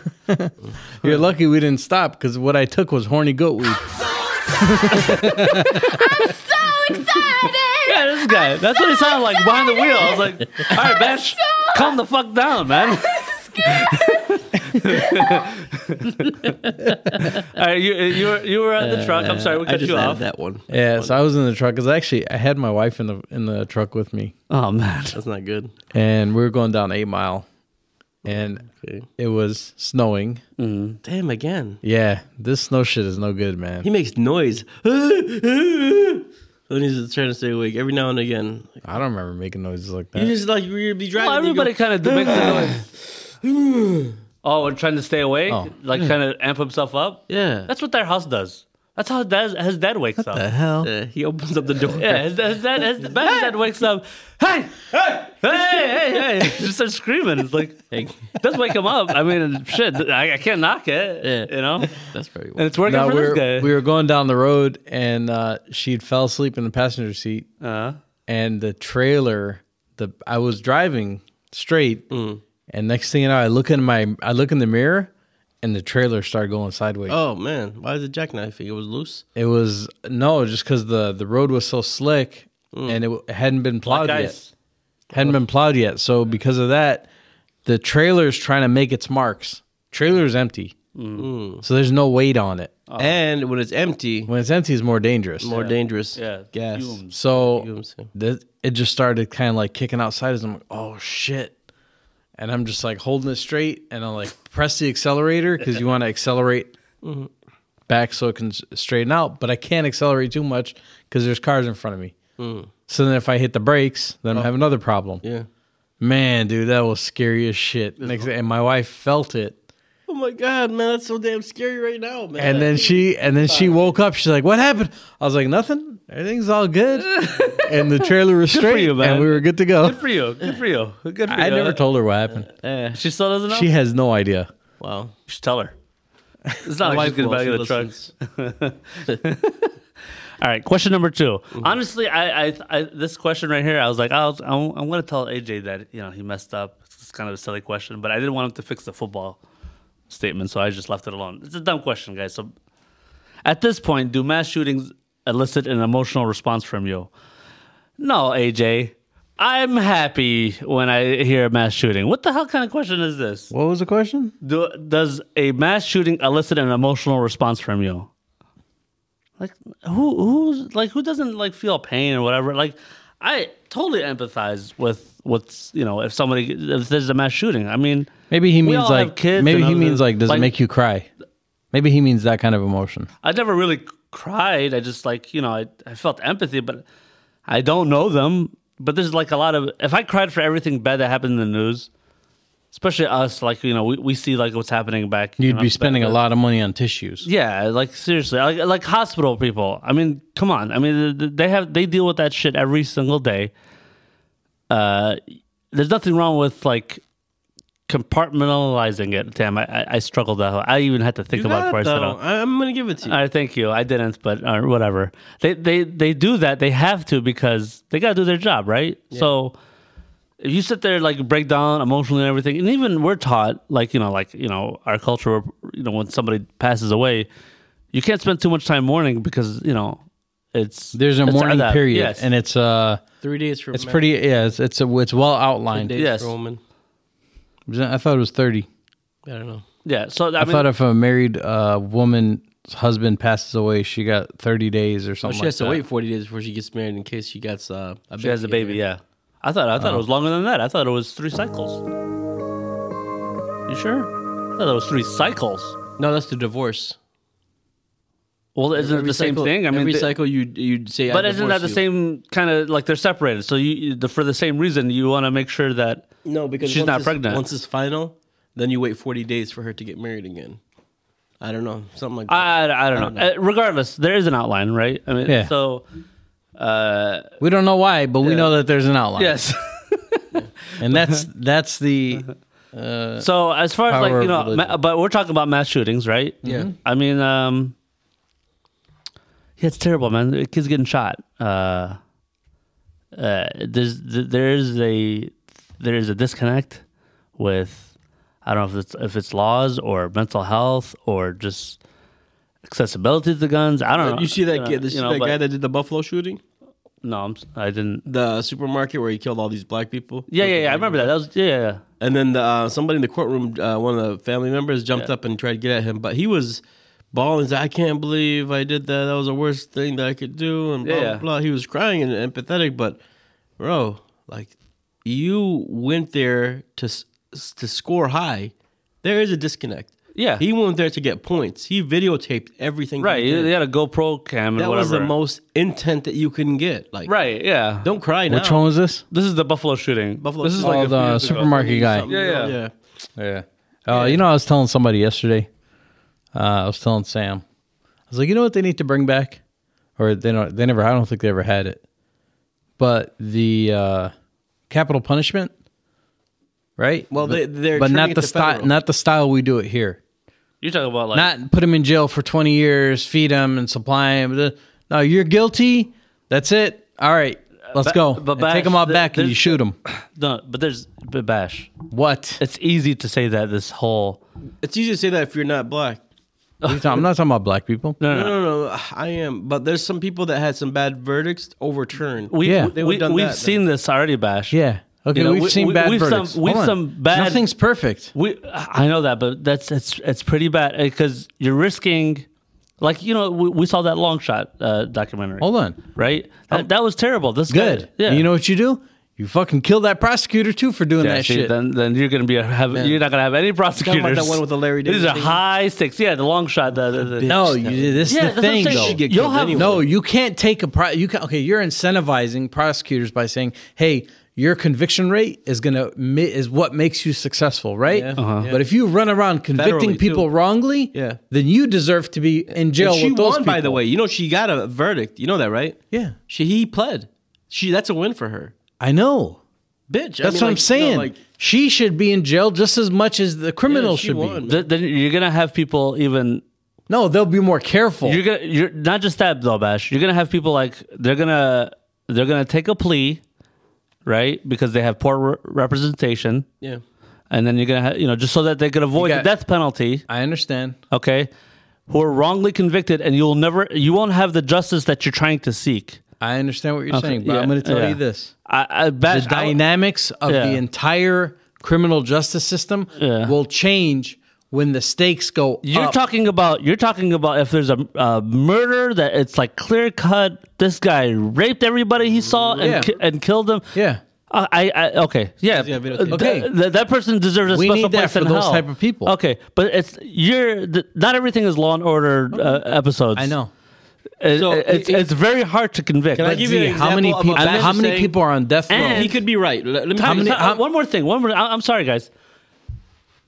[SPEAKER 1] You're lucky we didn't stop because what I took was horny goat weed.
[SPEAKER 2] yeah, this guy. That's what he sounded like behind the wheel. I was like, "All right, Bash, calm the fuck down, man." All right, you you were you were at the truck. I'm sorry, we
[SPEAKER 3] I
[SPEAKER 2] cut
[SPEAKER 3] just
[SPEAKER 2] you
[SPEAKER 3] added
[SPEAKER 2] off.
[SPEAKER 3] that one.
[SPEAKER 1] yeah, so I was in the truck because actually I had my wife in the in the truck with me,
[SPEAKER 2] Oh man,
[SPEAKER 3] That's not good.
[SPEAKER 1] and we were going down Eight Mile, and
[SPEAKER 3] Okay.
[SPEAKER 1] it was snowing.
[SPEAKER 3] Damn, again.
[SPEAKER 1] Yeah, this snow shit is no good, man.
[SPEAKER 3] He makes noise. when he's trying to stay awake every now and again.
[SPEAKER 1] I don't remember making noises like
[SPEAKER 3] You
[SPEAKER 1] that.
[SPEAKER 3] just like you'd be driving.
[SPEAKER 2] well,
[SPEAKER 3] you go,
[SPEAKER 2] everybody kind of makes the noise. Oh, and trying to stay awake,
[SPEAKER 1] Oh.
[SPEAKER 2] like kind of amp himself up.
[SPEAKER 3] yeah.
[SPEAKER 2] That's what their house does. That's how his dad, his dad wakes up.
[SPEAKER 1] The hell?
[SPEAKER 3] Uh, he opens up the door.
[SPEAKER 2] Yeah, his, his dad, his, his dad wakes up. Hey, hey, hey, hey! He just starts screaming. It's like
[SPEAKER 3] Hey,
[SPEAKER 2] it does wake him up. I mean, shit, I, I can't knock it.
[SPEAKER 3] Yeah.
[SPEAKER 2] You know,
[SPEAKER 3] that's very
[SPEAKER 2] and
[SPEAKER 3] well.
[SPEAKER 2] it's working
[SPEAKER 1] No,
[SPEAKER 2] for
[SPEAKER 1] we
[SPEAKER 2] this
[SPEAKER 1] were,
[SPEAKER 2] guy.
[SPEAKER 1] we were going down the road and uh, she fell asleep in the passenger seat
[SPEAKER 3] Uh-huh.
[SPEAKER 2] uh,
[SPEAKER 1] and the trailer the I was driving straight
[SPEAKER 3] Mm.
[SPEAKER 1] and next thing you know I look in my I look in the mirror and the trailer started going sideways.
[SPEAKER 3] Oh man, why is it jackknifing? It was loose.
[SPEAKER 1] It was no, just because the the road was so slick
[SPEAKER 3] Mm.
[SPEAKER 1] and it, w- hadn't been plowed
[SPEAKER 2] black
[SPEAKER 1] yet.
[SPEAKER 2] ice.
[SPEAKER 1] Hadn't been plowed yet. So because of that, the trailer's trying to make its marks. Trailer's empty, so there's no weight on it.
[SPEAKER 3] Oh. And when it's empty,
[SPEAKER 1] When it's empty, it's more dangerous.
[SPEAKER 3] Uh, more dangerous.
[SPEAKER 2] Yeah,
[SPEAKER 3] gas.
[SPEAKER 2] fumes.
[SPEAKER 1] So
[SPEAKER 3] Fumes, yeah.
[SPEAKER 1] th- it just started kind of like kicking outside. As I'm like, oh shit. And I'm just like holding it straight and I'm like, press the accelerator because you want to accelerate back so it can s- straighten out. But I can't accelerate too much because there's cars in front of me. So then if I hit the brakes, then I have another problem.
[SPEAKER 3] Yeah.
[SPEAKER 1] Man, dude, that was scary as shit. Next, and my wife felt it.
[SPEAKER 3] Oh my god, man, that's so damn scary right now, man.
[SPEAKER 1] And then she and then she woke up. She's like, "What happened?" I was like, "Nothing. Everything's all good." and the trailer was straight,
[SPEAKER 2] you, man.
[SPEAKER 1] and we were good to go.
[SPEAKER 2] Good for you. Good for you. Good for
[SPEAKER 1] I
[SPEAKER 2] you.
[SPEAKER 1] never told her what happened.
[SPEAKER 2] Yeah, she still doesn't know.
[SPEAKER 1] She has no idea.
[SPEAKER 3] wow.
[SPEAKER 2] You should tell her. It's not wise to get
[SPEAKER 3] Well,
[SPEAKER 2] back
[SPEAKER 3] she
[SPEAKER 2] in the truck.
[SPEAKER 3] listens.
[SPEAKER 2] All right, question number 2 Honestly, I, I, I this question right here, I was like, I'll, I'm, I'm going to tell AJ that you know he messed up. It's kind of a silly question, but I didn't want him to fix the football statement, so I just left it alone. It's a dumb question, guys. So, at this point, do mass shootings elicit an emotional response from you? No, AJ. I'm happy when I hear mass shooting. What the hell kind of question is this?
[SPEAKER 1] What was the question?
[SPEAKER 2] Do, does a mass shooting elicit an emotional response from you? Like who who's like who doesn't like feel pain or whatever? Like I totally empathize with what's you know if somebody if there's a mass shooting. I mean
[SPEAKER 1] Maybe he
[SPEAKER 2] We
[SPEAKER 1] means
[SPEAKER 2] all have
[SPEAKER 1] like
[SPEAKER 2] kids
[SPEAKER 1] maybe
[SPEAKER 2] and
[SPEAKER 1] he
[SPEAKER 2] all
[SPEAKER 1] means
[SPEAKER 2] this,
[SPEAKER 1] like does
[SPEAKER 2] like-
[SPEAKER 1] it make you cry? Maybe he means that kind of emotion.
[SPEAKER 2] I never really cried. I just like you know I I felt empathy, but I don't know them. But there's like a lot of if I cried for everything bad that happened in the news, especially us like you know we, we see like what's happening back. you
[SPEAKER 1] You'd
[SPEAKER 2] know,
[SPEAKER 1] be
[SPEAKER 2] back-
[SPEAKER 1] spending a lot of money on tissues.
[SPEAKER 2] Yeah, like seriously, like, like hospital people. I mean, come on. I mean, th- th- they have they deal with that shit every single day. Uh, there's nothing wrong with like compartmentalizing it. Damn, I I, I struggled that. I even had to think
[SPEAKER 3] You
[SPEAKER 2] about it before
[SPEAKER 3] got it,
[SPEAKER 2] I said
[SPEAKER 3] though.
[SPEAKER 2] it.
[SPEAKER 3] I- I'm gonna give it to you.
[SPEAKER 2] All right, Uh, thank you. I didn't, but uh, whatever. They they they do that. They have to because they gotta do their job, right? So if you sit there like break down emotionally and everything, and even we're taught like you know like you know our culture, you know when somebody passes away, you can't spend too much time mourning because you know it's
[SPEAKER 1] There's a
[SPEAKER 2] it's
[SPEAKER 1] mourning
[SPEAKER 2] adab.
[SPEAKER 1] period,
[SPEAKER 2] Yes.
[SPEAKER 1] and it's uh,
[SPEAKER 3] Three days from
[SPEAKER 1] it's pretty. Yeah, it's it's, a, it's well outlined.
[SPEAKER 3] days
[SPEAKER 2] yes.
[SPEAKER 3] yes. Roman.
[SPEAKER 1] I thought it was thirty.
[SPEAKER 3] I don't know.
[SPEAKER 2] yeah. So I,
[SPEAKER 1] I,
[SPEAKER 2] mean,
[SPEAKER 1] thought if a married uh, woman's husband passes away, she got thirty days or
[SPEAKER 3] Oh,
[SPEAKER 1] something.
[SPEAKER 3] she has
[SPEAKER 1] like
[SPEAKER 3] to wait
[SPEAKER 1] that.
[SPEAKER 3] 40 days before she gets married in case she gets uh, a
[SPEAKER 2] she has a baby. Yeah, I thought I thought
[SPEAKER 1] Oh.
[SPEAKER 2] it was longer than that. I thought it was three cycles. You sure? I thought it was three cycles.
[SPEAKER 3] No, that's the divorce.
[SPEAKER 2] Well, isn't it
[SPEAKER 3] Every
[SPEAKER 2] the same
[SPEAKER 3] cycle-
[SPEAKER 2] thing? I mean,
[SPEAKER 3] every
[SPEAKER 2] the-
[SPEAKER 3] cycle you you'd say. I
[SPEAKER 2] but isn't that
[SPEAKER 3] divorce
[SPEAKER 2] the
[SPEAKER 3] you.
[SPEAKER 2] same kind of like they're separated? So you, you the, for the same reason, you want to make sure that
[SPEAKER 3] No, because
[SPEAKER 2] She's
[SPEAKER 3] once
[SPEAKER 2] not
[SPEAKER 3] it's-
[SPEAKER 2] pregnant.
[SPEAKER 3] Once it's final, then you wait 40 days for her to get married again. I don't know, something like that.
[SPEAKER 2] I, I don't know. Uh, regardless, there is an outline, right? I mean,
[SPEAKER 1] Yeah.
[SPEAKER 2] so uh,
[SPEAKER 1] We don't know why, but we know that there's an outline.
[SPEAKER 2] yes.
[SPEAKER 1] and that's that's the
[SPEAKER 2] so as far as
[SPEAKER 1] Power
[SPEAKER 2] like you
[SPEAKER 1] of
[SPEAKER 2] know,
[SPEAKER 1] religion. Mm-hmm.
[SPEAKER 2] ma- but we're talking about mass shootings, right?
[SPEAKER 3] Yeah. Mhm.
[SPEAKER 2] I mean, um, yeah, it's terrible, man. The Kids getting shot. Uh, uh, there's there's a there's a disconnect with I don't know if it's if it's laws or mental health or just accessibility to guns. I don't know.
[SPEAKER 3] you see that
[SPEAKER 2] know,
[SPEAKER 3] kid, this,
[SPEAKER 2] you know,
[SPEAKER 3] that
[SPEAKER 2] but-
[SPEAKER 3] guy that did the Buffalo shooting,
[SPEAKER 2] No, I'm, s- I didn't.
[SPEAKER 3] the supermarket where he killed all these black people.
[SPEAKER 2] Yeah, yeah, yeah. I remember that. That was yeah, yeah. yeah.
[SPEAKER 3] And then the, uh, somebody in the courtroom, uh, one of the family members, jumped
[SPEAKER 2] Yeah.
[SPEAKER 3] up and tried to get at him, but he was bawling. he's like, I can't believe I did that. That was the worst thing that I could do, and blah
[SPEAKER 2] Yeah.
[SPEAKER 3] blah, blah. He was crying and empathetic, but bro, like you went there to s- s- to score high. There is a disconnect.
[SPEAKER 2] Yeah.
[SPEAKER 3] he went there to get points. He videotaped everything. he
[SPEAKER 2] Right.
[SPEAKER 3] did.
[SPEAKER 2] They had a GoPro cam and
[SPEAKER 3] that
[SPEAKER 2] whatever.
[SPEAKER 3] was the most intent that you can get. Like,
[SPEAKER 2] Right. Yeah.
[SPEAKER 3] Don't cry now.
[SPEAKER 1] which one was this?
[SPEAKER 2] This is the Buffalo shooting.
[SPEAKER 3] Buffalo
[SPEAKER 2] This is
[SPEAKER 3] shooting.
[SPEAKER 1] Oh,
[SPEAKER 2] like a few
[SPEAKER 1] the
[SPEAKER 2] years ago.
[SPEAKER 1] supermarket guy. Oh,
[SPEAKER 3] Something,
[SPEAKER 2] Yeah, yeah.
[SPEAKER 3] yeah.
[SPEAKER 1] Yeah. Uh, You know, I was telling somebody yesterday. Uh, I was telling Sam. was like, you know what they need to bring back, or they don't. They never. I don't think they ever had it. But the uh, capital punishment, right?
[SPEAKER 3] Well, they- they're
[SPEAKER 1] but
[SPEAKER 3] turning
[SPEAKER 1] not
[SPEAKER 3] it
[SPEAKER 1] the
[SPEAKER 3] to
[SPEAKER 1] style.
[SPEAKER 3] federal.
[SPEAKER 1] Not the style we do it here.
[SPEAKER 2] You're talking about like
[SPEAKER 1] Not put him in jail for twenty years, feed him and supply him. No, you're guilty. That's it. All right, let's
[SPEAKER 2] Ba-
[SPEAKER 1] go.
[SPEAKER 2] but
[SPEAKER 1] And take
[SPEAKER 2] Bash,
[SPEAKER 1] them all
[SPEAKER 2] th-
[SPEAKER 1] back and you
[SPEAKER 2] there's-
[SPEAKER 1] shoot them.
[SPEAKER 2] no, but there's but bash.
[SPEAKER 1] What?
[SPEAKER 2] It's easy to say that this whole
[SPEAKER 3] It's easy to say that if you're not black.
[SPEAKER 1] I'm not talking about black people.
[SPEAKER 2] no no.
[SPEAKER 3] No,
[SPEAKER 2] no.
[SPEAKER 3] no, no. I am, but there's some people that had some bad verdicts overturned.
[SPEAKER 2] We,
[SPEAKER 1] Yeah.
[SPEAKER 2] we,
[SPEAKER 3] They would've done
[SPEAKER 2] we, have
[SPEAKER 3] that,
[SPEAKER 2] seen this already, Bash.
[SPEAKER 1] Yeah. Okay,
[SPEAKER 2] You know,
[SPEAKER 1] we've
[SPEAKER 2] we-
[SPEAKER 1] seen
[SPEAKER 2] we-
[SPEAKER 1] bad
[SPEAKER 2] we've some-
[SPEAKER 1] verdicts.
[SPEAKER 2] we've
[SPEAKER 1] Hold on.
[SPEAKER 2] some bad-
[SPEAKER 1] Nothing's perfect.
[SPEAKER 2] We, I know that, but that's it's it's pretty bad because you're risking, like you know, we, we saw that long shot uh, documentary.
[SPEAKER 1] Hold on.
[SPEAKER 2] right?
[SPEAKER 3] Oh.
[SPEAKER 2] That, that was terrible. This guy-
[SPEAKER 1] Good.
[SPEAKER 2] yeah.
[SPEAKER 1] And you know what you do? You fucking kill that prosecutor too for doing
[SPEAKER 2] Yeah,
[SPEAKER 1] that
[SPEAKER 2] see,
[SPEAKER 1] shit.
[SPEAKER 2] Then, then you're gonna be a, have you're not gonna have any prosecutors.
[SPEAKER 3] Talking about that one with the Larry
[SPEAKER 2] These
[SPEAKER 3] David
[SPEAKER 2] are
[SPEAKER 3] thing?
[SPEAKER 2] high stakes. Yeah, the long shot. The, the, the,
[SPEAKER 1] no, you, this
[SPEAKER 2] Yeah,
[SPEAKER 1] is
[SPEAKER 2] that's
[SPEAKER 1] the
[SPEAKER 2] what I'm
[SPEAKER 1] thing
[SPEAKER 2] saying.
[SPEAKER 1] though.
[SPEAKER 2] She should get You'll killed have- anyway.
[SPEAKER 1] no. You can't take a pro. You can, okay? You're incentivizing prosecutors by saying, "Hey, your conviction rate is gonna mi- is what makes you successful, right?"
[SPEAKER 3] Yeah. Uh-huh.
[SPEAKER 1] But if you run around convicting
[SPEAKER 3] Federally, too.
[SPEAKER 1] people wrongly,
[SPEAKER 3] Yeah.
[SPEAKER 1] then you deserve to be in jail.
[SPEAKER 3] And she
[SPEAKER 1] with those
[SPEAKER 3] won, by the
[SPEAKER 1] people.
[SPEAKER 3] way. You know, she got a verdict. You know that, right?
[SPEAKER 1] Yeah,
[SPEAKER 3] She he pled. She that's a win for her.
[SPEAKER 1] I know.
[SPEAKER 3] Bitch. I
[SPEAKER 1] That's
[SPEAKER 3] mean,
[SPEAKER 1] what
[SPEAKER 3] like,
[SPEAKER 1] I'm saying.
[SPEAKER 3] You know, like,
[SPEAKER 1] she should be in jail just as much as the criminal
[SPEAKER 3] yeah, she
[SPEAKER 1] should
[SPEAKER 3] won,
[SPEAKER 1] be.
[SPEAKER 3] man.
[SPEAKER 2] Th- then you're gonna have people even
[SPEAKER 1] No, they'll be more careful.
[SPEAKER 2] You're gonna you're not just that though, Bash. You're gonna have people like they're gonna they're gonna take a plea, right? Because they have poor re- representation,
[SPEAKER 3] Yeah.
[SPEAKER 2] and then you're gonna have, you know just so that they can avoid
[SPEAKER 1] got-
[SPEAKER 2] the death penalty.
[SPEAKER 1] I understand.
[SPEAKER 2] Okay, who are wrongly convicted, and you'll never you won't have the justice that you're trying to seek.
[SPEAKER 1] I understand what you're saying, but
[SPEAKER 2] yeah,
[SPEAKER 1] I'm going to tell
[SPEAKER 2] yeah.
[SPEAKER 1] you this:
[SPEAKER 2] I, I
[SPEAKER 1] the
[SPEAKER 2] Bash, I-
[SPEAKER 1] dynamics of
[SPEAKER 2] yeah.
[SPEAKER 1] the entire criminal justice system
[SPEAKER 2] Yeah.
[SPEAKER 1] will change when the stakes go
[SPEAKER 2] you're
[SPEAKER 1] up.
[SPEAKER 2] talking about you're talking about if there's a, a murder that it's like clear cut. This guy raped everybody he saw and
[SPEAKER 1] Yeah.
[SPEAKER 2] ki- and killed them.
[SPEAKER 1] yeah,
[SPEAKER 2] I, I, I okay, yeah,
[SPEAKER 3] Yeah, video-
[SPEAKER 2] Th-
[SPEAKER 1] Okay.
[SPEAKER 2] th- that person deserves a
[SPEAKER 1] We
[SPEAKER 2] special
[SPEAKER 1] need that
[SPEAKER 2] place
[SPEAKER 1] for
[SPEAKER 2] in
[SPEAKER 1] those
[SPEAKER 2] hell.
[SPEAKER 1] type of people.
[SPEAKER 2] Okay, but it's you're th- not everything is Law and Order uh, episodes.
[SPEAKER 1] I know.
[SPEAKER 2] It-
[SPEAKER 3] So,
[SPEAKER 2] it's,
[SPEAKER 3] it-
[SPEAKER 2] it's very hard to convict.
[SPEAKER 3] I
[SPEAKER 2] But
[SPEAKER 3] give you an
[SPEAKER 1] how many
[SPEAKER 3] example of
[SPEAKER 1] people?
[SPEAKER 3] a bad
[SPEAKER 1] How many
[SPEAKER 3] saying-
[SPEAKER 1] people are on death row?
[SPEAKER 3] He could be right. Let, let me
[SPEAKER 2] Tom,
[SPEAKER 3] tell you-
[SPEAKER 2] Tom, one more thing. One more. I, am sorry, guys.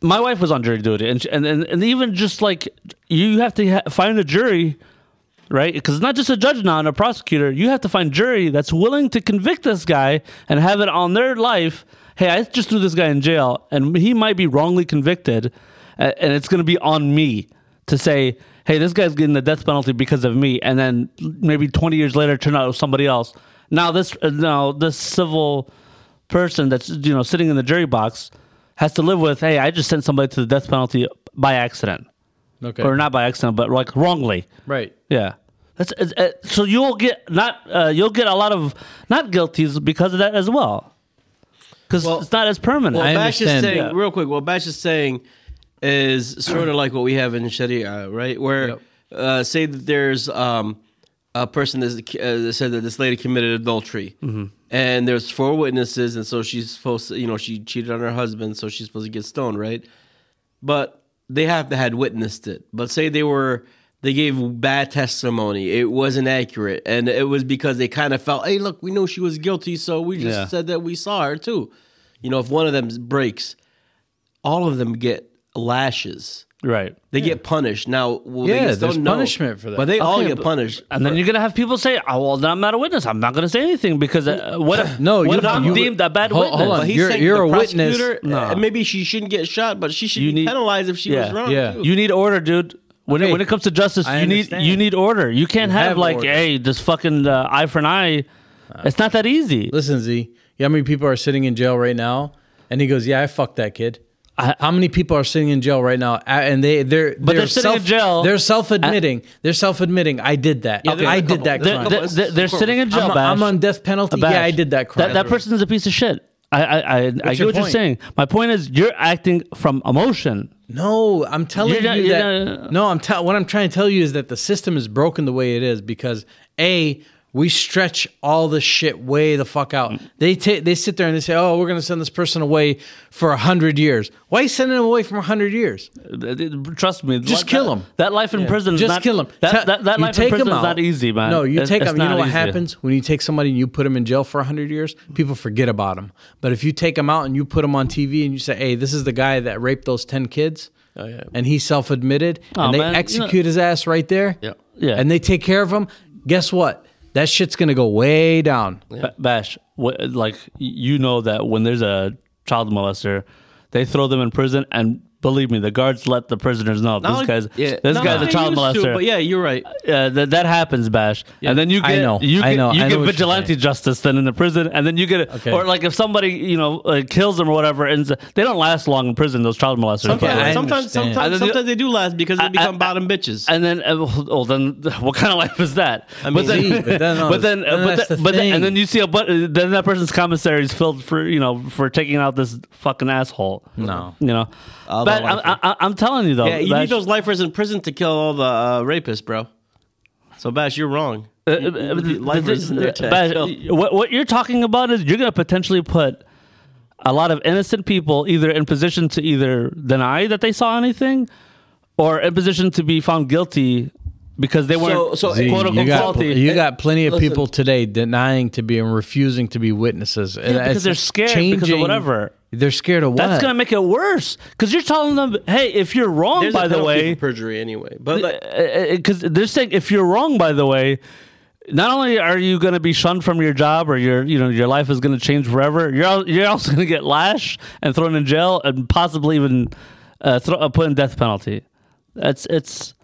[SPEAKER 2] My wife was on jury duty, and she- and and, and even just like you have to ha- find a jury, right? Because it's not just a judge now and a prosecutor. You have to find jury that's willing to convict this guy and have it on their life. Hey, I just threw this guy in jail, and he might be wrongly convicted, a- and it's going to be on me to say. Hey, this guy's getting the death penalty because of me, and then maybe 20 years later, turn out it was somebody else. Now this, uh, now this civil person that's you know sitting in the jury box has to live with, hey, I just sent somebody to the death penalty by accident,
[SPEAKER 1] okay,
[SPEAKER 2] or not by accident, but like wrongly.
[SPEAKER 1] right?
[SPEAKER 2] Yeah, that's it's- it, so you'll get not uh, you'll get a lot of not guilties because of that as well, because
[SPEAKER 3] Well-
[SPEAKER 2] it's not as permanent.
[SPEAKER 3] Well,
[SPEAKER 1] I
[SPEAKER 3] Bash is
[SPEAKER 1] understand.
[SPEAKER 3] saying
[SPEAKER 2] Yeah.
[SPEAKER 3] real quick. What Bash is saying is sort of like what we have in Sharia, right? Where
[SPEAKER 1] Yep.
[SPEAKER 3] uh, say that there's um, a person that's, uh, that said that this lady committed adultery,
[SPEAKER 1] Mm-hmm.
[SPEAKER 3] and there's four witnesses, and so she's supposed, to, you know, she cheated on her husband, so she's supposed to get stoned, right? But they have to had witnessed it. But say they were. They gave bad testimony. It wasn't accurate, and it was because they kind of felt, "Hey, look, we know she was guilty, so we just
[SPEAKER 2] Yeah.
[SPEAKER 3] said that we saw her too." You know, if one of them breaks, all of them get lashes.
[SPEAKER 2] right.
[SPEAKER 3] They get punished. Now, will they
[SPEAKER 1] Yeah,
[SPEAKER 3] get stoned?
[SPEAKER 1] there's
[SPEAKER 3] No.
[SPEAKER 1] punishment for that.
[SPEAKER 3] But they all
[SPEAKER 2] Okay,
[SPEAKER 3] get
[SPEAKER 2] but-
[SPEAKER 3] punished.
[SPEAKER 2] And then you're gonna have people say, "Oh, well, then I'm not a witness. I'm not gonna say anything because uh, what if
[SPEAKER 1] No,
[SPEAKER 2] what
[SPEAKER 1] you-
[SPEAKER 2] if I'm
[SPEAKER 1] you-
[SPEAKER 2] deemed a bad
[SPEAKER 1] hold-
[SPEAKER 2] witness?"
[SPEAKER 1] hold on.
[SPEAKER 3] But he's
[SPEAKER 1] You're-
[SPEAKER 3] saying
[SPEAKER 1] you're
[SPEAKER 3] the
[SPEAKER 1] a witness.
[SPEAKER 3] prosecutor,
[SPEAKER 2] No.
[SPEAKER 3] uh, Maybe she shouldn't get shot, but she should
[SPEAKER 2] You
[SPEAKER 3] be
[SPEAKER 2] need-
[SPEAKER 3] penalized if she
[SPEAKER 2] yeah,
[SPEAKER 3] was wrong.
[SPEAKER 1] yeah.
[SPEAKER 3] too.
[SPEAKER 2] You need order, dude. When,
[SPEAKER 1] Okay.
[SPEAKER 2] it, when it comes to justice,
[SPEAKER 1] I
[SPEAKER 2] you need
[SPEAKER 1] understand.
[SPEAKER 2] you need order. You can't have,
[SPEAKER 1] have
[SPEAKER 2] like,
[SPEAKER 1] order.
[SPEAKER 2] hey, this fucking uh, eye for an eye. it's not that easy.
[SPEAKER 1] Listen, Z. You know how many people are sitting in jail right now? And he goes, "Yeah, I fucked that kid."
[SPEAKER 2] I-
[SPEAKER 1] how many people are sitting in jail right now? A- And they they're but
[SPEAKER 2] they're sitting in jail.
[SPEAKER 1] They're self admitting. They're self admitting. I did that.
[SPEAKER 3] there's
[SPEAKER 1] I
[SPEAKER 3] a
[SPEAKER 1] did
[SPEAKER 3] couple.
[SPEAKER 1] that.
[SPEAKER 3] There's a
[SPEAKER 2] They're,
[SPEAKER 1] crime.
[SPEAKER 2] they're, they're, they're sitting in jail.
[SPEAKER 1] I'm,
[SPEAKER 2] Bash.
[SPEAKER 1] I'm on death penalty.
[SPEAKER 2] Bash.
[SPEAKER 1] Yeah, I did that crime.
[SPEAKER 2] That, that person's a piece of shit. I I I, I get
[SPEAKER 1] your
[SPEAKER 2] what you're
[SPEAKER 1] point?
[SPEAKER 2] saying. My point is, you're acting from emotion.
[SPEAKER 1] No, I'm telling
[SPEAKER 2] You're not-
[SPEAKER 1] you
[SPEAKER 2] you're
[SPEAKER 1] that.
[SPEAKER 2] not-
[SPEAKER 1] no, I'm tell. What I'm trying to tell you is that the system is broken the way it is because a we stretch all this shit way the fuck out. They take they sit there and they say, "Oh, we're gonna send this person away for hundred years." Why are you sending them away for hundred years?
[SPEAKER 2] Trust me.
[SPEAKER 1] Just
[SPEAKER 2] that-
[SPEAKER 1] kill 'em.
[SPEAKER 2] That life in prison. is
[SPEAKER 1] Just
[SPEAKER 2] not-
[SPEAKER 1] kill him.
[SPEAKER 2] That, that, that life in prison is not easy, man.
[SPEAKER 1] No, you
[SPEAKER 2] It's-
[SPEAKER 1] take
[SPEAKER 2] it's
[SPEAKER 1] them. You
[SPEAKER 2] not
[SPEAKER 1] know what
[SPEAKER 2] easy.
[SPEAKER 1] happens when you take somebody and you put them in jail for hundred years? People forget about them. But if you take them out and you put them on TV and you say, "Hey, this is the guy that
[SPEAKER 3] Oh,
[SPEAKER 1] raped those ten kids," and he self-admitted,
[SPEAKER 2] Aw,
[SPEAKER 1] and they
[SPEAKER 2] man, you know-
[SPEAKER 1] execute his ass right there.
[SPEAKER 3] Yeah.
[SPEAKER 2] Yeah.
[SPEAKER 1] and they take care of them, guess what? That shit's gonna go way down.
[SPEAKER 2] Ba- Bash, what, like you know that when there's a child molester, they throw them in prison, and believe me, the guards let the prisoners know this
[SPEAKER 3] like-
[SPEAKER 2] guy's
[SPEAKER 3] yeah,
[SPEAKER 2] this
[SPEAKER 3] not
[SPEAKER 2] guy's
[SPEAKER 3] like
[SPEAKER 2] a
[SPEAKER 3] they
[SPEAKER 2] child
[SPEAKER 3] used to,
[SPEAKER 2] molester.
[SPEAKER 3] but yeah, you're right.
[SPEAKER 1] Uh,
[SPEAKER 2] Yeah, that, that happens, Bash. And then you
[SPEAKER 1] I
[SPEAKER 2] get
[SPEAKER 1] know,
[SPEAKER 2] you
[SPEAKER 1] I
[SPEAKER 2] get,
[SPEAKER 1] know, I
[SPEAKER 2] you
[SPEAKER 1] know
[SPEAKER 2] get
[SPEAKER 1] what you're
[SPEAKER 2] vigilante
[SPEAKER 1] saying.
[SPEAKER 2] justice then in the prison, and then you get
[SPEAKER 1] Okay.
[SPEAKER 2] or like if somebody you know uh, kills them or whatever, and s- they don't last long in prison. Those child molesters. by the
[SPEAKER 1] I
[SPEAKER 2] way.
[SPEAKER 1] understand.
[SPEAKER 3] sometimes,
[SPEAKER 2] And
[SPEAKER 3] sometimes,
[SPEAKER 2] then the-
[SPEAKER 3] sometimes they do last because
[SPEAKER 2] I-
[SPEAKER 3] they become
[SPEAKER 2] I-
[SPEAKER 3] bottom bitches.
[SPEAKER 2] And then, uh, well, then, what kind of life is that?
[SPEAKER 3] mean,
[SPEAKER 1] See, but then- no,
[SPEAKER 2] but then, uh,
[SPEAKER 1] no,
[SPEAKER 2] but,
[SPEAKER 1] that's
[SPEAKER 2] then
[SPEAKER 1] the
[SPEAKER 2] but then,
[SPEAKER 1] thing.
[SPEAKER 2] and then you see a but then that person's commissary is filled for you know for taking out this fucking asshole.
[SPEAKER 1] No.
[SPEAKER 2] you know, but I'm, I, I- I'm telling you though,
[SPEAKER 1] Um,
[SPEAKER 3] yeah, you
[SPEAKER 2] that-
[SPEAKER 3] need those lifers in prison to kill all the uh, rapists, bro. So Bash, you're wrong.
[SPEAKER 2] uh,
[SPEAKER 3] You- you need
[SPEAKER 2] uh,
[SPEAKER 3] lifers in Oh. there to
[SPEAKER 2] but
[SPEAKER 3] kill.
[SPEAKER 2] what what you're talking about is you're gonna potentially put a lot of innocent people either in position to either deny that they saw anything or in position to be found guilty because they weren't
[SPEAKER 3] so-
[SPEAKER 1] See,
[SPEAKER 2] quote
[SPEAKER 1] you
[SPEAKER 2] unquote
[SPEAKER 1] got
[SPEAKER 2] salty.
[SPEAKER 1] you got plenty of
[SPEAKER 3] Listen.
[SPEAKER 1] people today denying to be and refusing to be witnesses And
[SPEAKER 2] because
[SPEAKER 1] it's
[SPEAKER 2] they're scared because of
[SPEAKER 1] changing-
[SPEAKER 2] whatever.
[SPEAKER 1] They're scared of what?
[SPEAKER 2] That's gonna make it worse because you're telling them, "Hey, if you're wrong,
[SPEAKER 3] There's a
[SPEAKER 2] by the
[SPEAKER 3] penalty
[SPEAKER 2] way,
[SPEAKER 3] for perjury anyway. But like,
[SPEAKER 2] because they're saying if you're wrong, by the way, not only are you gonna be shunned from your job or your you know your life is gonna change forever, you're al- you're also gonna get lashed and thrown in jail and possibly even uh, throw, uh, put in death penalty. That's it's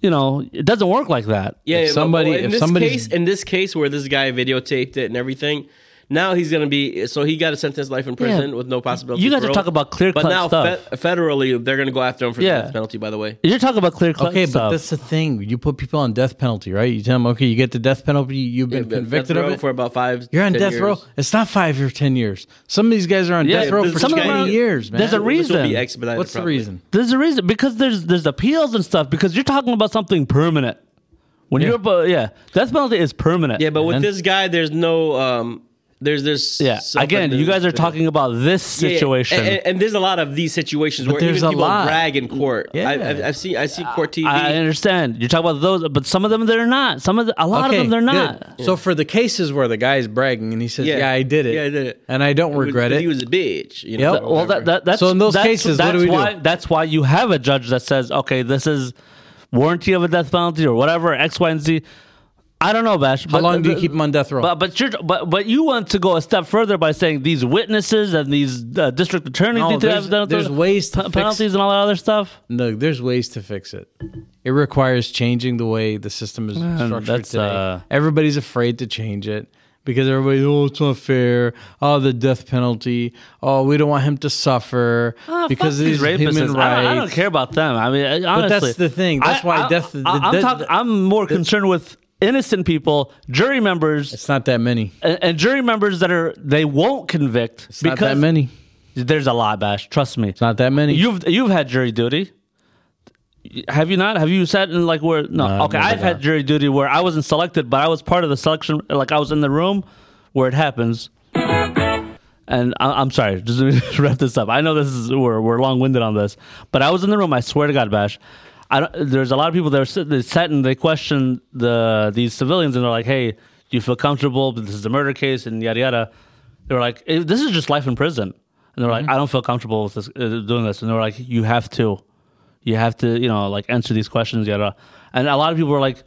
[SPEAKER 2] you know it doesn't work like that.
[SPEAKER 3] yeah,
[SPEAKER 1] if
[SPEAKER 3] but-
[SPEAKER 1] somebody-
[SPEAKER 3] but in
[SPEAKER 1] if
[SPEAKER 3] this
[SPEAKER 1] somebody's-
[SPEAKER 3] case, in this case where this guy videotaped it and everything. Now he's gonna be so he got a sentence life in prison with no possibility.
[SPEAKER 2] You guys
[SPEAKER 3] for
[SPEAKER 2] are
[SPEAKER 3] parole.
[SPEAKER 2] talking about clear-cut
[SPEAKER 3] But now
[SPEAKER 2] stuff.
[SPEAKER 3] fe- federally, they're gonna go after him for
[SPEAKER 2] Yeah.
[SPEAKER 3] the death penalty. By the way,
[SPEAKER 2] You're talking about clear cut
[SPEAKER 1] okay, but
[SPEAKER 2] stuff.
[SPEAKER 1] that's the thing. You put people on death penalty, right? You tell them, okay, you get the death penalty. You've been
[SPEAKER 3] Death
[SPEAKER 1] convicted
[SPEAKER 3] row
[SPEAKER 1] of it.
[SPEAKER 3] for about five.
[SPEAKER 1] You're on
[SPEAKER 3] 10
[SPEAKER 1] death
[SPEAKER 3] years.
[SPEAKER 1] row. It's not five or ten years. Some of these guys are on
[SPEAKER 2] Yeah,
[SPEAKER 1] death row
[SPEAKER 3] there's
[SPEAKER 1] for
[SPEAKER 3] some of them
[SPEAKER 1] twenty
[SPEAKER 3] are-
[SPEAKER 1] years, man.
[SPEAKER 2] there's a
[SPEAKER 3] This will be
[SPEAKER 2] reason.
[SPEAKER 3] expedited.
[SPEAKER 1] What's the
[SPEAKER 3] probably.
[SPEAKER 1] reason?
[SPEAKER 2] There's a reason because there's there's appeals and stuff because you're talking about something permanent. When you're about yeah, death penalty is permanent.
[SPEAKER 3] Yeah, but with
[SPEAKER 1] And-
[SPEAKER 3] this guy, there's no. um There's this.
[SPEAKER 2] yeah. Again, you guys are talking about this
[SPEAKER 3] uh, Yeah, yeah.
[SPEAKER 2] situation.
[SPEAKER 3] And, and- and there's a lot of these situations where
[SPEAKER 1] there's
[SPEAKER 3] even
[SPEAKER 1] a
[SPEAKER 3] people
[SPEAKER 1] lot.
[SPEAKER 3] brag in court.
[SPEAKER 1] Yeah.
[SPEAKER 3] I, I've, I've seen I see court TV.
[SPEAKER 2] I understand you're talking about those, but some of them they're not. Some of the, a lot
[SPEAKER 1] Okay,
[SPEAKER 2] of them they're
[SPEAKER 1] good.
[SPEAKER 2] not.
[SPEAKER 1] So for the cases where the guy's bragging and he says, "Yeah,
[SPEAKER 3] Yeah.
[SPEAKER 1] I did it.
[SPEAKER 3] Yeah, I did it.
[SPEAKER 1] and I don't regret
[SPEAKER 3] He
[SPEAKER 1] it."
[SPEAKER 3] was a bitch. You know?
[SPEAKER 1] Yep.
[SPEAKER 2] Well, that, that that's
[SPEAKER 1] So in those
[SPEAKER 2] that's-
[SPEAKER 1] cases, what
[SPEAKER 2] that's
[SPEAKER 1] do we do?
[SPEAKER 2] why, That's why you have a judge that says, okay, this is warranty of a death penalty or whatever X, Y, and Z. I don't know, Bash.
[SPEAKER 1] How long do you keep him on death row?
[SPEAKER 2] But but you're, but but you want to go a step further by saying these witnesses and these uh, district attorneys
[SPEAKER 1] No,
[SPEAKER 2] need to
[SPEAKER 1] there's-
[SPEAKER 2] have done-
[SPEAKER 1] there's ways to
[SPEAKER 2] pe-
[SPEAKER 1] fix-
[SPEAKER 2] penalties and all that other stuff.
[SPEAKER 1] No, there's ways to fix it. It requires changing the way the system is structured
[SPEAKER 2] that's,
[SPEAKER 1] today.
[SPEAKER 2] uh,
[SPEAKER 1] Everybody's afraid to change it because everybody, oh, it's not fair. Oh, the death penalty. Oh, we don't want him to suffer because of these
[SPEAKER 2] Ah, rapists.
[SPEAKER 1] human rights.
[SPEAKER 2] I, don't, I don't care about them. I mean, I- honestly,
[SPEAKER 1] that's the thing. That's
[SPEAKER 2] I-
[SPEAKER 1] why
[SPEAKER 2] I,
[SPEAKER 1] death- the-
[SPEAKER 2] I, am
[SPEAKER 1] the-
[SPEAKER 2] talking. I'm more concerned with innocent people, jury members,
[SPEAKER 1] It's not that many.
[SPEAKER 2] and, and jury members that are they won't convict
[SPEAKER 1] It's not that many.
[SPEAKER 2] there's a lot, Bash. Trust me.
[SPEAKER 1] Not that many.
[SPEAKER 2] You've you've had jury duty. Have you not? Have you sat in like where? No.
[SPEAKER 1] I've
[SPEAKER 2] okay,
[SPEAKER 1] never
[SPEAKER 2] I've had
[SPEAKER 1] done.
[SPEAKER 2] jury duty where I wasn't selected, but I was part of the selection. Like I was in the room where it happens. And I, I'm sorry, just to wrap this up. I know this is we're we're long winded on this, but I was in the room. I swear to God, Bash. I don't, there's a lot of people that are sit, they sat and they question the these civilians and they're like, "Hey, do you feel comfortable? This is a murder case and yada yada." They were like, "Eh, "This is just life in prison," and they're like, "I don't feel comfortable with this uh, doing this," and they're like, "You have to." you have to you know like answer these questions yada and a lot of people are like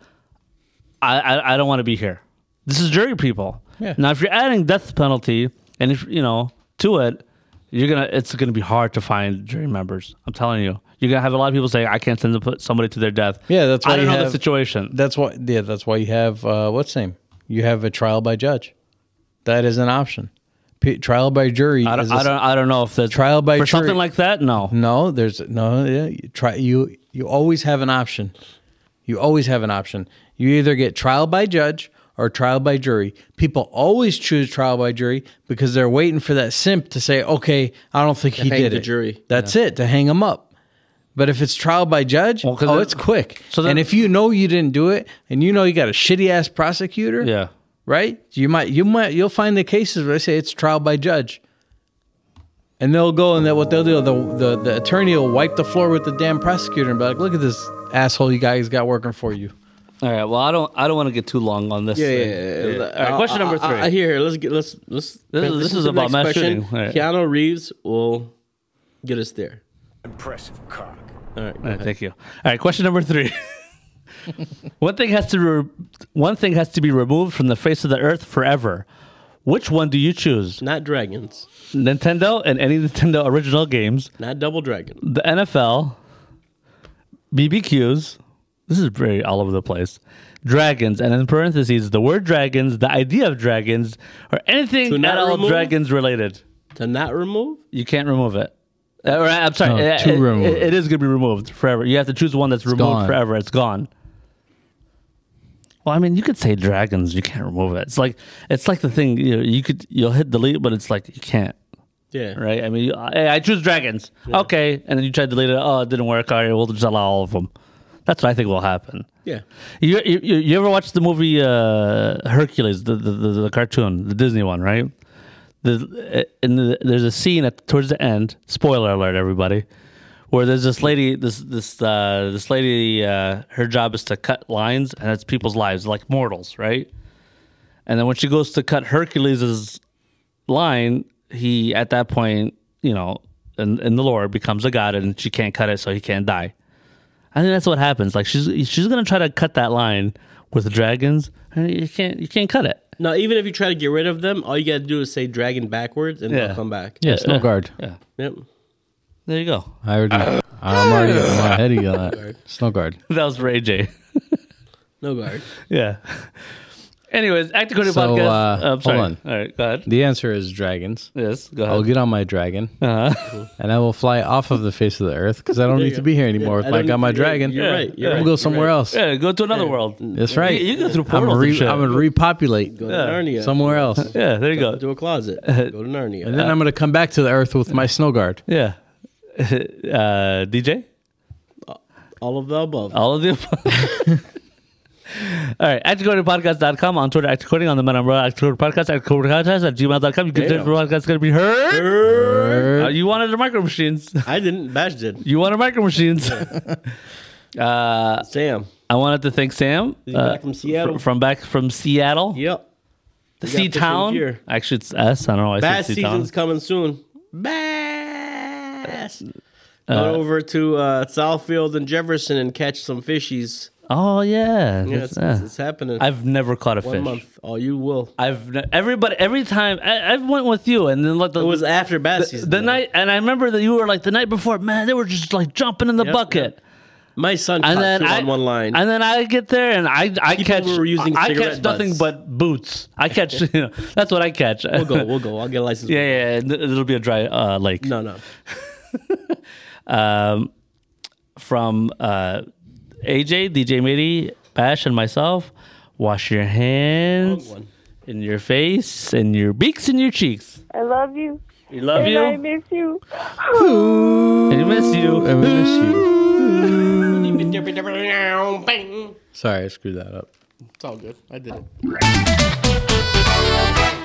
[SPEAKER 2] i i, I don't want to be here this is jury people
[SPEAKER 1] Yeah.
[SPEAKER 2] now if you're adding death penalty and if you know to it you're gonna it's gonna be hard to find jury members i'm telling you you're gonna have a lot of people saying i can't send to put somebody to their death
[SPEAKER 1] Yeah, that's why
[SPEAKER 2] i don't
[SPEAKER 1] you
[SPEAKER 2] know the
[SPEAKER 1] have-
[SPEAKER 2] situation
[SPEAKER 1] That's why. Yeah, that's why you have uh, what's name. You have a trial by judge. That is an option. P- trial by jury.
[SPEAKER 2] I
[SPEAKER 1] is
[SPEAKER 2] don't,
[SPEAKER 1] a
[SPEAKER 2] I don't i don't know if that's
[SPEAKER 1] Trial by
[SPEAKER 2] for
[SPEAKER 1] jury.
[SPEAKER 2] something like that no
[SPEAKER 1] No, there's no. Yeah, you try you. You always have an option. You always have an option. You either get trial by judge or trial by jury. People always choose trial by jury because they're waiting for that simp to say, "Okay, I don't think he
[SPEAKER 3] hang
[SPEAKER 1] did
[SPEAKER 3] the
[SPEAKER 1] it."
[SPEAKER 3] jury.
[SPEAKER 1] That's it to hang him up. But if it's trial by judge,
[SPEAKER 2] 'cause
[SPEAKER 1] oh,
[SPEAKER 2] it-
[SPEAKER 1] it's quick.
[SPEAKER 2] so then-
[SPEAKER 1] and if you know you didn't do it, and you know you got a shitty ass prosecutor,
[SPEAKER 2] yeah
[SPEAKER 1] right? You might you might you'll find the cases where they say it's trial by judge. And they'll go and that what they'll do, the, the the attorney will wipe the floor with the damn prosecutor and be like, look at this asshole you guys got working for you.
[SPEAKER 2] all right well i don't i don't want to get too long on this thing. All right, question number three
[SPEAKER 3] I, here, here, let's get let's let's.
[SPEAKER 2] This is-
[SPEAKER 3] transition
[SPEAKER 2] this
[SPEAKER 3] to
[SPEAKER 2] is
[SPEAKER 3] the
[SPEAKER 2] about
[SPEAKER 3] next
[SPEAKER 2] mass
[SPEAKER 3] question.
[SPEAKER 2] shooting. All right.
[SPEAKER 3] Keanu Reeves will get us there.
[SPEAKER 2] All right, thank you. All right, question number three. One thing has to re- one thing has to be removed from the face of the earth forever. Which one do you choose?
[SPEAKER 3] Not dragons.
[SPEAKER 2] Nintendo and any Nintendo original games,
[SPEAKER 3] Not double dragon.
[SPEAKER 2] the NFL, BBQs. This is very all over the place. Dragons, and in parentheses, the word dragons, the idea of dragons, or
[SPEAKER 3] To
[SPEAKER 2] anything
[SPEAKER 3] not
[SPEAKER 2] at all
[SPEAKER 3] remove?
[SPEAKER 2] dragons related.
[SPEAKER 3] To not remove?
[SPEAKER 2] You can't remove it. Uh, or, I'm sorry.
[SPEAKER 1] No,
[SPEAKER 2] it-
[SPEAKER 1] to
[SPEAKER 2] it-
[SPEAKER 1] remove
[SPEAKER 2] it- it is going to be removed forever. You have to choose one that's removed
[SPEAKER 1] gone.
[SPEAKER 2] forever. It's gone. Well, I mean, you could say dragons. You can't remove it. It's like it's like the thing you, know, you could you'll hit delete, but it's like you can't.
[SPEAKER 3] Yeah.
[SPEAKER 2] Right? I mean, you, hey, I choose dragons. Okay, and then you try to delete it. Oh, it didn't work. All right, we'll just allow all of them. That's what I think will happen.
[SPEAKER 3] Yeah.
[SPEAKER 2] You you, you you ever watched the movie uh, Hercules, the, the the the cartoon, the Disney one, right? The, in the, there's a scene at towards the end. Spoiler alert, everybody. Where there's this lady, this this uh, this lady, uh, her job is to cut lines, and it's people's lives, like mortals, right? And then when she goes to cut Hercules's line, he at that point, you know, in, in the lore becomes a god, and she can't cut it, so he can't die. I think that's what happens. Like she's she's gonna try to cut that line with the dragons, and you can't you can't cut it.
[SPEAKER 3] Now, even if you try to get rid of them, all you got to do is say dragon backwards and
[SPEAKER 2] Yeah.
[SPEAKER 3] they'll come back.
[SPEAKER 1] Yeah, snow guard.
[SPEAKER 3] Yep.
[SPEAKER 2] There you go.
[SPEAKER 1] I already, I'm already, I'm already on that. Snow guard.
[SPEAKER 2] That was for AJ.
[SPEAKER 3] No guard.
[SPEAKER 2] yeah. Anyways, Active Cody
[SPEAKER 1] So,
[SPEAKER 2] podcast. Oh,
[SPEAKER 1] uh,
[SPEAKER 2] I'm sorry.
[SPEAKER 1] hold
[SPEAKER 2] All right, go ahead.
[SPEAKER 1] The answer is dragons. Uh-huh.
[SPEAKER 2] Yes, go
[SPEAKER 1] I'll
[SPEAKER 2] ahead.
[SPEAKER 1] get on my dragon and I will fly off of the face of the earth because I don't need to be here anymore if
[SPEAKER 3] I
[SPEAKER 1] I
[SPEAKER 3] don't
[SPEAKER 1] got
[SPEAKER 3] need
[SPEAKER 1] my
[SPEAKER 3] to- yeah,
[SPEAKER 1] dragon.
[SPEAKER 3] you're right, you're
[SPEAKER 1] we'll
[SPEAKER 3] right,
[SPEAKER 1] go
[SPEAKER 3] you're
[SPEAKER 1] somewhere
[SPEAKER 3] right.
[SPEAKER 1] else.
[SPEAKER 2] yeah, go to another world.
[SPEAKER 1] That's right.
[SPEAKER 2] You, you go through
[SPEAKER 1] I'm
[SPEAKER 2] portals.
[SPEAKER 1] gonna,
[SPEAKER 2] and
[SPEAKER 1] re-
[SPEAKER 2] shit.
[SPEAKER 1] I'm gonna repopulate
[SPEAKER 3] Go to Narnia.
[SPEAKER 1] somewhere else, and
[SPEAKER 2] yeah, there you go.
[SPEAKER 3] Do a closet. Go to Narnia.
[SPEAKER 1] then I'm gonna come back to the earth with my snow guard.
[SPEAKER 2] Yeah. uh, DJ?
[SPEAKER 3] all of the above.
[SPEAKER 2] All of the above. All right, at com on Twitter, at Coding on the Man Umbrella, at Coding Podcast, at Coding Podcast, at gmail.com. You can
[SPEAKER 3] Damn.
[SPEAKER 2] search for podcast, it's going to be heard.
[SPEAKER 1] Err.
[SPEAKER 2] Uh, you wanted the micro machines.
[SPEAKER 3] I didn't. Bash did.
[SPEAKER 2] You wanted micro machines.
[SPEAKER 3] Sam.
[SPEAKER 2] I wanted to thank Sam.
[SPEAKER 3] He's back from Seattle.
[SPEAKER 2] From, from back from Seattle.
[SPEAKER 3] Yep.
[SPEAKER 2] the
[SPEAKER 3] got
[SPEAKER 2] Sea
[SPEAKER 3] fishing
[SPEAKER 2] Town.
[SPEAKER 3] gear.
[SPEAKER 2] Actually, it's S. I don't know why I
[SPEAKER 3] Bass
[SPEAKER 2] said Sea
[SPEAKER 3] season's
[SPEAKER 2] Town.
[SPEAKER 3] coming soon. Bass. Go over to uh, Southfield and Jefferson and catch some fishies.
[SPEAKER 2] Oh, yeah.
[SPEAKER 3] Yeah,
[SPEAKER 2] That's-
[SPEAKER 3] it's,
[SPEAKER 2] uh,
[SPEAKER 3] it's, it's happening.
[SPEAKER 2] I've never caught a
[SPEAKER 3] One
[SPEAKER 2] fish.
[SPEAKER 3] month. Oh, you will.
[SPEAKER 2] I've ne- everybody every time I, I've went with you and then let the
[SPEAKER 3] It was after bass
[SPEAKER 2] the,
[SPEAKER 3] season.
[SPEAKER 2] the
[SPEAKER 3] though.
[SPEAKER 2] night and I remember that you were like the night before man they were just like jumping in the
[SPEAKER 3] Yep,
[SPEAKER 2] bucket
[SPEAKER 3] my son caught
[SPEAKER 2] and then
[SPEAKER 3] two
[SPEAKER 2] I
[SPEAKER 3] on one line.
[SPEAKER 2] and then I get there and I I
[SPEAKER 3] People
[SPEAKER 2] catch
[SPEAKER 3] were using
[SPEAKER 2] I catch
[SPEAKER 3] cigarette
[SPEAKER 2] nothing
[SPEAKER 3] butts.
[SPEAKER 2] but boots I catch you know that's what I catch
[SPEAKER 3] we'll go. We'll go. I'll get a license.
[SPEAKER 2] yeah yeah and it- it'll be a dry uh, lake
[SPEAKER 3] No, no.
[SPEAKER 2] um, from uh, AJ, DJ Mitty, Bash, and myself. Wash your hands
[SPEAKER 3] Wrong one.
[SPEAKER 2] in your face and your beaks and your cheeks.
[SPEAKER 12] I love you.
[SPEAKER 2] We love you
[SPEAKER 12] I
[SPEAKER 2] and
[SPEAKER 12] miss you.
[SPEAKER 2] we miss you.
[SPEAKER 1] I miss you.
[SPEAKER 3] It's
[SPEAKER 1] Sorry, I screwed that up.
[SPEAKER 3] all good. I did it.